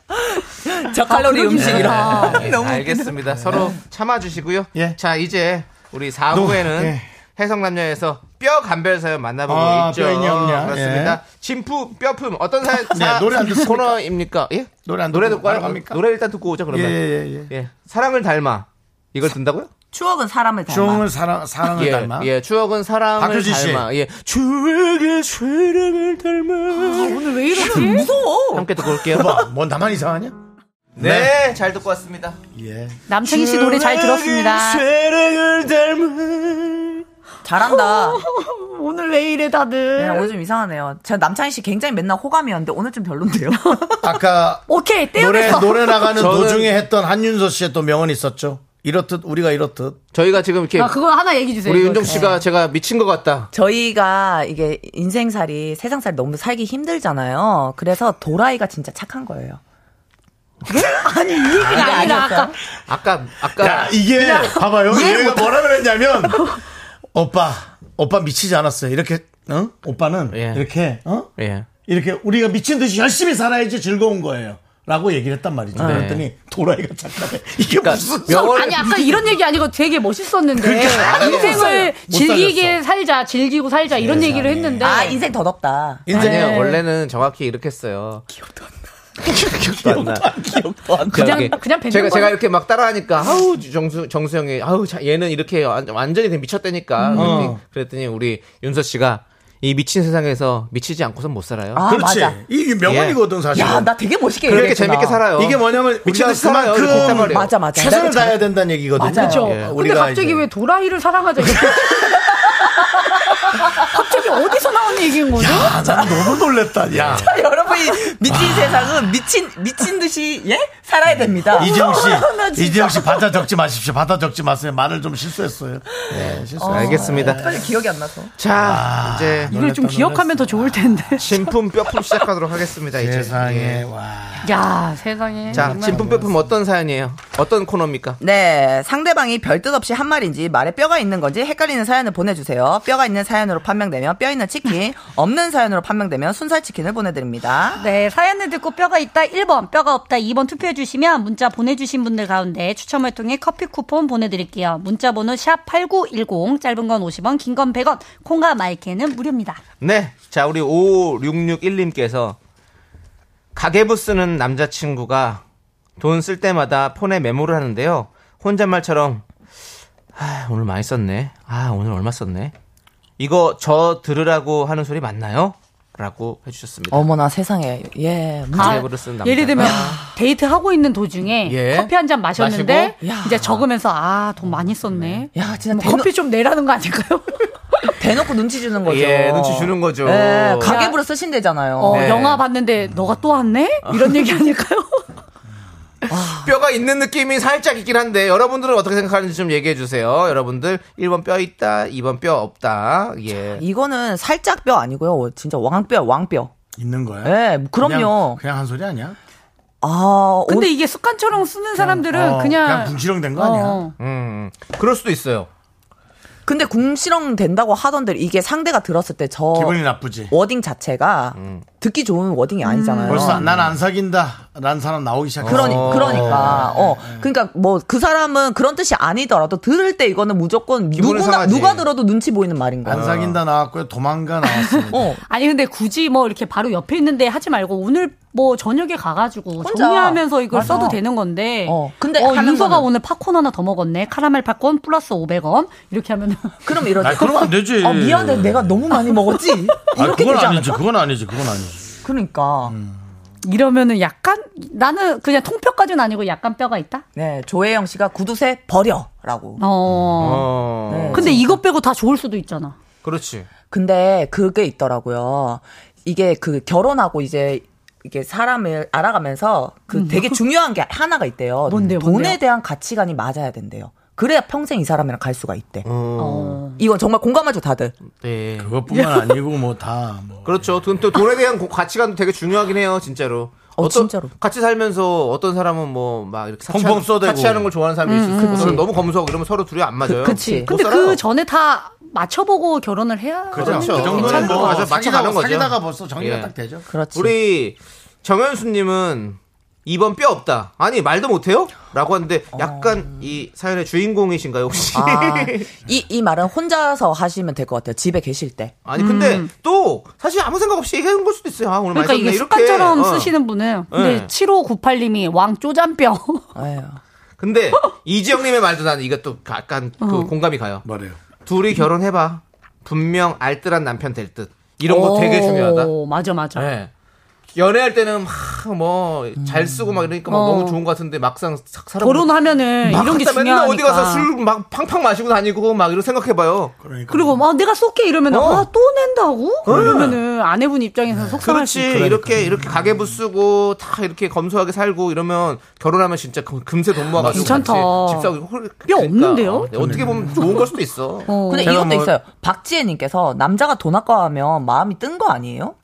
Speaker 11: 아,
Speaker 10: 저칼로리 음식 이런. 거.
Speaker 2: 네,
Speaker 10: 너무
Speaker 2: 알겠습니다. 서로
Speaker 1: 네.
Speaker 2: 참아주시고요.
Speaker 1: 예.
Speaker 2: 자 이제 우리 4부에는
Speaker 10: 예.
Speaker 2: 해성남녀에서 뼈 간별 사연 만나보고
Speaker 1: 아,
Speaker 2: 있죠.
Speaker 1: 뼈 있냐, 없냐.
Speaker 2: 그렇습니다. 진품 뼈품 어떤 사연
Speaker 1: 네, 노래 안 듣습니까?
Speaker 2: 코너입니까? 예?
Speaker 1: 노래 안
Speaker 2: 노래
Speaker 1: 듣고
Speaker 2: 듣고 하-
Speaker 1: 바로 갑니까?
Speaker 2: 노래 일단 듣고 오자 그러면.
Speaker 1: 예, 예,
Speaker 2: 예. 사랑을 닮아 이걸 든다고요?
Speaker 10: 추억은 사람을 닮아.
Speaker 1: 추억은 사랑 사랑을
Speaker 2: 예,
Speaker 1: 닮아.
Speaker 2: 예, 추억은 사랑을
Speaker 1: 박효진 씨.
Speaker 2: 닮아. 예, 추억의 사랑을 닮아. 오늘
Speaker 11: 왜 이러지?
Speaker 10: 무서워.
Speaker 2: 함께 듣고 올게요.
Speaker 1: 봐, 뭔 나만 이상하냐?
Speaker 2: 네, 잘 듣고 왔습니다.
Speaker 1: 예.
Speaker 11: 남창희 씨 노래 잘 들었습니다.
Speaker 2: 사랑을 닮아.
Speaker 10: 잘한다.
Speaker 11: 오늘 왜 이래 다들?
Speaker 10: 네, 오늘 좀 이상하네요. 저 남창희 씨 굉장히 맨날 호감이었는데 오늘 좀 별론데요.
Speaker 1: 아까
Speaker 11: 오케이
Speaker 1: 노래
Speaker 10: 떼어냈어.
Speaker 1: 노래 나가는
Speaker 10: 저는-
Speaker 1: 도중에 했던 한윤서 씨의 또 명언이 있었죠. 이렇듯 우리가 이렇듯.
Speaker 2: 저희가 지금 이렇게
Speaker 11: 아, 그거 네. 하나 얘기 주세요.
Speaker 2: 우리 윤정 씨가 제가 미친 것 같다.
Speaker 10: 저희가 이게 인생살이 세상살 너무 살기 힘들잖아요. 그래서 도라이가 진짜 착한 거예요. 아니 이 얘기가
Speaker 11: 아니라
Speaker 10: 아까
Speaker 2: 아까 아까
Speaker 1: 야, 이게 봐봐요.
Speaker 10: 이해를
Speaker 1: 얘가
Speaker 10: 못하-
Speaker 1: 뭐라 그랬냐면 오빠 오빠 미치지 않았어요. 이렇게 어? 오빠는 이렇게 어?
Speaker 2: 예.
Speaker 1: 이렇게 우리가 미친 듯이 열심히 살아야지 즐거운 거예요. 라고 얘기를 했단 말이죠.
Speaker 2: 네.
Speaker 1: 그랬더니 도라이가 착하네. 이게 무슨
Speaker 11: 아니 아까 이런 얘기 아니고 되게 멋있었는데
Speaker 1: 그러니까 안 살렸어요.
Speaker 11: 인생을
Speaker 1: 못
Speaker 11: 즐기게 살자 즐기고 살자 이런
Speaker 2: 세상에.
Speaker 11: 얘기를 했는데
Speaker 10: 아 인생 더럽다.
Speaker 2: 아니에요.
Speaker 11: 네.
Speaker 2: 원래는 정확히 이렇게 했어요. 기억도 안 나. 기억도 안 나.
Speaker 11: 그냥-
Speaker 2: 이렇게
Speaker 11: 그냥 뱉는
Speaker 2: 제가
Speaker 11: 거예요.
Speaker 2: 제가 이렇게 막 따라하니까 아우 정수 정수영이 아우 자, 얘는 이렇게 완- 완전히 그냥 미쳤다니까.
Speaker 10: 음.
Speaker 2: 그랬더니,
Speaker 10: 어.
Speaker 2: 그랬더니 우리 윤서 씨가 이 미친 세상에서 미치지 않고선 못 살아요.
Speaker 10: 아, 그렇지. 맞아.
Speaker 1: 이 명언이거든, 사실은.
Speaker 10: 야 나 되게 멋있게
Speaker 2: 그렇게
Speaker 10: 얘기했구나.
Speaker 2: 재밌게 살아요.
Speaker 1: 이게 뭐냐면
Speaker 2: 미친
Speaker 1: 우리가
Speaker 2: 듯이 살아요.
Speaker 1: 그만큼
Speaker 2: 이렇게 했단 말이에요.
Speaker 10: 맞아 맞아.
Speaker 1: 최선을
Speaker 10: 내가
Speaker 1: 다해야 된다는 얘기거든요.
Speaker 11: 그렇죠.
Speaker 1: 예,
Speaker 11: 근데
Speaker 1: 우리가
Speaker 11: 갑자기
Speaker 1: 이제
Speaker 11: 왜 도라이를 사랑하자 이렇게 갑자기 어디서 나온 얘기인 거죠?
Speaker 1: 아, 난 너무 놀랬다. 야.
Speaker 10: 자, 여러분이 미친 세상은 미친 미친 듯이 예 살아야 됩니다.
Speaker 1: 이재용
Speaker 10: 나
Speaker 1: 씨,
Speaker 10: 진짜.
Speaker 1: 이재용 씨 받아 적지 마십시오. 받아 적지 마세요. 말을 좀 실수했어요. 네, 실수.
Speaker 2: 알겠습니다.
Speaker 10: 빨리 기억이 안 나서.
Speaker 2: 자, 이제
Speaker 11: 이걸 좀 기억하면 더 좋을 텐데.
Speaker 2: 진품 뼈품 시작하도록 하겠습니다. 이제.
Speaker 1: 세상에,
Speaker 2: 예.
Speaker 11: 야 세상에.
Speaker 2: 자,
Speaker 11: 정말.
Speaker 2: 진품 뼈품 어떤 사연이에요? 어떤 코너입니까?
Speaker 10: 네, 상대방이 별뜻 없이 한 말인지 말에 뼈가 있는 건지 헷갈리는 사연을 보내주세요. 뼈가 있는 사연으로 판명되면 뼈 있는 치킨, 없는 사연으로 판명되면 순살 치킨을 보내드립니다.
Speaker 9: 네, 사연을 듣고 뼈가 있다 1번, 뼈가 없다 2번 투표해 주시면 문자 보내주신 분들 가운데 추첨을 통해 커피 쿠폰 보내드릴게요. 문자 번호 샵8910, 짧은 건 50원, 긴 건 100원, 콩과 마이크는 무료입니다.
Speaker 2: 네. 자, 우리 5661님께서 가계부 쓰는 남자친구가 돈 쓸 때마다 폰에 메모를 하는데요. 혼잣말처럼 아, 오늘 많이 썼네. 아, 오늘 얼마 썼네. 이거 저 들으라고 하는 소리 맞나요? 라고 해주셨습니다.
Speaker 10: 어머나 세상에, 예.
Speaker 11: 아,
Speaker 2: 가계부를 쓰는 남자.
Speaker 11: 예를 들면 데이트 하고 있는 도중에
Speaker 2: 예.
Speaker 11: 커피 한 잔 마셨는데
Speaker 10: 아. 마시고, 야.
Speaker 11: 이제 적으면서 아 돈 많이 썼네.
Speaker 10: 야, 진짜
Speaker 11: 뭐
Speaker 10: 대놓,
Speaker 11: 커피 좀 내라는 거 아닐까요?
Speaker 10: 대놓고 눈치 주는 거죠.
Speaker 2: 예, 눈치 주는 거죠.
Speaker 10: 예, 가계부로 쓰신대잖아요.
Speaker 11: 어,
Speaker 2: 네.
Speaker 11: 영화 봤는데 너가 또 왔네? 이런 얘기 아닐까요?
Speaker 2: 뼈가 있는 느낌이 살짝 있긴 한데 여러분들은 어떻게 생각하는지 좀 얘기해 주세요. 여러분들 1번 뼈 있다, 2번 뼈 없다. 예.
Speaker 10: 이거는 살짝 뼈 아니고요. 진짜 왕뼈, 왕뼈.
Speaker 1: 있는 거야.
Speaker 10: 예,
Speaker 1: 그냥,
Speaker 10: 그럼요.
Speaker 1: 그냥 한 소리 아니야?
Speaker 10: 아,
Speaker 11: 근데
Speaker 10: 오-
Speaker 11: 이게 습관처럼 쓰는 사람들은
Speaker 1: 어,
Speaker 11: 그냥
Speaker 1: 그냥 궁시렁 된거 아니야?
Speaker 11: 어.
Speaker 2: 음, 그럴 수도 있어요.
Speaker 10: 근데 궁시렁 된다고 하던데 이게 상대가 들었을 때 저
Speaker 1: 기분이 음. 나쁘지.
Speaker 10: 워딩 자체가 듣기 좋은 워딩이 아니잖아요.
Speaker 1: 벌써 난 안 사귄다. 난 사람 나오기 음. 시작했어.
Speaker 10: 어.
Speaker 1: 네.
Speaker 10: 그러니, 그러니까, 어, 그러니까 뭐 그 사람은 그런 뜻이 아니더라도 들을 때 이거는 무조건
Speaker 2: 기분은
Speaker 10: 누구나
Speaker 2: 상하지.
Speaker 10: 누가 들어도 눈치 보이는 말인 거야.
Speaker 1: 안 사귄다 나왔고요. 도망가 나왔습니다.
Speaker 10: 어,
Speaker 11: 아니 근데 굳이 뭐 이렇게 바로 옆에 있는데 하지 말고 오늘 뭐 저녁에 가가지고
Speaker 10: 혼자.
Speaker 11: 정리하면서 이걸
Speaker 10: 맞아.
Speaker 11: 써도 되는 건데.
Speaker 10: 어, 근데
Speaker 11: 어,
Speaker 10: 하는
Speaker 11: 윤서가
Speaker 10: 거는-
Speaker 11: 오늘 팝콘 하나 더 먹었네. 카라멜 팝콘 플러스 500원 이렇게 하면
Speaker 10: 그럼 이러지.
Speaker 1: 아니, 그러면 안 되지.
Speaker 10: 아, 미안해, 내가 너무 많이 먹었지.
Speaker 1: 아,
Speaker 10: 이렇게
Speaker 1: 그건
Speaker 10: 되지
Speaker 1: 아니지.
Speaker 10: 않을까?
Speaker 1: 그건 아니지. 그건 아니지.
Speaker 10: 그러니까,
Speaker 11: 이러면은 약간 나는 그냥 통뼈까지는 아니고 약간 뼈가 있다.
Speaker 10: 네, 조혜영 씨가 구두쇠 버려라고.
Speaker 11: 어.
Speaker 2: 어.
Speaker 10: 네.
Speaker 11: 근데 이것 빼고 다 좋을 수도 있잖아.
Speaker 2: 그렇지.
Speaker 10: 근데 그게 있더라고요. 이게 그 결혼하고 이제 이게 사람을 알아가면서 그
Speaker 11: 음.
Speaker 10: 되게 중요한 게 하나가 있대요.
Speaker 11: 뭔데요,
Speaker 10: 돈에
Speaker 11: 뭔데요?
Speaker 10: 대한 가치관이 맞아야 된대요. 그래야 평생 이 사람이랑 갈 수가 있대.
Speaker 2: 어.
Speaker 11: 어.
Speaker 10: 이건 정말 공감하죠, 다들.
Speaker 2: 네.
Speaker 1: 그것뿐만 아니고 뭐 다 뭐.
Speaker 2: 그렇죠. 돈, 또 돈에 대한 고- 가치관도 되게 중요하긴 해요, 진짜로. 어, 떤 같이 살면서 어떤 사람은 뭐 막 이렇게 사치하-
Speaker 1: 펑펑 쏘대고.
Speaker 2: 사치하는 걸 좋아하는 사람이
Speaker 11: 음,
Speaker 2: 있을
Speaker 11: 음,
Speaker 2: 수 있고
Speaker 11: 그치.
Speaker 2: 너무 검소하고 이러면 서로 둘이 안 맞아요. 못
Speaker 11: 근데
Speaker 2: 살아요.
Speaker 11: 그 전에 다 맞춰보고 결혼을 해야
Speaker 2: 그렇죠.
Speaker 11: 하는 게 괜찮은 것 같아요.
Speaker 2: 맞아, 맞춰가는 거죠.
Speaker 1: 뭐 사귀다가 벌써 정리가
Speaker 2: 예.
Speaker 1: 딱 되죠.
Speaker 2: 우리 정현수님은 이번 뼈 없다. 아니 말도 못해요? 라고 하는데 약간 이 사연의 주인공이신가요 혹시?
Speaker 10: 아, 이, 이 말은 혼자서 하시면 될 것 같아요. 집에 계실 때.
Speaker 2: 아니 근데 또 사실 아무 생각 없이 얘기하는 걸 수도 있어요. 아, 오늘
Speaker 11: 그러니까
Speaker 2: 많이 썼네.
Speaker 11: 이게
Speaker 2: 이렇게.
Speaker 11: 습관처럼
Speaker 2: 어.
Speaker 11: 쓰시는 분은 근데
Speaker 2: 네. 아,
Speaker 11: 7598님이 왕 쪼잔뼈
Speaker 2: 근데 이지영님의 말도 나는 이것도 약간 그
Speaker 11: 어.
Speaker 2: 공감이 가요.
Speaker 1: 말해요.
Speaker 2: 둘이 결혼해봐. 분명 알뜰한 남편 될 듯. 이런 거 되게 중요하다. 네. 예.
Speaker 11: 맞아 맞아.
Speaker 2: 연애할 때는 막뭐잘 쓰고 막 이러니까 막
Speaker 11: 어.
Speaker 2: 너무 좋은 것 같은데 막상 싹 살아
Speaker 11: 결혼하면은
Speaker 2: 막
Speaker 11: 이런 게
Speaker 2: 갔다 맨날
Speaker 11: 중요하니까.
Speaker 2: 어디 가서 술 막 팡팡 마시고 다니고 막 이런 생각해봐요.
Speaker 11: 그리고
Speaker 2: 그러니까.
Speaker 11: 막 내가 쏠게 이러면
Speaker 2: 어.
Speaker 11: 아또 낸다고? 그러면은 아내분 입장에서 속상할 수
Speaker 2: 네. 그렇지
Speaker 11: 있고.
Speaker 2: 이렇게 이렇게 가계부 쓰고 다 이렇게 검소하게 살고 이면 결혼하면 진짜 금- 금세 돈 모아가지고
Speaker 10: 괜찮다.
Speaker 2: 같이 집 사고 홀-
Speaker 10: 뼈 없는데요?
Speaker 2: 근데 어떻게 보면 좋은 걸 수도 있어.
Speaker 10: 근데
Speaker 2: 제가
Speaker 10: 이것도
Speaker 2: 뭐-
Speaker 10: 있어요. 박지혜님께서 남자가 돈 아까워하면 마음이 뜬 거 아니에요?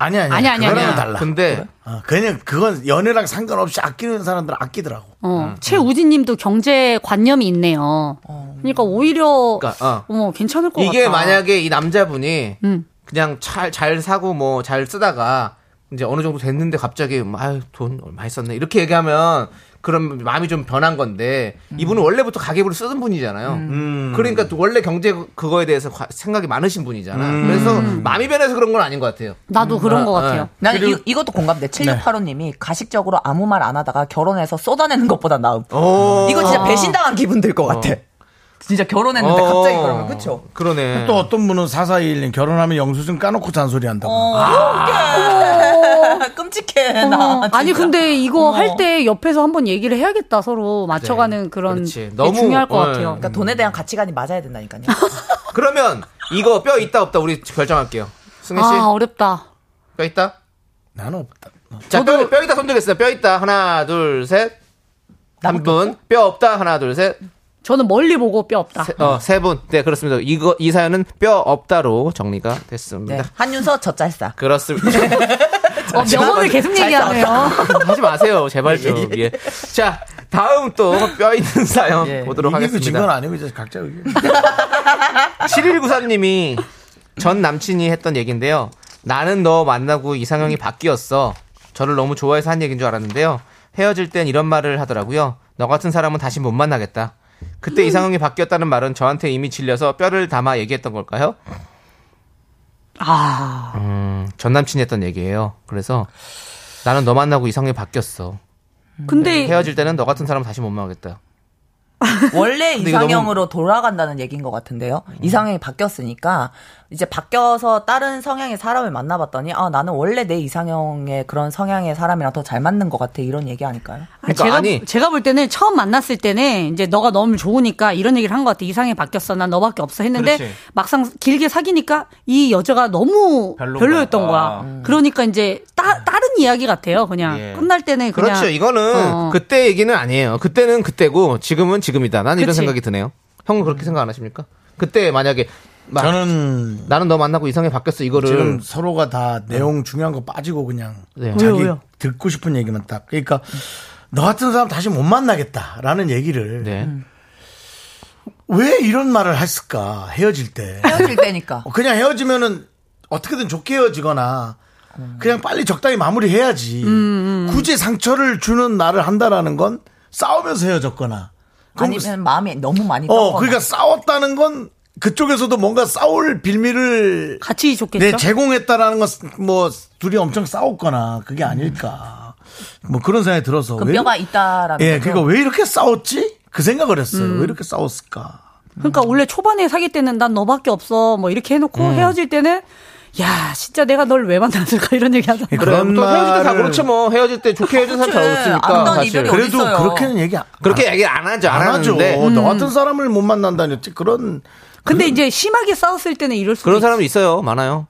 Speaker 1: 아니 아니
Speaker 10: 아니, 아니,
Speaker 1: 그거랑은
Speaker 10: 아니야.
Speaker 1: 달라.
Speaker 2: 근데
Speaker 1: 그냥 그건 연애랑 상관없이 아끼는 사람들 은 아끼더라고.
Speaker 11: 어, 최우진님도 경제 관념이 있네요. 그러니까 오히려
Speaker 2: 어. 그러니까,
Speaker 11: 어. 괜찮을 것
Speaker 2: 이게
Speaker 11: 같다.
Speaker 2: 만약에 이 남자분이
Speaker 11: 음.
Speaker 2: 그냥 잘, 잘 사고 뭐 잘 쓰다가 이제 어느 정도 됐는데 갑자기 뭐, 아유 돈 많이 썼네 이렇게 얘기하면 그럼 마음이 좀 변한 건데
Speaker 10: 음.
Speaker 2: 이분은 원래부터 가계부를 쓰던 분이잖아요.
Speaker 1: 음.
Speaker 2: 그러니까 또 원래 경제 그거에 대해서 과- 생각이 많으신 분이잖아. 그래서 마음이 변해서 그런 건 아닌 것 같아요.
Speaker 10: 나도
Speaker 2: 그런 아, 것 같아요. 아.
Speaker 10: 나는
Speaker 2: 그리고- 네.
Speaker 10: 이, 것도 공감돼. 7685님이 가식적으로 아무 말 안 하다가 결혼해서 쏟아내는 것보다 나음. 이거 진짜
Speaker 1: 아.
Speaker 10: 배신당한 기분 들 것
Speaker 2: 어.
Speaker 10: 같아. 진짜 결혼했는데
Speaker 1: 어.
Speaker 10: 갑자기 그러면 그쵸?
Speaker 2: 그러네.
Speaker 1: 또 어떤 분은 4421님 결혼하면 영수증 까놓고 잔소리 한다고.
Speaker 10: 어.
Speaker 2: 아.
Speaker 10: 끔찍해
Speaker 11: 어.
Speaker 10: 네, 나. 진짜.
Speaker 11: 아니 근데 이거
Speaker 10: 어머.
Speaker 11: 할 때 옆에서 한번 얘기를 해야겠다 서로 맞춰가는 그런 게 중요할 것
Speaker 2: 네, 어,
Speaker 11: 같아요.
Speaker 2: 예.
Speaker 10: 그러니까 돈에 대한 가치관이 맞아야 된다니까요.
Speaker 2: 그러면 이거 뼈 있다 없다 우리 결정할게요. 승희 씨.
Speaker 11: 아 어렵다.
Speaker 2: 뼈 있다?
Speaker 1: 난 없다.
Speaker 2: 자, 뼈, 뼈 있다 손들겠습니다. 뼈 있다. 하나, 둘, 셋. 남분. 뼈 없다. 하나, 둘, 셋.
Speaker 11: 저는 멀리 보고 뼈 없다.
Speaker 2: 세, 어, 세 분. 네, 그렇습니다. 이거, 이 사연은 뼈 없다로 정리가 됐습니다.
Speaker 10: 한윤서 저 짤싸.
Speaker 2: 그렇습니다.
Speaker 11: 어, 명언을 계속 얘기하네요.
Speaker 2: 하지 마세요. 제발 좀. 예. 자, 다음 또 뼈 있는 사연 보도록
Speaker 1: 이게 그건
Speaker 2: 하겠습니다.
Speaker 1: 아니고 이제 각자 의견.
Speaker 2: 7194님이 전 남친이 했던 얘기인데요. 나는 너 만나고 이상형이 바뀌었어. 저를 너무 좋아해서 한 얘기인 줄 알았는데요. 헤어질 땐 이런 말을 하더라고요. 너 같은 사람은 다시 못 만나겠다. 그때 이상형이 바뀌었다는 말은 저한테 이미 질려서 뼈를 담아 얘기했던 걸까요?
Speaker 11: 아.
Speaker 2: 음, 전 남친이 했던 얘기예요. 그래서 나는 너 만나고 이상형이 바뀌었어. 음,
Speaker 11: 근데
Speaker 2: 헤어질 때는 너 같은 사람 다시 못 만나겠다.
Speaker 10: 원래
Speaker 2: 근데 음. 이거
Speaker 10: 이상형으로 돌아간다는 얘기인 것 같은데요. 이상형이 바뀌었으니까 이제 바뀌어서 다른 성향의 사람을 만나봤더니 아 나는 원래 내 이상형의 그런 성향의 사람이랑 더 잘 맞는 것 같아 이런 얘기 아닐까요?
Speaker 11: 아니,
Speaker 2: 그러니까
Speaker 11: 제가, 제가 볼 때는 처음 만났을 때는 이제 너가 너무 좋으니까 이런 얘기를 한 것 같아. 이상해 바뀌었어. 난 너밖에 없어. 했는데
Speaker 10: 그렇지.
Speaker 11: 막상 길게 사귀니까 이 여자가 너무
Speaker 2: 별로인
Speaker 11: 별로였던
Speaker 2: 거야.
Speaker 11: 거야.
Speaker 2: 아. 음.
Speaker 11: 그러니까 이제 따, 다른 이야기 같아요. 그냥 끝날 때는 그냥.
Speaker 2: 그렇죠. 이거는
Speaker 11: 어.
Speaker 2: 그때 얘기는 아니에요. 그때는 그때고 지금은 지금이다. 난 이런
Speaker 11: 그치.
Speaker 2: 생각이 드네요. 형은 그렇게 생각 안 하십니까? 그때 만약에
Speaker 1: 저는
Speaker 2: 나는 너 만나고 이상해 바뀌었어 이거를
Speaker 1: 지금 서로가 다 내용 중요한 거 빠지고 그냥
Speaker 2: 네.
Speaker 1: 자기
Speaker 2: 왜요, 왜요?
Speaker 1: 듣고 싶은 얘기만 딱. 그러니까 너 같은 사람 다시 못 만나겠다라는 얘기를
Speaker 2: 네.
Speaker 11: 음.
Speaker 1: 왜 이런 말을 했을까 헤어질 때.
Speaker 10: 헤어질 때니까.
Speaker 1: 그냥 헤어지면은 어떻게든 좋게 헤어지거나 그냥 빨리 적당히 마무리해야지. 굳이 상처를 주는 말을 한다라는 건 싸우면서 헤어졌거나. 그럼
Speaker 10: 아니면 마음이 너무 많이
Speaker 1: 어,
Speaker 10: 떠거나.
Speaker 1: 그러니까 싸웠다는 건 그쪽에서도 뭔가 싸울 빌미를
Speaker 11: 같이 줬겠죠.
Speaker 1: 네, 제공했다라는 건 뭐 둘이 엄청 싸웠거나 그게 아닐까. 뭐 그런 생각이 들어서.
Speaker 10: 그
Speaker 1: 왜-
Speaker 10: 뼈가 있다라는
Speaker 1: 예,
Speaker 10: 거죠? 음.
Speaker 1: 그러니까 왜 이렇게 싸웠지? 그 생각을 했어요. 왜 이렇게 싸웠을까?
Speaker 11: 그러니까 원래 초반에 사귈 때는 난 너밖에 없어. 뭐 이렇게 해놓고 헤어질 때는 야 진짜 내가 널 왜 만났을까 이런 얘기 하잖아.
Speaker 1: 예,
Speaker 2: 그럼 또 헤어질 때 다 그렇죠 뭐 헤어질 때 좋게 헤어진 사람 잘
Speaker 11: 그치.
Speaker 2: 없으니까
Speaker 11: 아름다운
Speaker 2: 사실
Speaker 11: 이별이 그래도 그렇죠. 어딨어요. 음.
Speaker 1: 그렇게는 얘기 안
Speaker 2: 그렇게 얘기 안 하죠 안,
Speaker 1: 안 하죠.
Speaker 2: 하는데
Speaker 10: 음.
Speaker 1: 너 같은 사람을 못 만난다니 그런
Speaker 11: 근데 이제 심하게 싸웠을 때는 이럴 수도
Speaker 2: 그런
Speaker 11: 있어.
Speaker 2: 사람이 있어요 많아요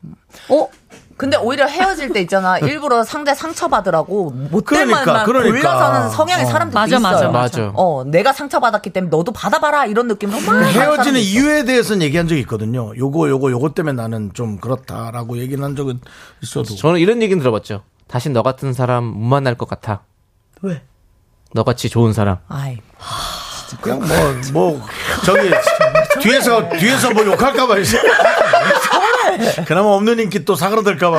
Speaker 10: 어? 근데 오히려 헤어질 때 있잖아. 일부러 상대 상처받으라고 못된
Speaker 2: 그러니까,
Speaker 10: 말만
Speaker 2: 그러니까.
Speaker 10: 골라서 하는 성향의
Speaker 2: 어.
Speaker 10: 사람들도
Speaker 2: 맞아,
Speaker 10: 있어요.
Speaker 2: 맞아, 맞아. 그 맞아.
Speaker 10: 어, 내가 상처받았기 때문에 너도 받아봐라 이런 느낌으로 막 하는
Speaker 1: 헤어지는
Speaker 10: 사람도 있어.
Speaker 1: 이유에 대해서는 얘기한 적이 있거든요. 요거 요거 요거 때문에 나는 좀 그렇다라고 얘기는 한 적은 있어도
Speaker 2: 저는 이런 얘기는 들어봤죠 다시 너 같은 사람 못 만날 것 같아
Speaker 10: 왜?
Speaker 2: 너같이 좋은 사람
Speaker 10: 아이.
Speaker 1: 그냥 뭐 뭐 저기 뒤에서 뒤에서 뭐 욕할까봐 그나마 없는 인기 또 사그라들까봐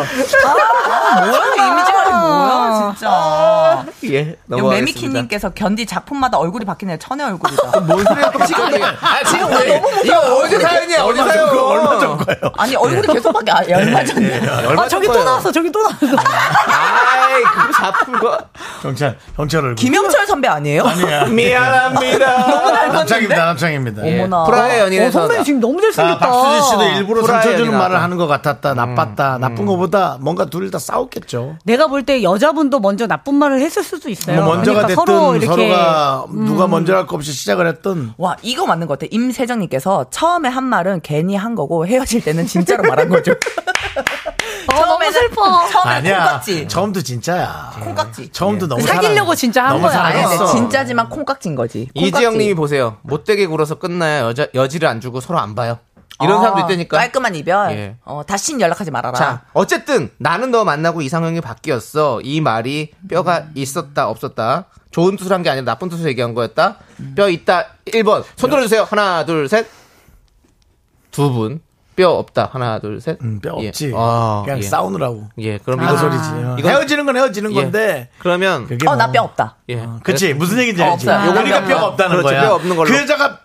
Speaker 10: 아, 뭐야 이미지 관리 뭐야 진짜.
Speaker 2: 예
Speaker 10: 매미키님께서 견디 작품마다 얼굴이 바뀌네요. 천의 얼굴이다. 뭔
Speaker 2: 소리야, 또
Speaker 10: 지금
Speaker 2: 갑자기. 아, 지금
Speaker 10: 나
Speaker 2: 왜?
Speaker 10: 너무
Speaker 2: 이거
Speaker 10: 못하고
Speaker 2: 어디 사연이야, 어디
Speaker 10: 얼마
Speaker 2: 사연?
Speaker 10: 전 거,
Speaker 2: 얼마
Speaker 1: 전 거예요?
Speaker 10: 아니 얼굴이 계속 바뀌. 아, 얼마 전이야.
Speaker 1: 예,
Speaker 10: 아,
Speaker 1: 얼마 전 거예요?
Speaker 11: 저기 또 나왔어.
Speaker 2: 아이 그 작품 거
Speaker 1: 경찰 경찰 얼굴
Speaker 10: 김영철 선배 아니에요?
Speaker 1: 아니야.
Speaker 2: 미안합니다.
Speaker 10: 너무
Speaker 1: 남창입니다, 남창입니다.
Speaker 10: 어머나. 프라의 연인에서
Speaker 1: 어, 선배님
Speaker 11: 지금 너무 잘생겼다.
Speaker 1: 박수진 씨도 일부러
Speaker 11: 프라의
Speaker 1: 상처주는
Speaker 11: 연인하다.
Speaker 1: 말을 하는 것
Speaker 10: 음.
Speaker 1: 같았다, 나빴다, 나쁜 것보다 뭔가 둘 다 싸웠겠죠.
Speaker 11: 내가 볼 때 여자분도 먼저 나쁜 말을 했을 수도
Speaker 10: 네,
Speaker 11: 있어요.
Speaker 1: 뭐 먼저가
Speaker 11: 그러니까
Speaker 1: 됐든 서로
Speaker 11: 서로 이렇게
Speaker 1: 가 누가 먼저 할 거 없이 시작을 했든
Speaker 10: 음. 와 이거 맞는 것 같아. 임세정님께서 처음에 한 말은 괜히 한 거고 헤어질 때는 진짜로 말한 거죠.
Speaker 11: 어, 너무 슬퍼.
Speaker 10: 처음에
Speaker 1: 아니야.
Speaker 10: 콩깍지.
Speaker 1: 처음도 진짜야.
Speaker 10: 콩깍지. 예.
Speaker 1: 처음도 너무
Speaker 10: 사귀려고
Speaker 1: 사랑-
Speaker 10: 진짜 한
Speaker 1: 너무
Speaker 10: 거야.
Speaker 1: 사랑했어.
Speaker 10: 아니, 진짜지만 콩깍진 거지.
Speaker 2: 네, 이지영님이 보세요 못되게 굴어서 끝나야 여자 여지를 안 주고 서로 안 봐요 이런 사람도 있다니까
Speaker 10: 깔끔한 이별.
Speaker 2: 예.
Speaker 10: 어, 다신 연락하지 말아라.
Speaker 2: 자, 어쨌든 나는 너 만나고 이상형이 바뀌었어. 이 말이 뼈가 있었다 없었다. 좋은 뜻을 한 게 아니라 나쁜 뜻을 얘기한 거였다. 뼈 있다 1번. 손 들어 주세요. 하나, 둘, 셋. 두 분. 뼈 없다. 하나, 둘, 셋. 뼈
Speaker 1: 음, 없지. 그냥 싸우느라고.
Speaker 2: 예, 그럼
Speaker 1: 그
Speaker 2: 이거
Speaker 1: 소리지.
Speaker 11: 아.
Speaker 1: 헤어지는 건 헤어지는 건데.
Speaker 2: 예. 그러면
Speaker 10: 어,
Speaker 1: 뭐.
Speaker 10: 나 뼈 없다.
Speaker 2: 예.
Speaker 1: 그치 무슨 얘기인지
Speaker 10: 어,
Speaker 1: 알지.
Speaker 10: 없어요.
Speaker 1: 요거니까
Speaker 10: 아,
Speaker 1: 뼈가 없다는
Speaker 2: 그렇죠,
Speaker 1: 거야.
Speaker 2: 뼈 없는 걸로.
Speaker 1: 그 여자가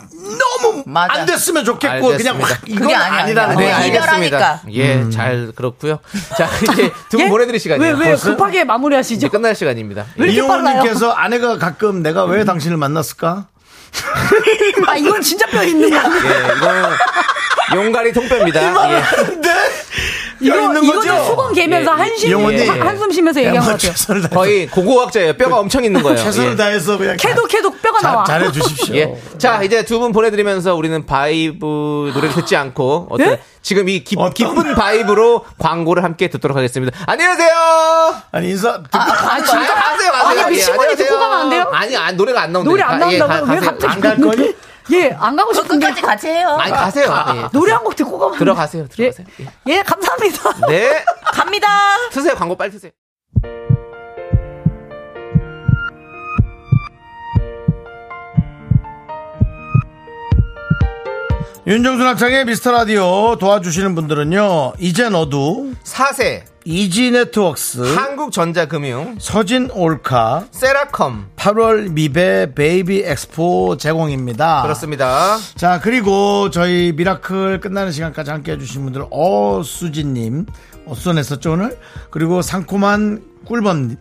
Speaker 1: 너무 안 됐으면 좋겠고 그냥
Speaker 2: 알겠습니다.
Speaker 1: 확 이건 아니라는
Speaker 2: 네,
Speaker 1: 거야.
Speaker 2: 알겠습니다. 예,
Speaker 1: 음.
Speaker 2: 잘 그렇고요. 자, 이제 두 분 보내드릴 시간이에요. 어,
Speaker 1: 왜, 왜 벌써?
Speaker 11: 예? 급하게 마무리하시죠?
Speaker 2: 이제 끝날 시간입니다.
Speaker 1: 이용님께서 아내가 가끔 내가 왜 당신을 만났을까?
Speaker 11: 아 이건 진짜 뼈 있는 거야.
Speaker 2: 예, 이거는 용가리 통뼈입니다. 예.
Speaker 11: 이거
Speaker 2: 있는
Speaker 11: 이거는
Speaker 2: 거죠?
Speaker 11: 수건 개면서
Speaker 2: 예,
Speaker 11: 한심
Speaker 2: 이용훈이.
Speaker 11: 한- 한숨 쉬면서
Speaker 2: 야,
Speaker 11: 얘기한
Speaker 2: 뭐
Speaker 11: 것 같아요.
Speaker 1: 네, 최선을 다해서.
Speaker 2: 거의 고고학자예요. 뼈가 엄청 있는 거예요.
Speaker 1: 그 최선을
Speaker 2: 예.
Speaker 1: 다해서 그냥
Speaker 11: 캐도 캐도 뼈가 나와.
Speaker 2: 예. 자, 이제 두 분 보내드리면서 우리는 바이브 노래를 듣지 않고 어떤
Speaker 1: 예?
Speaker 2: 지금 이 기, 쁜 바이브로 광고를 함께 듣도록 하겠습니다. 안녕하세요.
Speaker 1: 아니 인사 듣고
Speaker 11: 아,
Speaker 2: 가세요,
Speaker 11: 진짜?
Speaker 2: 예, 가세요.
Speaker 11: 아니, 미친놈이
Speaker 2: 안녕하세요.
Speaker 11: 듣고 가면 안 돼요?
Speaker 2: 아니, 아, 노래가 안 나온다.
Speaker 11: 노래 안 나온다고 왜 갑자기
Speaker 2: 안갈 거니?
Speaker 11: 예, 안 가고 싶은데 끝까지
Speaker 10: 같이 해요.
Speaker 2: 아니, 가세요. 예.
Speaker 11: 노래 한 곡 듣고 가면
Speaker 2: 들어가세요,
Speaker 11: 들어가세요. 예, 예, 감사합니다.
Speaker 2: 네.
Speaker 10: 갑니다.
Speaker 2: 트세요. 광고 빨리 트세요.
Speaker 1: 윤정수 남창의 미스터 라디오 도와주시는 분들은요. 이제 너도
Speaker 2: 사세
Speaker 1: 이지 네트웍스
Speaker 2: 한국전자금융
Speaker 1: 서진 올카
Speaker 2: 세라컴
Speaker 1: 8월 미베 베이비 엑스포 제공입니다.
Speaker 2: 그렇습니다.
Speaker 1: 자, 그리고 저희 미라클 끝나는 시간까지 함께 해주신 분들, 어수진님, 어수선했었죠, 오늘? 그리고 상콤한 꿀벌님.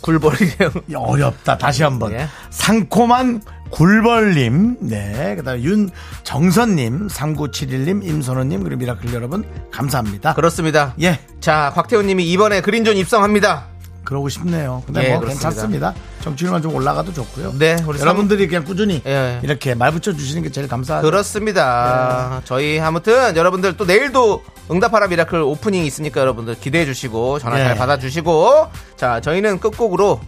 Speaker 2: 굴벌이래요.
Speaker 1: 어렵다. 다시 한 번.
Speaker 2: 예.
Speaker 1: 상콤한 굴벌님. 네. 그 다음에 윤정선님, 3971님, 임선호님, 그리고 미라클 여러분, 감사합니다.
Speaker 2: 그렇습니다.
Speaker 1: 예.
Speaker 2: 자, 곽태훈 님이 이번에 그린존 입성합니다.
Speaker 1: 그러고 싶네요. 근데
Speaker 2: 예,
Speaker 1: 뭐
Speaker 2: 그렇습니다.
Speaker 1: 괜찮습니다. 정치율만 좀 올라가도 좋고요.
Speaker 2: 네, 우리
Speaker 1: 여러분들이 그냥 꾸준히
Speaker 2: 예.
Speaker 1: 이렇게 말 붙여주시는 게 제일 감사하죠. 네.
Speaker 2: 그렇습니다. 저희 아무튼 여러분들 또 내일도 응답하라 미라클 오프닝이 있으니까 여러분들 기대해 주시고 전화 잘
Speaker 1: 네.
Speaker 2: 받아 주시고 자, 저희는 끝곡으로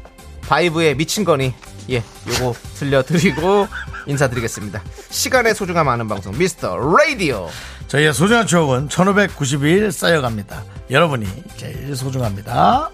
Speaker 2: 바이브의 미친 거니 예, 요거 들려드리고 인사드리겠습니다. 시간의 소중함 아는 방송 미스터 라디오.
Speaker 1: 저희의 소중한 추억은 1592일 쌓여갑니다. 여러분이 제일 소중합니다.